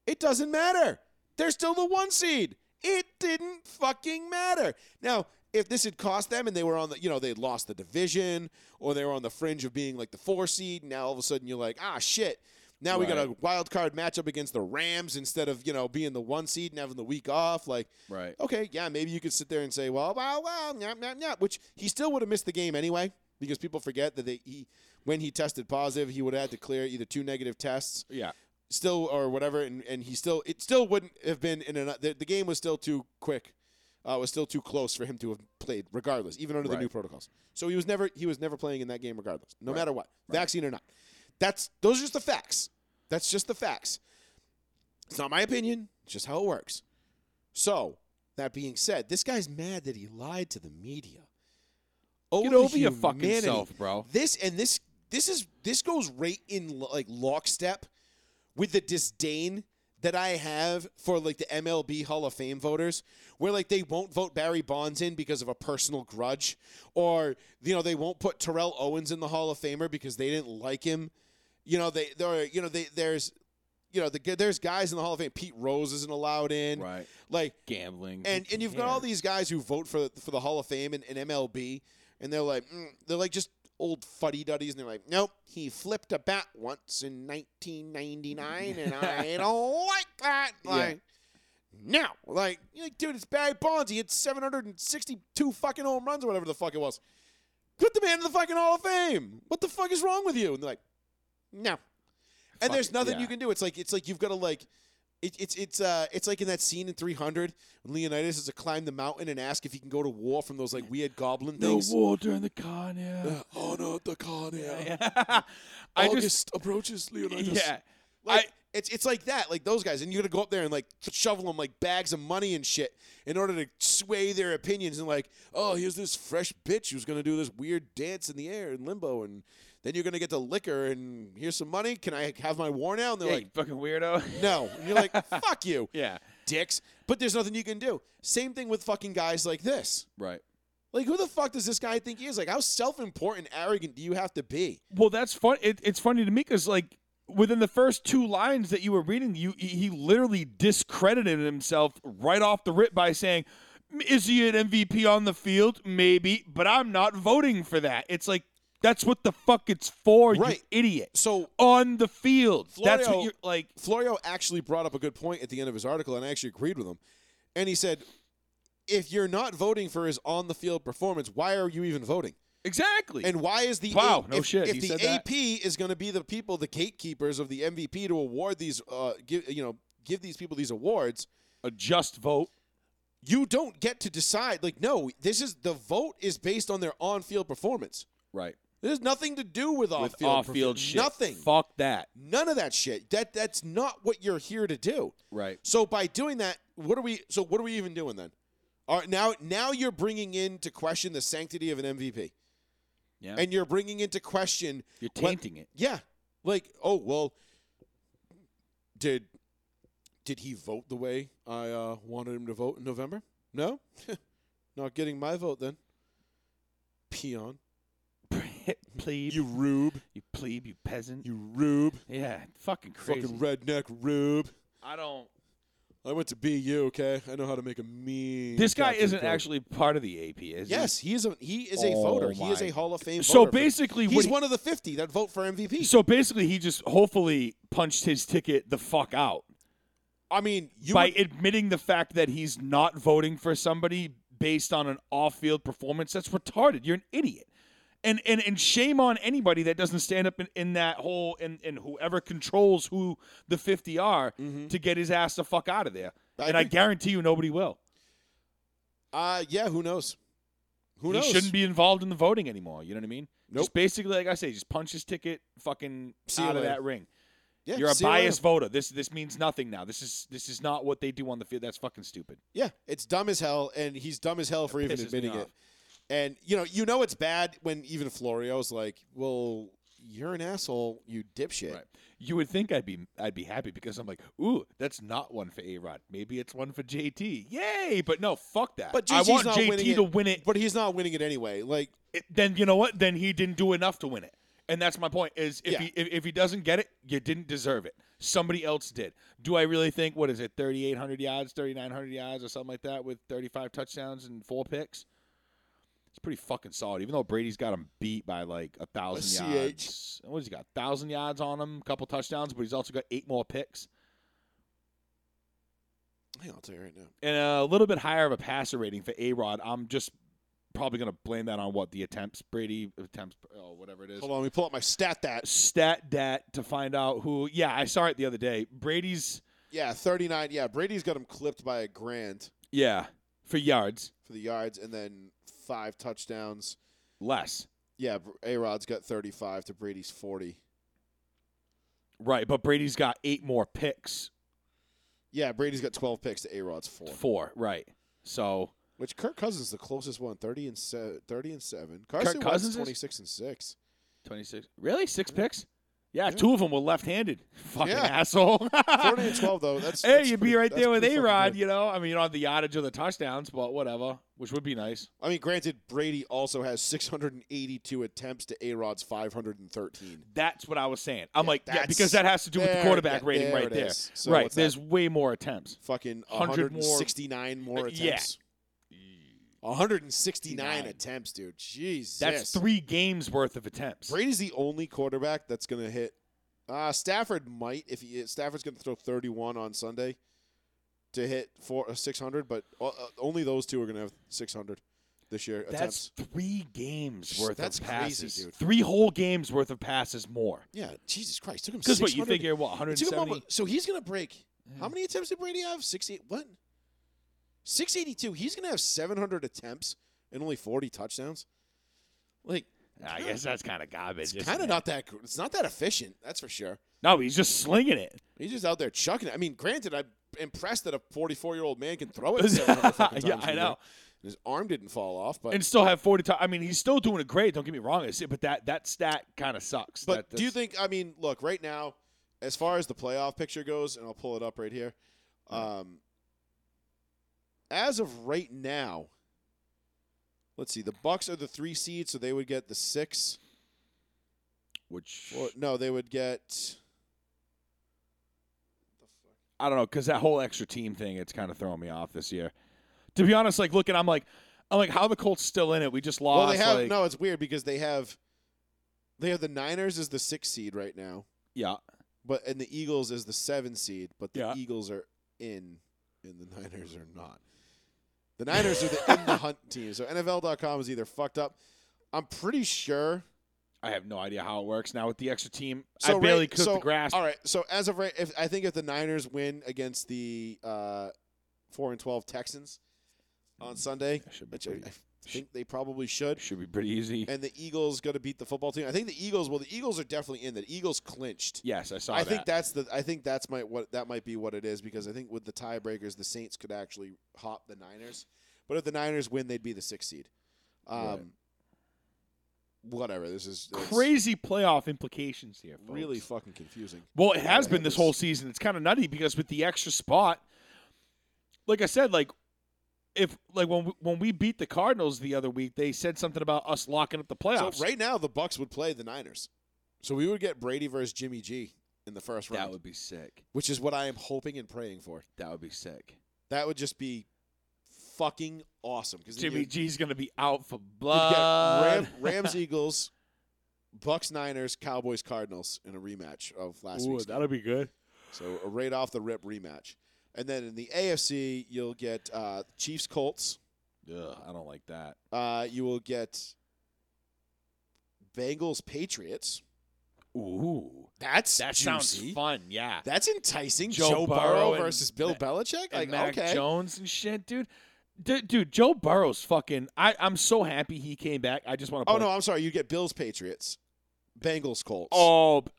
[SPEAKER 2] It doesn't matter. They're still the one seed. It didn't fucking matter. Now, if this had cost them and they were on the, you know, they lost the division or they were on the fringe of being like the four seed, and now all of a sudden you're like, ah, shit. Now we got a wild card matchup against the Rams instead of, you know, being the one seed and having the week off. Like,
[SPEAKER 9] Right.
[SPEAKER 2] okay, yeah, maybe you could sit there and say, well, well, well, nah, nah, nah, which he still would have missed the game anyway because people forget that they, he, when he tested positive, he would have had to clear either two negative tests
[SPEAKER 9] Yeah.
[SPEAKER 2] still or whatever, and, and he still it still wouldn't have been in an the, the game was still too quick, uh, was still too close for him to have played regardless, even under the new
[SPEAKER 9] Right.
[SPEAKER 2] protocols. So he was never he was never playing in that game regardless, no matter what, vaccine or not. That's those are just the facts. That's just the facts. It's not my opinion. It's just how it works. So that being said, this guy's mad that he lied to the media. Oh,
[SPEAKER 9] Get over your fucking self, bro.
[SPEAKER 2] This and this this is this goes right in lo- like lockstep with the disdain that I have for like the MLB Hall of Fame voters, where like they won't vote Barry Bonds in because of a personal grudge, or you know they won't put Terrell Owens in the Hall of Famer because they didn't like him. You know they there you know they there's you know the, there's guys in the Hall of Fame. Pete Rose isn't allowed in.
[SPEAKER 9] Right.
[SPEAKER 2] Like
[SPEAKER 9] Gambling.
[SPEAKER 2] and and you've got all these guys who vote for for the Hall of Fame and, and MLB, and they're like mm, they're like just old fuddy duddies, and they're like, nope, he flipped a bat once in 1999, and
[SPEAKER 9] (laughs)
[SPEAKER 2] I don't like that. Like. Now, like, you're like, dude, it's Barry Bonds. He hit 762 fucking home runs or whatever the fuck it was. Put the man in the fucking Hall of Fame. What the fuck is wrong with you? And they're like, no. And
[SPEAKER 9] Fuck
[SPEAKER 2] there's
[SPEAKER 9] it,
[SPEAKER 2] nothing
[SPEAKER 9] yeah.
[SPEAKER 2] you can do. It's like it's like you've got to like it, it's it's uh it's like in that scene in 300 when Leonidas has to climb the mountain and ask if he can go to war from those like weird goblin things.
[SPEAKER 9] war during the con. Yeah.
[SPEAKER 2] Uh, honor the Khan. Yeah.
[SPEAKER 9] I
[SPEAKER 2] August
[SPEAKER 9] just.
[SPEAKER 2] approaches Leonidas.
[SPEAKER 9] Yeah.
[SPEAKER 2] Like,
[SPEAKER 9] I-
[SPEAKER 2] it's it's like that, like those guys, and you got to go up there and like shovel them like bags of money and shit in order to sway their opinions and like, oh, here's this fresh bitch who's gonna do this weird dance in the air in limbo, and then you're gonna get the liquor and here's some money. Can I have my war now? And they're
[SPEAKER 9] Yeah,
[SPEAKER 2] like,
[SPEAKER 9] you fucking weirdo.
[SPEAKER 2] no, and you're
[SPEAKER 9] (laughs)
[SPEAKER 2] like, fuck you,
[SPEAKER 9] yeah.
[SPEAKER 2] dicks. But there's nothing you can do. Same thing with fucking guys like this.
[SPEAKER 9] Right.
[SPEAKER 2] Like, who the fuck does this guy think he is? Like, how self-important, arrogant do you have to be?
[SPEAKER 9] Well, that's fun. It, it's funny to me because like within the first two lines that you were reading, you he- he literally discredited himself right off the rip by saying, "M- "Is he an MVP on the field? Maybe, but I'm not voting for that." It's like that's what the fuck it's for,
[SPEAKER 2] Right.
[SPEAKER 9] you idiot.
[SPEAKER 2] So
[SPEAKER 9] On the field, that's
[SPEAKER 2] Florio-
[SPEAKER 9] what you're like.
[SPEAKER 2] Florio actually brought up a good point at the end of his article, and I actually agreed with him. And he said, if you're not voting for his on the field performance, why are you even voting?
[SPEAKER 9] Exactly.
[SPEAKER 2] And why is the
[SPEAKER 9] Wow,
[SPEAKER 2] A-
[SPEAKER 9] no
[SPEAKER 2] if,
[SPEAKER 9] shit,
[SPEAKER 2] If
[SPEAKER 9] he
[SPEAKER 2] the
[SPEAKER 9] said that.
[SPEAKER 2] AP is going to be the people, the gatekeepers of the MVP to award these, uh, give you know, give these people these awards,
[SPEAKER 9] a just vote.
[SPEAKER 2] you don't get to decide. Like, no, this is the vote is based on their on field performance.
[SPEAKER 9] Right.
[SPEAKER 2] There's nothing to do with off
[SPEAKER 9] With
[SPEAKER 2] field.
[SPEAKER 9] off field shit.
[SPEAKER 2] Nothing.
[SPEAKER 9] Fuck that.
[SPEAKER 2] None of that shit. That that's not what you're here to do.
[SPEAKER 9] Right.
[SPEAKER 2] So by doing that, what are we? So what are we even doing then? All right, now now you're bringing into question the sanctity of an MVP,
[SPEAKER 9] Yeah.
[SPEAKER 2] and you're bringing into question.
[SPEAKER 9] you're
[SPEAKER 2] what-
[SPEAKER 9] tainting it.
[SPEAKER 2] Yeah, like oh well, did did he vote the way I uh, wanted him to vote in November? No, (laughs) not getting my vote then. Peon, (laughs)
[SPEAKER 9] plebe.
[SPEAKER 2] you rube,
[SPEAKER 9] you plebe. You peasant.
[SPEAKER 2] you rube,
[SPEAKER 9] yeah. Fucking crazy.
[SPEAKER 2] fucking redneck rube.
[SPEAKER 9] I don't.
[SPEAKER 2] I went to BU, okay? I know how to make a mean.
[SPEAKER 9] This guy
[SPEAKER 2] captain
[SPEAKER 9] isn't
[SPEAKER 2] pro.
[SPEAKER 9] actually part of the AP, is he?
[SPEAKER 2] Yes, he is a he is a
[SPEAKER 9] Oh
[SPEAKER 2] voter. He is
[SPEAKER 9] my
[SPEAKER 2] a Hall of Fame.
[SPEAKER 9] So
[SPEAKER 2] voter.
[SPEAKER 9] basically,
[SPEAKER 2] he's
[SPEAKER 9] what he-
[SPEAKER 2] one of the fifty that vote for MVP.
[SPEAKER 9] So basically, he just hopefully punched his ticket the fuck out
[SPEAKER 2] I mean, you
[SPEAKER 9] by
[SPEAKER 2] would-
[SPEAKER 9] admitting the fact that he's not voting for somebody based on an off-field performance. That's retarded. You're an idiot. And, and, and shame on anybody that doesn't stand up in, in that hole and, and whoever controls who the 50 are to get his ass the fuck out of there.
[SPEAKER 2] Mm-hmm. I
[SPEAKER 9] and I
[SPEAKER 2] agree.
[SPEAKER 9] guarantee you nobody will.
[SPEAKER 2] uh yeah, who knows? Who
[SPEAKER 9] he
[SPEAKER 2] knows?
[SPEAKER 9] shouldn't be involved in the voting anymore. You know what I mean?
[SPEAKER 2] Nope.
[SPEAKER 9] Just basically, like I say, just punch his ticket, fucking
[SPEAKER 2] See you
[SPEAKER 9] out of
[SPEAKER 2] later.
[SPEAKER 9] that ring.
[SPEAKER 2] Yeah,
[SPEAKER 9] You're a
[SPEAKER 2] see you later.
[SPEAKER 9] biased voter. This this means nothing now. This is this is not what they do on the field. That's fucking stupid.
[SPEAKER 2] Yeah, it's dumb as hell, and he's dumb as hell for even
[SPEAKER 9] pisses me
[SPEAKER 2] admitting
[SPEAKER 9] off.
[SPEAKER 2] it. And you know, you know it's bad when even Florio's like, "Well, you're an asshole, you dipshit.
[SPEAKER 9] Right. You would think I'd be I'd be happy because I'm like, ooh, that's not one for A Rod. Maybe it's one for JT. Yay! But no, fuck that.
[SPEAKER 2] But
[SPEAKER 9] I
[SPEAKER 2] JT's
[SPEAKER 9] want
[SPEAKER 2] not winning
[SPEAKER 9] JT
[SPEAKER 2] it.
[SPEAKER 9] to win it.
[SPEAKER 2] But he's not winning it anyway. Like,
[SPEAKER 9] It- Then you know what? Then he didn't do enough to win it. And that's my point. Is if
[SPEAKER 2] Yeah.
[SPEAKER 9] he if, if he doesn't get it, you didn't deserve it. Somebody else did. Do I really think what is it, thirty eight hundred yards, thirty nine hundred yards, or something like that, with thirty five touchdowns and four picks? It's pretty fucking solid. Even though Brady's got him beat by like a thousand
[SPEAKER 2] CH.
[SPEAKER 9] yards. What has he got? Thousand yards on him, a couple touchdowns, but he's also got eight more picks.
[SPEAKER 2] hang on, I'll tell you right now.
[SPEAKER 9] and a little bit higher of a passer rating for A Rod. I'm just probably going to blame that on what the attempts, Brady attempts, oh, whatever it is.
[SPEAKER 2] Hold on, let me pull up my stat that.
[SPEAKER 9] Stat dat to find out who. Yeah, I saw it the other day. Brady's
[SPEAKER 2] Yeah, 39. Yeah, Brady's got him clipped by a grand
[SPEAKER 9] yeah for yards
[SPEAKER 2] for the yards and then five touchdowns.
[SPEAKER 9] less.
[SPEAKER 2] Yeah, A Rod's got 35 to Brady's 40.
[SPEAKER 9] Right, but Brady's got eight more picks.
[SPEAKER 2] Yeah, Brady's got 12 picks to A Rod's four.
[SPEAKER 9] Four, right. So
[SPEAKER 2] Which Kirk Cousins is the closest one, 30 and se- 30 and 7. Carson Wentz
[SPEAKER 9] Cousins is-
[SPEAKER 2] 26 and 6.
[SPEAKER 9] 26. Really? Six picks? Yeah,
[SPEAKER 2] Yeah.
[SPEAKER 9] two of them were left-handed. (laughs) Fucking
[SPEAKER 2] Yeah. (laughs)
[SPEAKER 9] asshole.
[SPEAKER 2] 40 and
[SPEAKER 9] (laughs)
[SPEAKER 2] 12 though. That's
[SPEAKER 9] Hey,
[SPEAKER 2] that's
[SPEAKER 9] you'd
[SPEAKER 2] pretty-
[SPEAKER 9] be right
[SPEAKER 2] that's
[SPEAKER 9] there with
[SPEAKER 2] pretty
[SPEAKER 9] A
[SPEAKER 2] fucking
[SPEAKER 9] Rod,
[SPEAKER 2] good.
[SPEAKER 9] you know. I mean, you don't have the yardage or the touchdowns, but whatever, which would be nice.
[SPEAKER 2] I mean, granted, Brady also has 682 attempts to A Rod's 513.
[SPEAKER 9] That's what I was saying. I'm
[SPEAKER 2] Yeah,
[SPEAKER 9] like, yeah,
[SPEAKER 2] that's-
[SPEAKER 9] because that has to do with the
[SPEAKER 2] there-
[SPEAKER 9] quarterback
[SPEAKER 2] yeah,
[SPEAKER 9] rating
[SPEAKER 2] there
[SPEAKER 9] right
[SPEAKER 2] it
[SPEAKER 9] there.
[SPEAKER 2] is. So
[SPEAKER 9] right.
[SPEAKER 2] what's that?
[SPEAKER 9] There's way more attempts.
[SPEAKER 2] Fucking
[SPEAKER 9] 100 more-
[SPEAKER 2] 169 more,
[SPEAKER 9] Uh, yeah.
[SPEAKER 2] attempts. 169
[SPEAKER 9] 69.
[SPEAKER 2] attempts, dude. Jesus.
[SPEAKER 9] That's three games worth of attempts.
[SPEAKER 2] Brady's the only quarterback that's going to hit. Uh, Stafford might if he Stafford's going to throw 31 on Sunday to hit four uh, 600, but uh, uh, only those two are going to have 600 this year attempts.
[SPEAKER 9] That's three games worth
[SPEAKER 2] That's
[SPEAKER 9] of
[SPEAKER 2] crazy,
[SPEAKER 9] passes.
[SPEAKER 2] dude.
[SPEAKER 9] Three whole games worth of passes more.
[SPEAKER 2] Yeah, Jesus Christ, took him.
[SPEAKER 9] Because what you
[SPEAKER 2] 600
[SPEAKER 9] figure, what
[SPEAKER 2] It took him
[SPEAKER 9] 170?
[SPEAKER 2] almost- so he's going to break. How many attempts did Brady have? 68. What? 682. He's going to have 700 attempts and only 40 touchdowns. Like,
[SPEAKER 9] I guess that's kind of garbage.
[SPEAKER 2] it's
[SPEAKER 9] isn't
[SPEAKER 2] kind of
[SPEAKER 9] it?
[SPEAKER 2] not that. gr- It's not that efficient. That's for sure.
[SPEAKER 9] No, he's just slinging it.
[SPEAKER 2] He's just out there chucking it. I mean, granted, I'm impressed that a 44 year old man can throw
[SPEAKER 9] (laughs)
[SPEAKER 2] it. 700 fucking
[SPEAKER 9] Yeah,
[SPEAKER 2] times
[SPEAKER 9] I
[SPEAKER 2] a
[SPEAKER 9] know.
[SPEAKER 2] year. His arm didn't fall off, but
[SPEAKER 9] and still have 40 times. I mean, he's still doing it great. Don't get me wrong. It's, but that, that stat kind of sucks.
[SPEAKER 2] but
[SPEAKER 9] That-
[SPEAKER 2] do you
[SPEAKER 9] that's-
[SPEAKER 2] think? I mean, look, right now, as far as the playoff picture goes, and I'll pull it up right here. Um, as of right now, let's see. The Bucks are the three seed, so they would get the six.
[SPEAKER 9] Which
[SPEAKER 2] Or, no, they would get.
[SPEAKER 9] I don't know because that whole extra team thing it's kind of throwing me off this year. To be honest, like looking, I'm like, I'm like, how are the Colts still in it? We just lost.
[SPEAKER 2] Well, they have
[SPEAKER 9] like-
[SPEAKER 2] no. It's weird because they have, they have the Niners as the six seed right now.
[SPEAKER 9] Yeah,
[SPEAKER 2] But and the Eagles is the seven seed, but the
[SPEAKER 9] Yeah.
[SPEAKER 2] Eagles are in, and the (laughs) Niners are not. The Niners are the in the hunt team. So NFL.com is either fucked up. I'm pretty sure.
[SPEAKER 9] I have no idea how it works now with the extra team.
[SPEAKER 2] So
[SPEAKER 9] I barely
[SPEAKER 2] right-
[SPEAKER 9] cooked
[SPEAKER 2] so,
[SPEAKER 9] the grass.
[SPEAKER 2] All right. So as of right, if I think if the Niners win against the uh, four and twelve Texans on Sunday,
[SPEAKER 9] That should be
[SPEAKER 2] which I,
[SPEAKER 9] pretty-
[SPEAKER 2] I think they probably should,
[SPEAKER 9] Should be pretty easy.
[SPEAKER 2] and the Eagles got to beat the football team. I think the Eagles. Well, the Eagles are definitely in. The Eagles clinched.
[SPEAKER 9] yes, I saw
[SPEAKER 2] I
[SPEAKER 9] that.
[SPEAKER 2] think that's the. I think that's my what that might be what it is because I think with the tiebreakers the Saints could actually hop the Niners, but if the Niners win, they'd be the sixth seed. Um,
[SPEAKER 9] Right.
[SPEAKER 2] Whatever. This is it's
[SPEAKER 9] Crazy playoff implications here. Folks.
[SPEAKER 2] Really fucking confusing.
[SPEAKER 9] Well, it has
[SPEAKER 2] I
[SPEAKER 9] been
[SPEAKER 2] had
[SPEAKER 9] this
[SPEAKER 2] this-
[SPEAKER 9] whole season. It's kind of nutty because with the extra spot, like I said, like if like when we, when we beat the Cardinals the other week, they said something about us locking up the
[SPEAKER 2] So
[SPEAKER 9] playoffs.
[SPEAKER 2] right now the Bucks would play the Niners, so we would get Brady versus Jimmy G in the first round,
[SPEAKER 9] be sick.
[SPEAKER 2] which is what I am hoping and praying for.
[SPEAKER 9] That would be sick.
[SPEAKER 2] That would just be fucking awesome because
[SPEAKER 9] Jimmy G's gonna be out for
[SPEAKER 2] You'd get
[SPEAKER 9] blood.
[SPEAKER 2] Ram,
[SPEAKER 9] (laughs)
[SPEAKER 2] Rams, Eagles, Bucks, Niners, Cowboys, Cardinals in a rematch of last week's. game.
[SPEAKER 9] be good.
[SPEAKER 2] So a right off the rip rematch, and then in the AFC you'll get uh, Chiefs, Colts.
[SPEAKER 9] Ugh, I don't like that.
[SPEAKER 2] Uh, you will get Bengals, Patriots.
[SPEAKER 9] Ooh,
[SPEAKER 2] That's
[SPEAKER 9] that
[SPEAKER 2] juicy.
[SPEAKER 9] sounds fun. Yeah,
[SPEAKER 2] That's enticing.
[SPEAKER 9] Joe
[SPEAKER 2] Joe,
[SPEAKER 9] Burrow
[SPEAKER 2] Burrow,
[SPEAKER 9] and
[SPEAKER 2] versus Bill
[SPEAKER 9] Ma-
[SPEAKER 2] Belichick. Like
[SPEAKER 9] and Mac
[SPEAKER 2] okay,
[SPEAKER 9] Jones and shit, dude. D- dude, Joe Burrow's fucking. I I'm so happy he came back. I just want to.
[SPEAKER 2] oh no, I'm sorry. You get Bills, Patriots, Bengals, Colts,
[SPEAKER 9] Oh, b-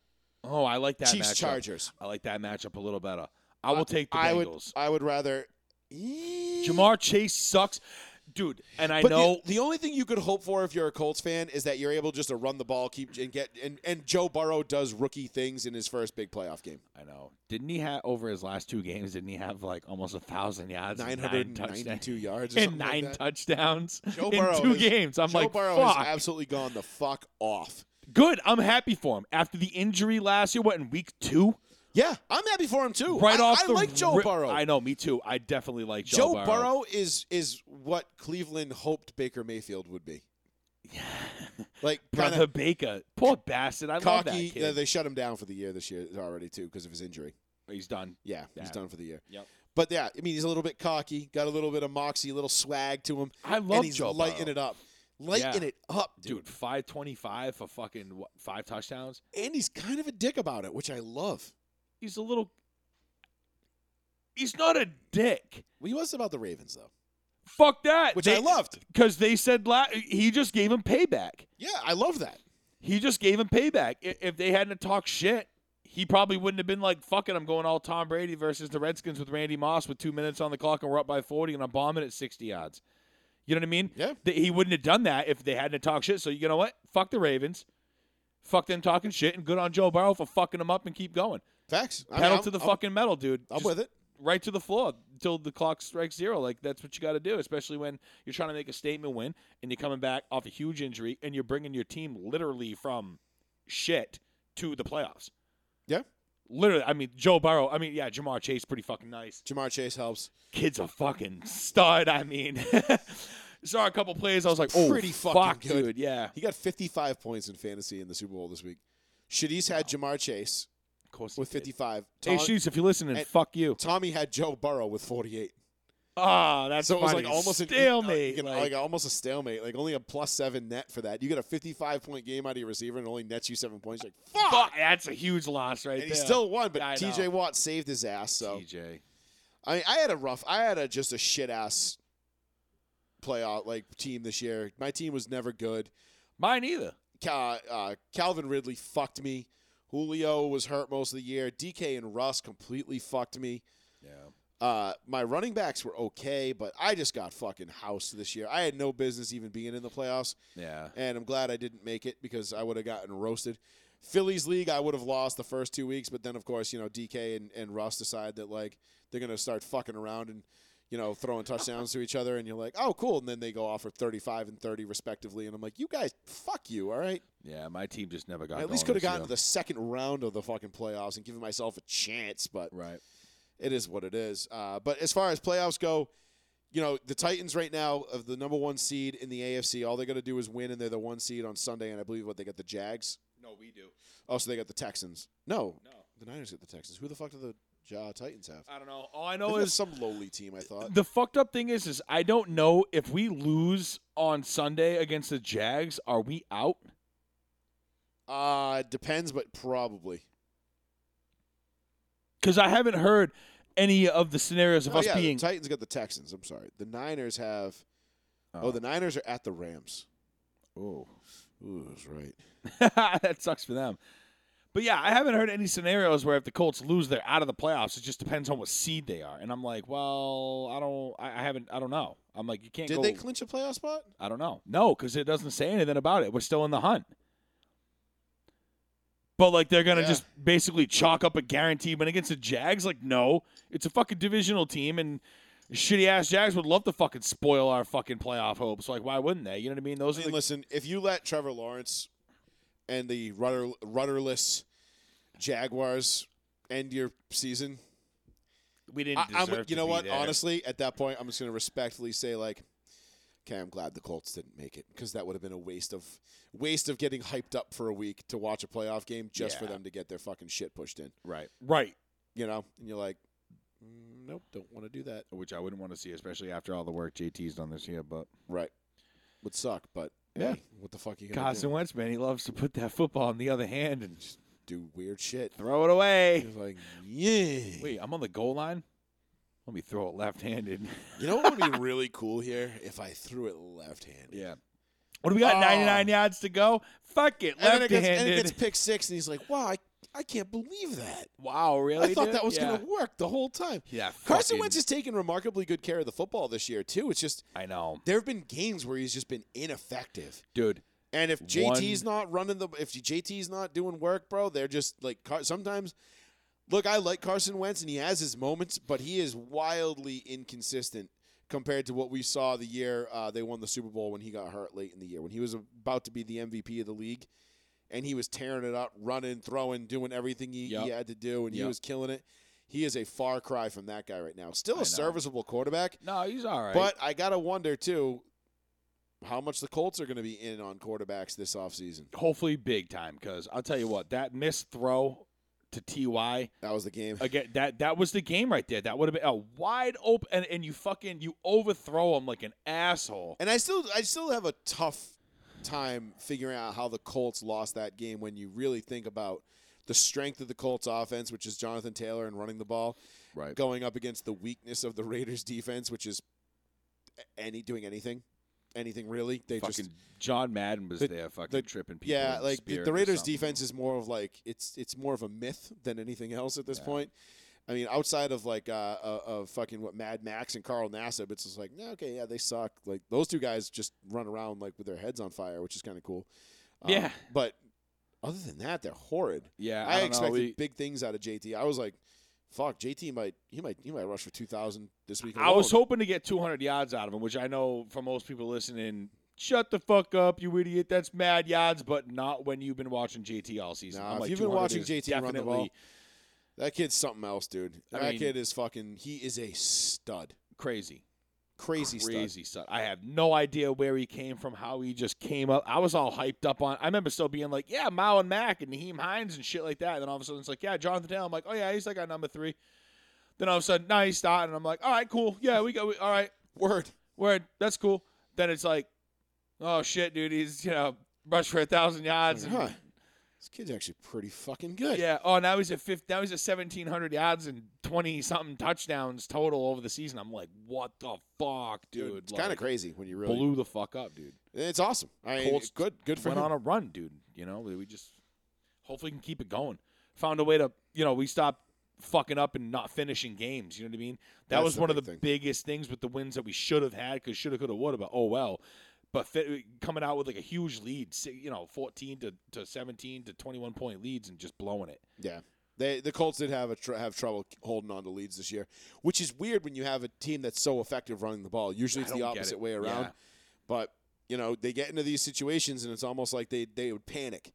[SPEAKER 9] oh, I like that.
[SPEAKER 2] Chiefs,
[SPEAKER 9] matchup.
[SPEAKER 2] Chargers.
[SPEAKER 9] I like that matchup a little better. I will take the
[SPEAKER 2] I would.
[SPEAKER 9] Bengals.
[SPEAKER 2] I would rather.
[SPEAKER 9] Jamar Chase sucks. dude. And I
[SPEAKER 2] But the-
[SPEAKER 9] know
[SPEAKER 2] the, only thing you could hope for if you're a Colts fan is that you're able just to run the ball, keep and get and, and Joe Burrow does rookie things in his first big playoff game.
[SPEAKER 9] I know. Didn't he have over his last two games? Didn't he have like almost a thousand yards, and nine
[SPEAKER 2] 992
[SPEAKER 9] touchdowns,
[SPEAKER 2] yards or
[SPEAKER 9] (laughs) and
[SPEAKER 2] something like
[SPEAKER 9] nine
[SPEAKER 2] that?
[SPEAKER 9] touchdowns
[SPEAKER 2] Joe
[SPEAKER 9] in
[SPEAKER 2] Burrow
[SPEAKER 9] two
[SPEAKER 2] is-
[SPEAKER 9] games? I'm
[SPEAKER 2] Joe
[SPEAKER 9] like,
[SPEAKER 2] Burrow
[SPEAKER 9] fuck.
[SPEAKER 2] has absolutely gone the fuck off.
[SPEAKER 9] Good. I'm happy for him after the injury last year. What in week two?
[SPEAKER 2] Yeah, I'm happy for him too.
[SPEAKER 9] Right
[SPEAKER 2] I,
[SPEAKER 9] off,
[SPEAKER 2] I
[SPEAKER 9] the
[SPEAKER 2] like Joe
[SPEAKER 9] rip-
[SPEAKER 2] Burrow.
[SPEAKER 9] I know, me too. I definitely like
[SPEAKER 2] Joe
[SPEAKER 9] Joe,
[SPEAKER 2] Burrow is is what Cleveland hoped Baker Mayfield would be. Like kind
[SPEAKER 9] (laughs) Brother
[SPEAKER 2] of
[SPEAKER 9] Baker, poor bastard. I love that
[SPEAKER 2] cocky.
[SPEAKER 9] kid.
[SPEAKER 2] Yeah, they shut him down for the year this year already too because of his injury.
[SPEAKER 9] He's done.
[SPEAKER 2] Yeah, he's
[SPEAKER 9] Yeah.
[SPEAKER 2] done for the year.
[SPEAKER 9] Yep.
[SPEAKER 2] But yeah, I mean he's a little bit cocky, got a little bit of moxie, a little swag to him,
[SPEAKER 9] I
[SPEAKER 2] and
[SPEAKER 9] love
[SPEAKER 2] he's
[SPEAKER 9] Joe
[SPEAKER 2] lighting
[SPEAKER 9] Burrow.
[SPEAKER 2] it up, lighting
[SPEAKER 9] Yeah.
[SPEAKER 2] it up, dude.
[SPEAKER 9] Dude, five twenty-five for fucking what, five touchdowns.
[SPEAKER 2] And he's kind of a dick about it, which I love.
[SPEAKER 9] He's a little. He's not a dick.
[SPEAKER 2] Well, he was about the Ravens though,
[SPEAKER 9] Fuck that.
[SPEAKER 2] which
[SPEAKER 9] They-
[SPEAKER 2] I loved.
[SPEAKER 9] because they said la- he just gave him payback.
[SPEAKER 2] Yeah, I love that.
[SPEAKER 9] He just gave him payback. I- If they hadn't talked shit, he probably wouldn't have been like, "Fuck it, I'm going all Tom Brady versus the Redskins with Randy Moss with two minutes on the clock and we're up by 40 and I'm bombing at 60 odds." You know what I mean?
[SPEAKER 2] Yeah.
[SPEAKER 9] Th- He wouldn't have done that if they hadn't talked shit. So you know what? Fuck the Ravens. Fuck them talking shit and good on Joe Burrow for fucking them up and keep going.
[SPEAKER 2] Facts. I mean,
[SPEAKER 9] Pedal
[SPEAKER 2] I'm-
[SPEAKER 9] to the
[SPEAKER 2] I'm-
[SPEAKER 9] fucking metal, dude.
[SPEAKER 2] I'm
[SPEAKER 9] Just-
[SPEAKER 2] with it.
[SPEAKER 9] right to the floor until the clock strikes zero. Like that's what you got to do, especially when you're trying to make a statement win and you're coming back off a huge injury and you're bringing your team literally from shit to the playoffs.
[SPEAKER 2] Yeah.
[SPEAKER 9] Literally, I mean Joe Burrow. I mean, yeah, Jamar Chase, pretty fucking nice.
[SPEAKER 2] Jamar Chase helps.
[SPEAKER 9] Kid's a fucking stud. I mean, (laughs) saw a couple plays. I was like, oh,
[SPEAKER 2] Pretty fucking
[SPEAKER 9] fuck,
[SPEAKER 2] good.
[SPEAKER 9] dude. Yeah,
[SPEAKER 2] He got 55 points in fantasy in the Super Bowl this week. Shadis had Jamar Chase
[SPEAKER 9] of course. he
[SPEAKER 2] with
[SPEAKER 9] did.
[SPEAKER 2] 55.
[SPEAKER 9] Hey,
[SPEAKER 2] Tom-
[SPEAKER 9] Sheets, if you're listening,
[SPEAKER 2] and-
[SPEAKER 9] fuck you.
[SPEAKER 2] Tommy had Joe Burrow with 48.
[SPEAKER 9] Ah, that's
[SPEAKER 2] so it was
[SPEAKER 9] funny.
[SPEAKER 2] like almost an-
[SPEAKER 9] stalemate.
[SPEAKER 2] Like,
[SPEAKER 9] like-
[SPEAKER 2] like almost a stalemate. Like only a plus seven net for that. You get a 55 point game out of your receiver and it only nets you seven points. You're Like fuck.
[SPEAKER 9] fuck, that's a huge loss right
[SPEAKER 2] And he
[SPEAKER 9] there.
[SPEAKER 2] still won, but
[SPEAKER 9] I know.
[SPEAKER 2] T.J. Watt saved his ass. So
[SPEAKER 9] TJ.
[SPEAKER 2] I mean, I had a rough. I had a just a shit ass playoff like team this year. My team was never good.
[SPEAKER 9] Mine either.
[SPEAKER 2] Ca- uh, Calvin Ridley fucked me. Julio was hurt most of the year. DK and Russ completely fucked me.
[SPEAKER 9] Yeah.
[SPEAKER 2] Uh, my running backs were okay, but I just got fucking housed this year. I had no business even being in the playoffs,
[SPEAKER 9] Yeah.
[SPEAKER 2] and I'm glad I didn't make it because I would have gotten roasted. Phillies league, I would have lost the first two weeks, but then of course you know DK and, and Russ decide that like they're gonna start fucking around and you know throwing touchdowns to each other, and you're like, oh cool, and then they go off for 35 and 30 respectively, and I'm like, you guys, fuck you, all right.
[SPEAKER 9] Yeah, my team just never got
[SPEAKER 2] I at least could have gotten to the second round of the fucking playoffs and given myself a chance, but
[SPEAKER 9] Right.
[SPEAKER 2] it is what it is. Uh, but as far as playoffs go, you know the Titans right now of the number one seed in the AFC. All they got to do is win, and they're the one seed on Sunday. And I believe what they got the Jags.
[SPEAKER 9] No, we do.
[SPEAKER 2] Oh, so they got the Texans. No,
[SPEAKER 9] No.
[SPEAKER 2] the Niners got the Texans. Who the fuck do the Ja Titans have?
[SPEAKER 9] I don't know. All I
[SPEAKER 2] They
[SPEAKER 9] know
[SPEAKER 2] have
[SPEAKER 9] is
[SPEAKER 2] some lowly team. I thought.
[SPEAKER 9] the fucked up thing is is I don't know if we lose on Sunday against the Jags, are we out?
[SPEAKER 2] Uh depends, but probably.
[SPEAKER 9] Because I haven't heard any of the scenarios of
[SPEAKER 2] Oh,
[SPEAKER 9] us
[SPEAKER 2] yeah,
[SPEAKER 9] being
[SPEAKER 2] the Titans got the Texans. I'm sorry. The Niners have. Oh, the Niners are at the Rams.
[SPEAKER 9] oh.
[SPEAKER 2] Ooh, that's right.
[SPEAKER 9] (laughs) that sucks for them. But yeah, I haven't heard any scenarios where if the Colts lose, they're out of the playoffs. It just depends on what seed they are. And I'm like, well, I don't, I, I haven't, I don't know. I'm like, you can't.
[SPEAKER 2] Did
[SPEAKER 9] go,
[SPEAKER 2] they clinch a playoff spot?
[SPEAKER 9] I don't know. No, because it doesn't say anything about it. We're still in the hunt. But like they're gonna
[SPEAKER 2] Yeah.
[SPEAKER 9] just basically chalk up a guarantee win against the Jags. Like, no, it's a fucking divisional team, and shitty ass Jags would love to fucking spoil our fucking playoff hopes. Like, why wouldn't they? You know what I mean? Those
[SPEAKER 2] I
[SPEAKER 9] are
[SPEAKER 2] mean,
[SPEAKER 9] the,
[SPEAKER 2] listen, if you let Trevor Lawrence and the rudder, rudderless Jaguars end your season,
[SPEAKER 9] we didn't.
[SPEAKER 2] I, I'm,
[SPEAKER 9] deserve
[SPEAKER 2] you
[SPEAKER 9] to
[SPEAKER 2] know
[SPEAKER 9] be
[SPEAKER 2] what?
[SPEAKER 9] there.
[SPEAKER 2] Honestly, at that point, I'm just going to respectfully say, like, okay, I'm glad the Colts didn't make it because that would have been a waste of waste of getting hyped up for a week to watch a playoff game just for
[SPEAKER 9] Yeah.
[SPEAKER 2] them to get their fucking shit pushed in.
[SPEAKER 9] right, right.
[SPEAKER 2] You know, and you're like, "Mm, nope, don't want to do that.
[SPEAKER 9] which I wouldn't want to see, especially after all the work JT's done this year. But
[SPEAKER 2] Right, would suck, but
[SPEAKER 9] Yeah.
[SPEAKER 2] hey, what the fuck are you gonna
[SPEAKER 9] Carson
[SPEAKER 2] do?
[SPEAKER 9] Wentz, man, he loves to put that football in the other hand and just
[SPEAKER 2] do weird
[SPEAKER 9] (laughs)
[SPEAKER 2] shit.
[SPEAKER 9] throw it away.
[SPEAKER 2] You're like, yeah.
[SPEAKER 9] Wait, I'm on the goal line. Let me throw it left-handed.
[SPEAKER 2] You know what would be really cool here if I threw it left-handed.
[SPEAKER 9] yeah. What do we got?
[SPEAKER 2] Oh.
[SPEAKER 9] 99 yards to go. Fuck it,
[SPEAKER 2] And then it
[SPEAKER 9] left-handed.
[SPEAKER 2] gets, and it gets pick six, and he's like, "Wow, I I can't believe that.
[SPEAKER 9] Wow, really?
[SPEAKER 2] I thought
[SPEAKER 9] dude?
[SPEAKER 2] that was
[SPEAKER 9] Oh, yeah.
[SPEAKER 2] going to work the whole time.
[SPEAKER 9] Yeah,
[SPEAKER 2] Carson
[SPEAKER 9] fucking-
[SPEAKER 2] Wentz has taken remarkably good care of the football this year too. It's just
[SPEAKER 9] I know,
[SPEAKER 2] there have been games where he's just been ineffective.
[SPEAKER 9] dude.
[SPEAKER 2] And if
[SPEAKER 9] One-
[SPEAKER 2] JT's not running the, if JT's not doing work, bro, they're just like Car- sometimes. Look, I like Carson Wentz and he has his moments, but he is wildly inconsistent compared to what we saw the year uh, they won the Super Bowl when he got hurt late in the year when he was about to be the MVP of the league, and he was tearing it up, running, throwing, doing everything he, he
[SPEAKER 9] Yep.
[SPEAKER 2] had to do, and he
[SPEAKER 9] Yep.
[SPEAKER 2] was killing it. He is a far cry from that guy right now. Still
[SPEAKER 9] I
[SPEAKER 2] a
[SPEAKER 9] know.
[SPEAKER 2] serviceable quarterback,
[SPEAKER 9] No, he's all right.
[SPEAKER 2] but I gotta wonder too how much the Colts are going to be in on quarterbacks this offseason.
[SPEAKER 9] hopefully big time because I'll tell you what that missed throw to Ty
[SPEAKER 2] That was the game.
[SPEAKER 9] again that that was the game right there. That would have been a wide open and, and you fucking you overthrow him like an asshole.
[SPEAKER 2] And I still I still have a tough time figuring out how the Colts lost that game when you really think about the strength of the Colts offense, which is Jonathan Taylor and running the ball,
[SPEAKER 9] Right.
[SPEAKER 2] going up against the weakness of the Raiders defense, which is any doing anything. Anything really. They
[SPEAKER 9] fucking
[SPEAKER 2] just
[SPEAKER 9] John Madden was
[SPEAKER 2] the-
[SPEAKER 9] there fucking
[SPEAKER 2] the-
[SPEAKER 9] tripping people.
[SPEAKER 2] yeah,
[SPEAKER 9] in
[SPEAKER 2] like the,
[SPEAKER 9] spirit
[SPEAKER 2] the
[SPEAKER 9] or
[SPEAKER 2] Raiders
[SPEAKER 9] something.
[SPEAKER 2] defense is more of like it's it's more of a myth than anything else at this
[SPEAKER 9] Yeah.
[SPEAKER 2] point. I mean, outside of like uh, uh, of fucking what Mad Max and Carl Nassib, it's just like, nah, okay, yeah, they suck. Like those two guys just run around like with their heads on fire, which is kind of cool. Um,
[SPEAKER 9] Yeah.
[SPEAKER 2] but other than that, they're horrid.
[SPEAKER 9] Yeah,
[SPEAKER 2] I,
[SPEAKER 9] don't know,
[SPEAKER 2] expected
[SPEAKER 9] we-
[SPEAKER 2] big things out of JT. I was like, fuck, JT might he might he might rush for two thousand this week.
[SPEAKER 9] I was
[SPEAKER 2] alone.
[SPEAKER 9] hoping to get 200 yards out of him, which I know for most people listening, shut the fuck up, you idiot. That's mad yards, but not when you've been watching JT all season.
[SPEAKER 2] Nah,
[SPEAKER 9] I'm
[SPEAKER 2] if
[SPEAKER 9] like,
[SPEAKER 2] you've been
[SPEAKER 9] 200
[SPEAKER 2] watching
[SPEAKER 9] is
[SPEAKER 2] JT run the
[SPEAKER 9] definitely
[SPEAKER 2] ball, that kid's something else, dude.
[SPEAKER 9] I
[SPEAKER 2] that
[SPEAKER 9] mean-
[SPEAKER 2] kid is fucking. He is a stud.
[SPEAKER 9] crazy.
[SPEAKER 2] Crazy, stud.
[SPEAKER 9] crazy stuff. I have no idea where he came from, how he just came up. I was all hyped up on. I remember still being like, "Yeah, Mao and Mac and Naheem Hines and shit like that." And then all of a sudden it's like, "Yeah, Jonathan Taylor." I'm like, "Oh yeah, he's like our number three. Then all of a sudden, now he's starting. and I'm like, "All right, cool. Yeah, we go. we- all right,
[SPEAKER 2] Word.
[SPEAKER 9] word. That's cool." Then it's like, "Oh shit, dude, he's you know rushed for a thousand yards." and-
[SPEAKER 2] Huh. This kid's actually pretty fucking good.
[SPEAKER 9] Yeah. Oh, now he's at fifth. Now he's at seventeen hundred yards and twenty something touchdowns total over the season. I'm like, what the fuck, dude?
[SPEAKER 2] dude. It's kind of
[SPEAKER 9] Like,
[SPEAKER 2] crazy when you really.
[SPEAKER 9] Blew the fuck up, dude.
[SPEAKER 2] It's awesome. I mean,
[SPEAKER 9] Colts
[SPEAKER 2] good. Good for
[SPEAKER 9] went
[SPEAKER 2] him.
[SPEAKER 9] on a run, dude. You know, we just hopefully can keep it going. Found a way to, you know, we stopped fucking up and not finishing games. You know what I mean? That
[SPEAKER 2] That's
[SPEAKER 9] was
[SPEAKER 2] the
[SPEAKER 9] one of the
[SPEAKER 2] big thing.
[SPEAKER 9] biggest things with the wins that we should have had because should have, could have, would have. But oh well. But fi- coming out with like a huge lead, si- you know, fourteen to, to seventeen to twenty one point leads and just blowing it.
[SPEAKER 2] yeah. They, the Colts did have a tr- have trouble holding on to leads this year, which is weird when you have a team that's so effective running the ball. Usually it's
[SPEAKER 9] I
[SPEAKER 2] the
[SPEAKER 9] don't get
[SPEAKER 2] opposite
[SPEAKER 9] it.
[SPEAKER 2] way around.
[SPEAKER 9] Yeah.
[SPEAKER 2] But you know they get into these situations and it's almost like they they would panic,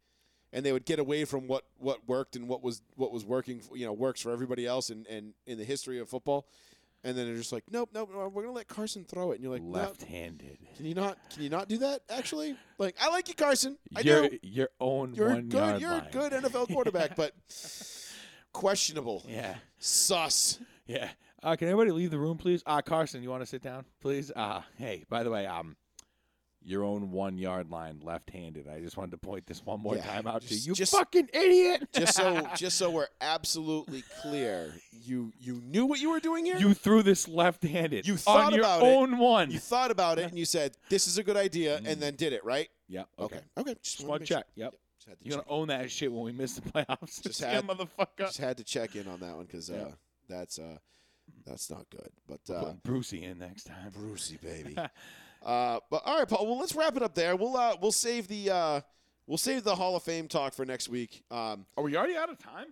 [SPEAKER 2] and they would get away from what what worked and what was what was working. f- You know works for everybody else and and in the history of football, and then they're just like, nope, nope, we're gonna let Carson throw it, and you're like, no,
[SPEAKER 9] Left-handed.
[SPEAKER 2] Can you not? Can you not do that? Actually, like I like you, Carson. I
[SPEAKER 9] your
[SPEAKER 2] do.
[SPEAKER 9] your own
[SPEAKER 2] You're a
[SPEAKER 9] one
[SPEAKER 2] good.
[SPEAKER 9] yard
[SPEAKER 2] You're a
[SPEAKER 9] line.
[SPEAKER 2] good NFL quarterback, but questionable.
[SPEAKER 9] (laughs) Yeah.
[SPEAKER 2] Sus.
[SPEAKER 9] Yeah. Uh, can everybody leave the room, please? Uh, Carson, you want to sit down, please? Uh, hey, by the way, um, your own one yard line, left handed. I just wanted to point this one more
[SPEAKER 2] Yeah,
[SPEAKER 9] time out
[SPEAKER 2] just-
[SPEAKER 9] to you,
[SPEAKER 2] just-
[SPEAKER 9] fucking idiot.
[SPEAKER 2] Just so, just so we're absolutely clear, you you knew what you were doing here.
[SPEAKER 9] (laughs) you threw this left handed.
[SPEAKER 2] You thought
[SPEAKER 9] on your
[SPEAKER 2] about it.
[SPEAKER 9] own one.
[SPEAKER 2] You thought about it and you said this is a good idea, and then did it. Right?
[SPEAKER 9] yep. Mm-hmm. Okay.
[SPEAKER 2] Okay. Okay.
[SPEAKER 9] Just
[SPEAKER 2] wanted
[SPEAKER 9] want
[SPEAKER 2] to make
[SPEAKER 9] to
[SPEAKER 2] sure.
[SPEAKER 9] check. Yep.
[SPEAKER 2] Just had to
[SPEAKER 9] You're
[SPEAKER 2] check.
[SPEAKER 9] gonna own that shit when we miss the (laughs) playoffs.
[SPEAKER 2] Just
[SPEAKER 9] Just yeah,
[SPEAKER 2] had-
[SPEAKER 9] motherfucker.
[SPEAKER 2] Just had to check in on that one because uh,
[SPEAKER 9] Yeah.
[SPEAKER 2] that's uh, that's not good. But uh,
[SPEAKER 9] Put Brucey in next time.
[SPEAKER 2] Brucey, baby. (laughs) uh, but all right, Paul. Well, let's wrap it up there. We'll uh, we'll save the uh, we'll save the Hall of Fame talk for next week. Um,
[SPEAKER 9] Are we already out of time?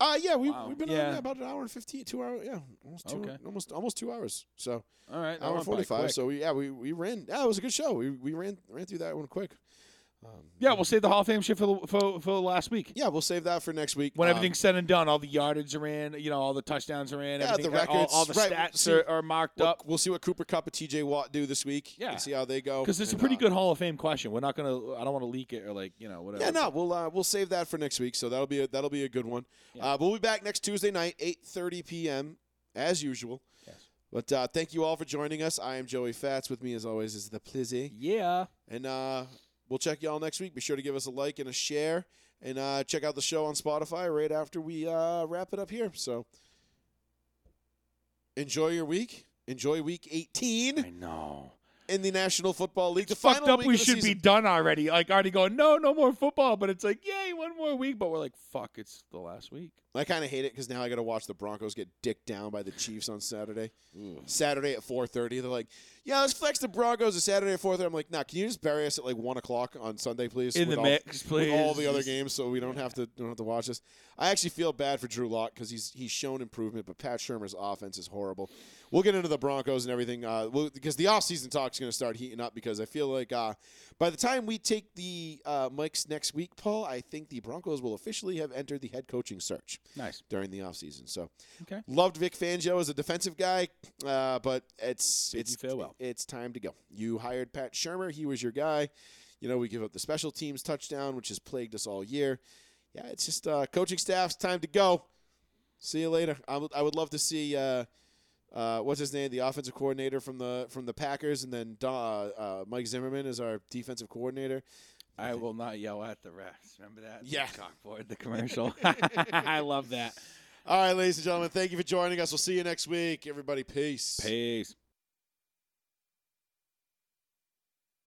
[SPEAKER 2] uh, yeah, we
[SPEAKER 9] Wow.
[SPEAKER 2] we've been on
[SPEAKER 9] Yeah.
[SPEAKER 2] yeah, about an hour and fifteen, two hours, yeah, almost two,
[SPEAKER 9] Okay.
[SPEAKER 2] almost almost two hours. So
[SPEAKER 9] All right. that
[SPEAKER 2] hour
[SPEAKER 9] went by
[SPEAKER 2] forty five.
[SPEAKER 9] quick.
[SPEAKER 2] So we, yeah, we we ran. Yeah, it was a good show. We we ran ran through that one quick. Um,
[SPEAKER 9] yeah, we'll save the Hall of Fame shit for the, for, for last week.
[SPEAKER 2] Yeah, we'll save that for next week. Um,
[SPEAKER 9] when everything's said and done, all the yardage are in, you know, all the touchdowns are in,
[SPEAKER 2] Yeah,
[SPEAKER 9] everything,
[SPEAKER 2] the
[SPEAKER 9] all- all,
[SPEAKER 2] records,
[SPEAKER 9] the
[SPEAKER 2] right,
[SPEAKER 9] stats
[SPEAKER 2] see-
[SPEAKER 9] are, are marked
[SPEAKER 2] we'll,
[SPEAKER 9] up.
[SPEAKER 2] we'll see what Cooper Cup and T.J. Watt do this week.
[SPEAKER 9] Yeah.
[SPEAKER 2] and see how they go.
[SPEAKER 9] Because it's a
[SPEAKER 2] And,
[SPEAKER 9] pretty
[SPEAKER 2] uh,
[SPEAKER 9] good Hall of Fame question. We're not gonna. I don't want to leak it or like you know whatever.
[SPEAKER 2] Yeah, no, we'll uh, we'll save that for next week. So that'll be a, that'll be a good one. Uh, we'll be back next Tuesday night, eight thirty p.m. as usual.
[SPEAKER 9] Yes.
[SPEAKER 2] But uh, thank you all for joining us. I am Joey Fats. With me, as always, is the Plizzy,
[SPEAKER 4] Yeah.
[SPEAKER 2] and uh, we'll check you all next week. Be sure to give us a like and a share, and uh, check out the show on Spotify right after we uh, wrap it up here. So enjoy your week. Enjoy week eighteen.
[SPEAKER 9] I know.
[SPEAKER 2] in the National Football League.
[SPEAKER 9] It's
[SPEAKER 2] the
[SPEAKER 9] fucked
[SPEAKER 2] final
[SPEAKER 9] up.
[SPEAKER 2] week
[SPEAKER 9] We
[SPEAKER 2] of the
[SPEAKER 9] should be
[SPEAKER 2] season.
[SPEAKER 9] done already. Like already going, no, no more football. But it's like, yay, one more week. But we're like, fuck, it's the last week.
[SPEAKER 2] I kind of hate it because now I got to watch the Broncos get dicked down by the Chiefs on Saturday. Saturday at 4:30, they're like, "Yeah, let's flex the Broncos on Saturday at 4:30." I'm like, "Nah, can you just bury us at like one o'clock on Sunday, please?"
[SPEAKER 9] In
[SPEAKER 2] with
[SPEAKER 9] the
[SPEAKER 2] all-
[SPEAKER 9] mix, please.
[SPEAKER 2] with all the other
[SPEAKER 9] Just-
[SPEAKER 2] games, so we don't have to don't have to watch this. I actually feel bad for Drew Lock because he's he's shown improvement, but Pat Shermer's offense is horrible. We'll get into the Broncos and everything uh, we'll, because the offseason talk is going to start heating up because I feel like uh, by the time we take the uh, mics next week, Paul, I think the Broncos will officially have entered the head coaching search
[SPEAKER 9] Nice.
[SPEAKER 2] during the offseason. So
[SPEAKER 9] Okay.
[SPEAKER 2] loved Vic Fangio as a defensive guy, uh, but it's
[SPEAKER 9] Bid
[SPEAKER 2] it's
[SPEAKER 9] you farewell.
[SPEAKER 2] It's time to go. You hired Pat Shermer. He was your guy. You know we give up the special teams touchdown, which has plagued us all year. Yeah, it's just uh, coaching staff's time to go. See you later. I would I would love to see. Uh, uh, what's his name? The offensive coordinator from the from the Packers, and then Don, uh, uh, Mike Zimmerman is our defensive coordinator.
[SPEAKER 9] I will not yell at the refs. Remember that?
[SPEAKER 2] Yeah.
[SPEAKER 9] Cockboard the commercial. (laughs) I love that.
[SPEAKER 2] All right, ladies and gentlemen, thank you for joining us. We'll see you next week, everybody. Peace.
[SPEAKER 9] Peace.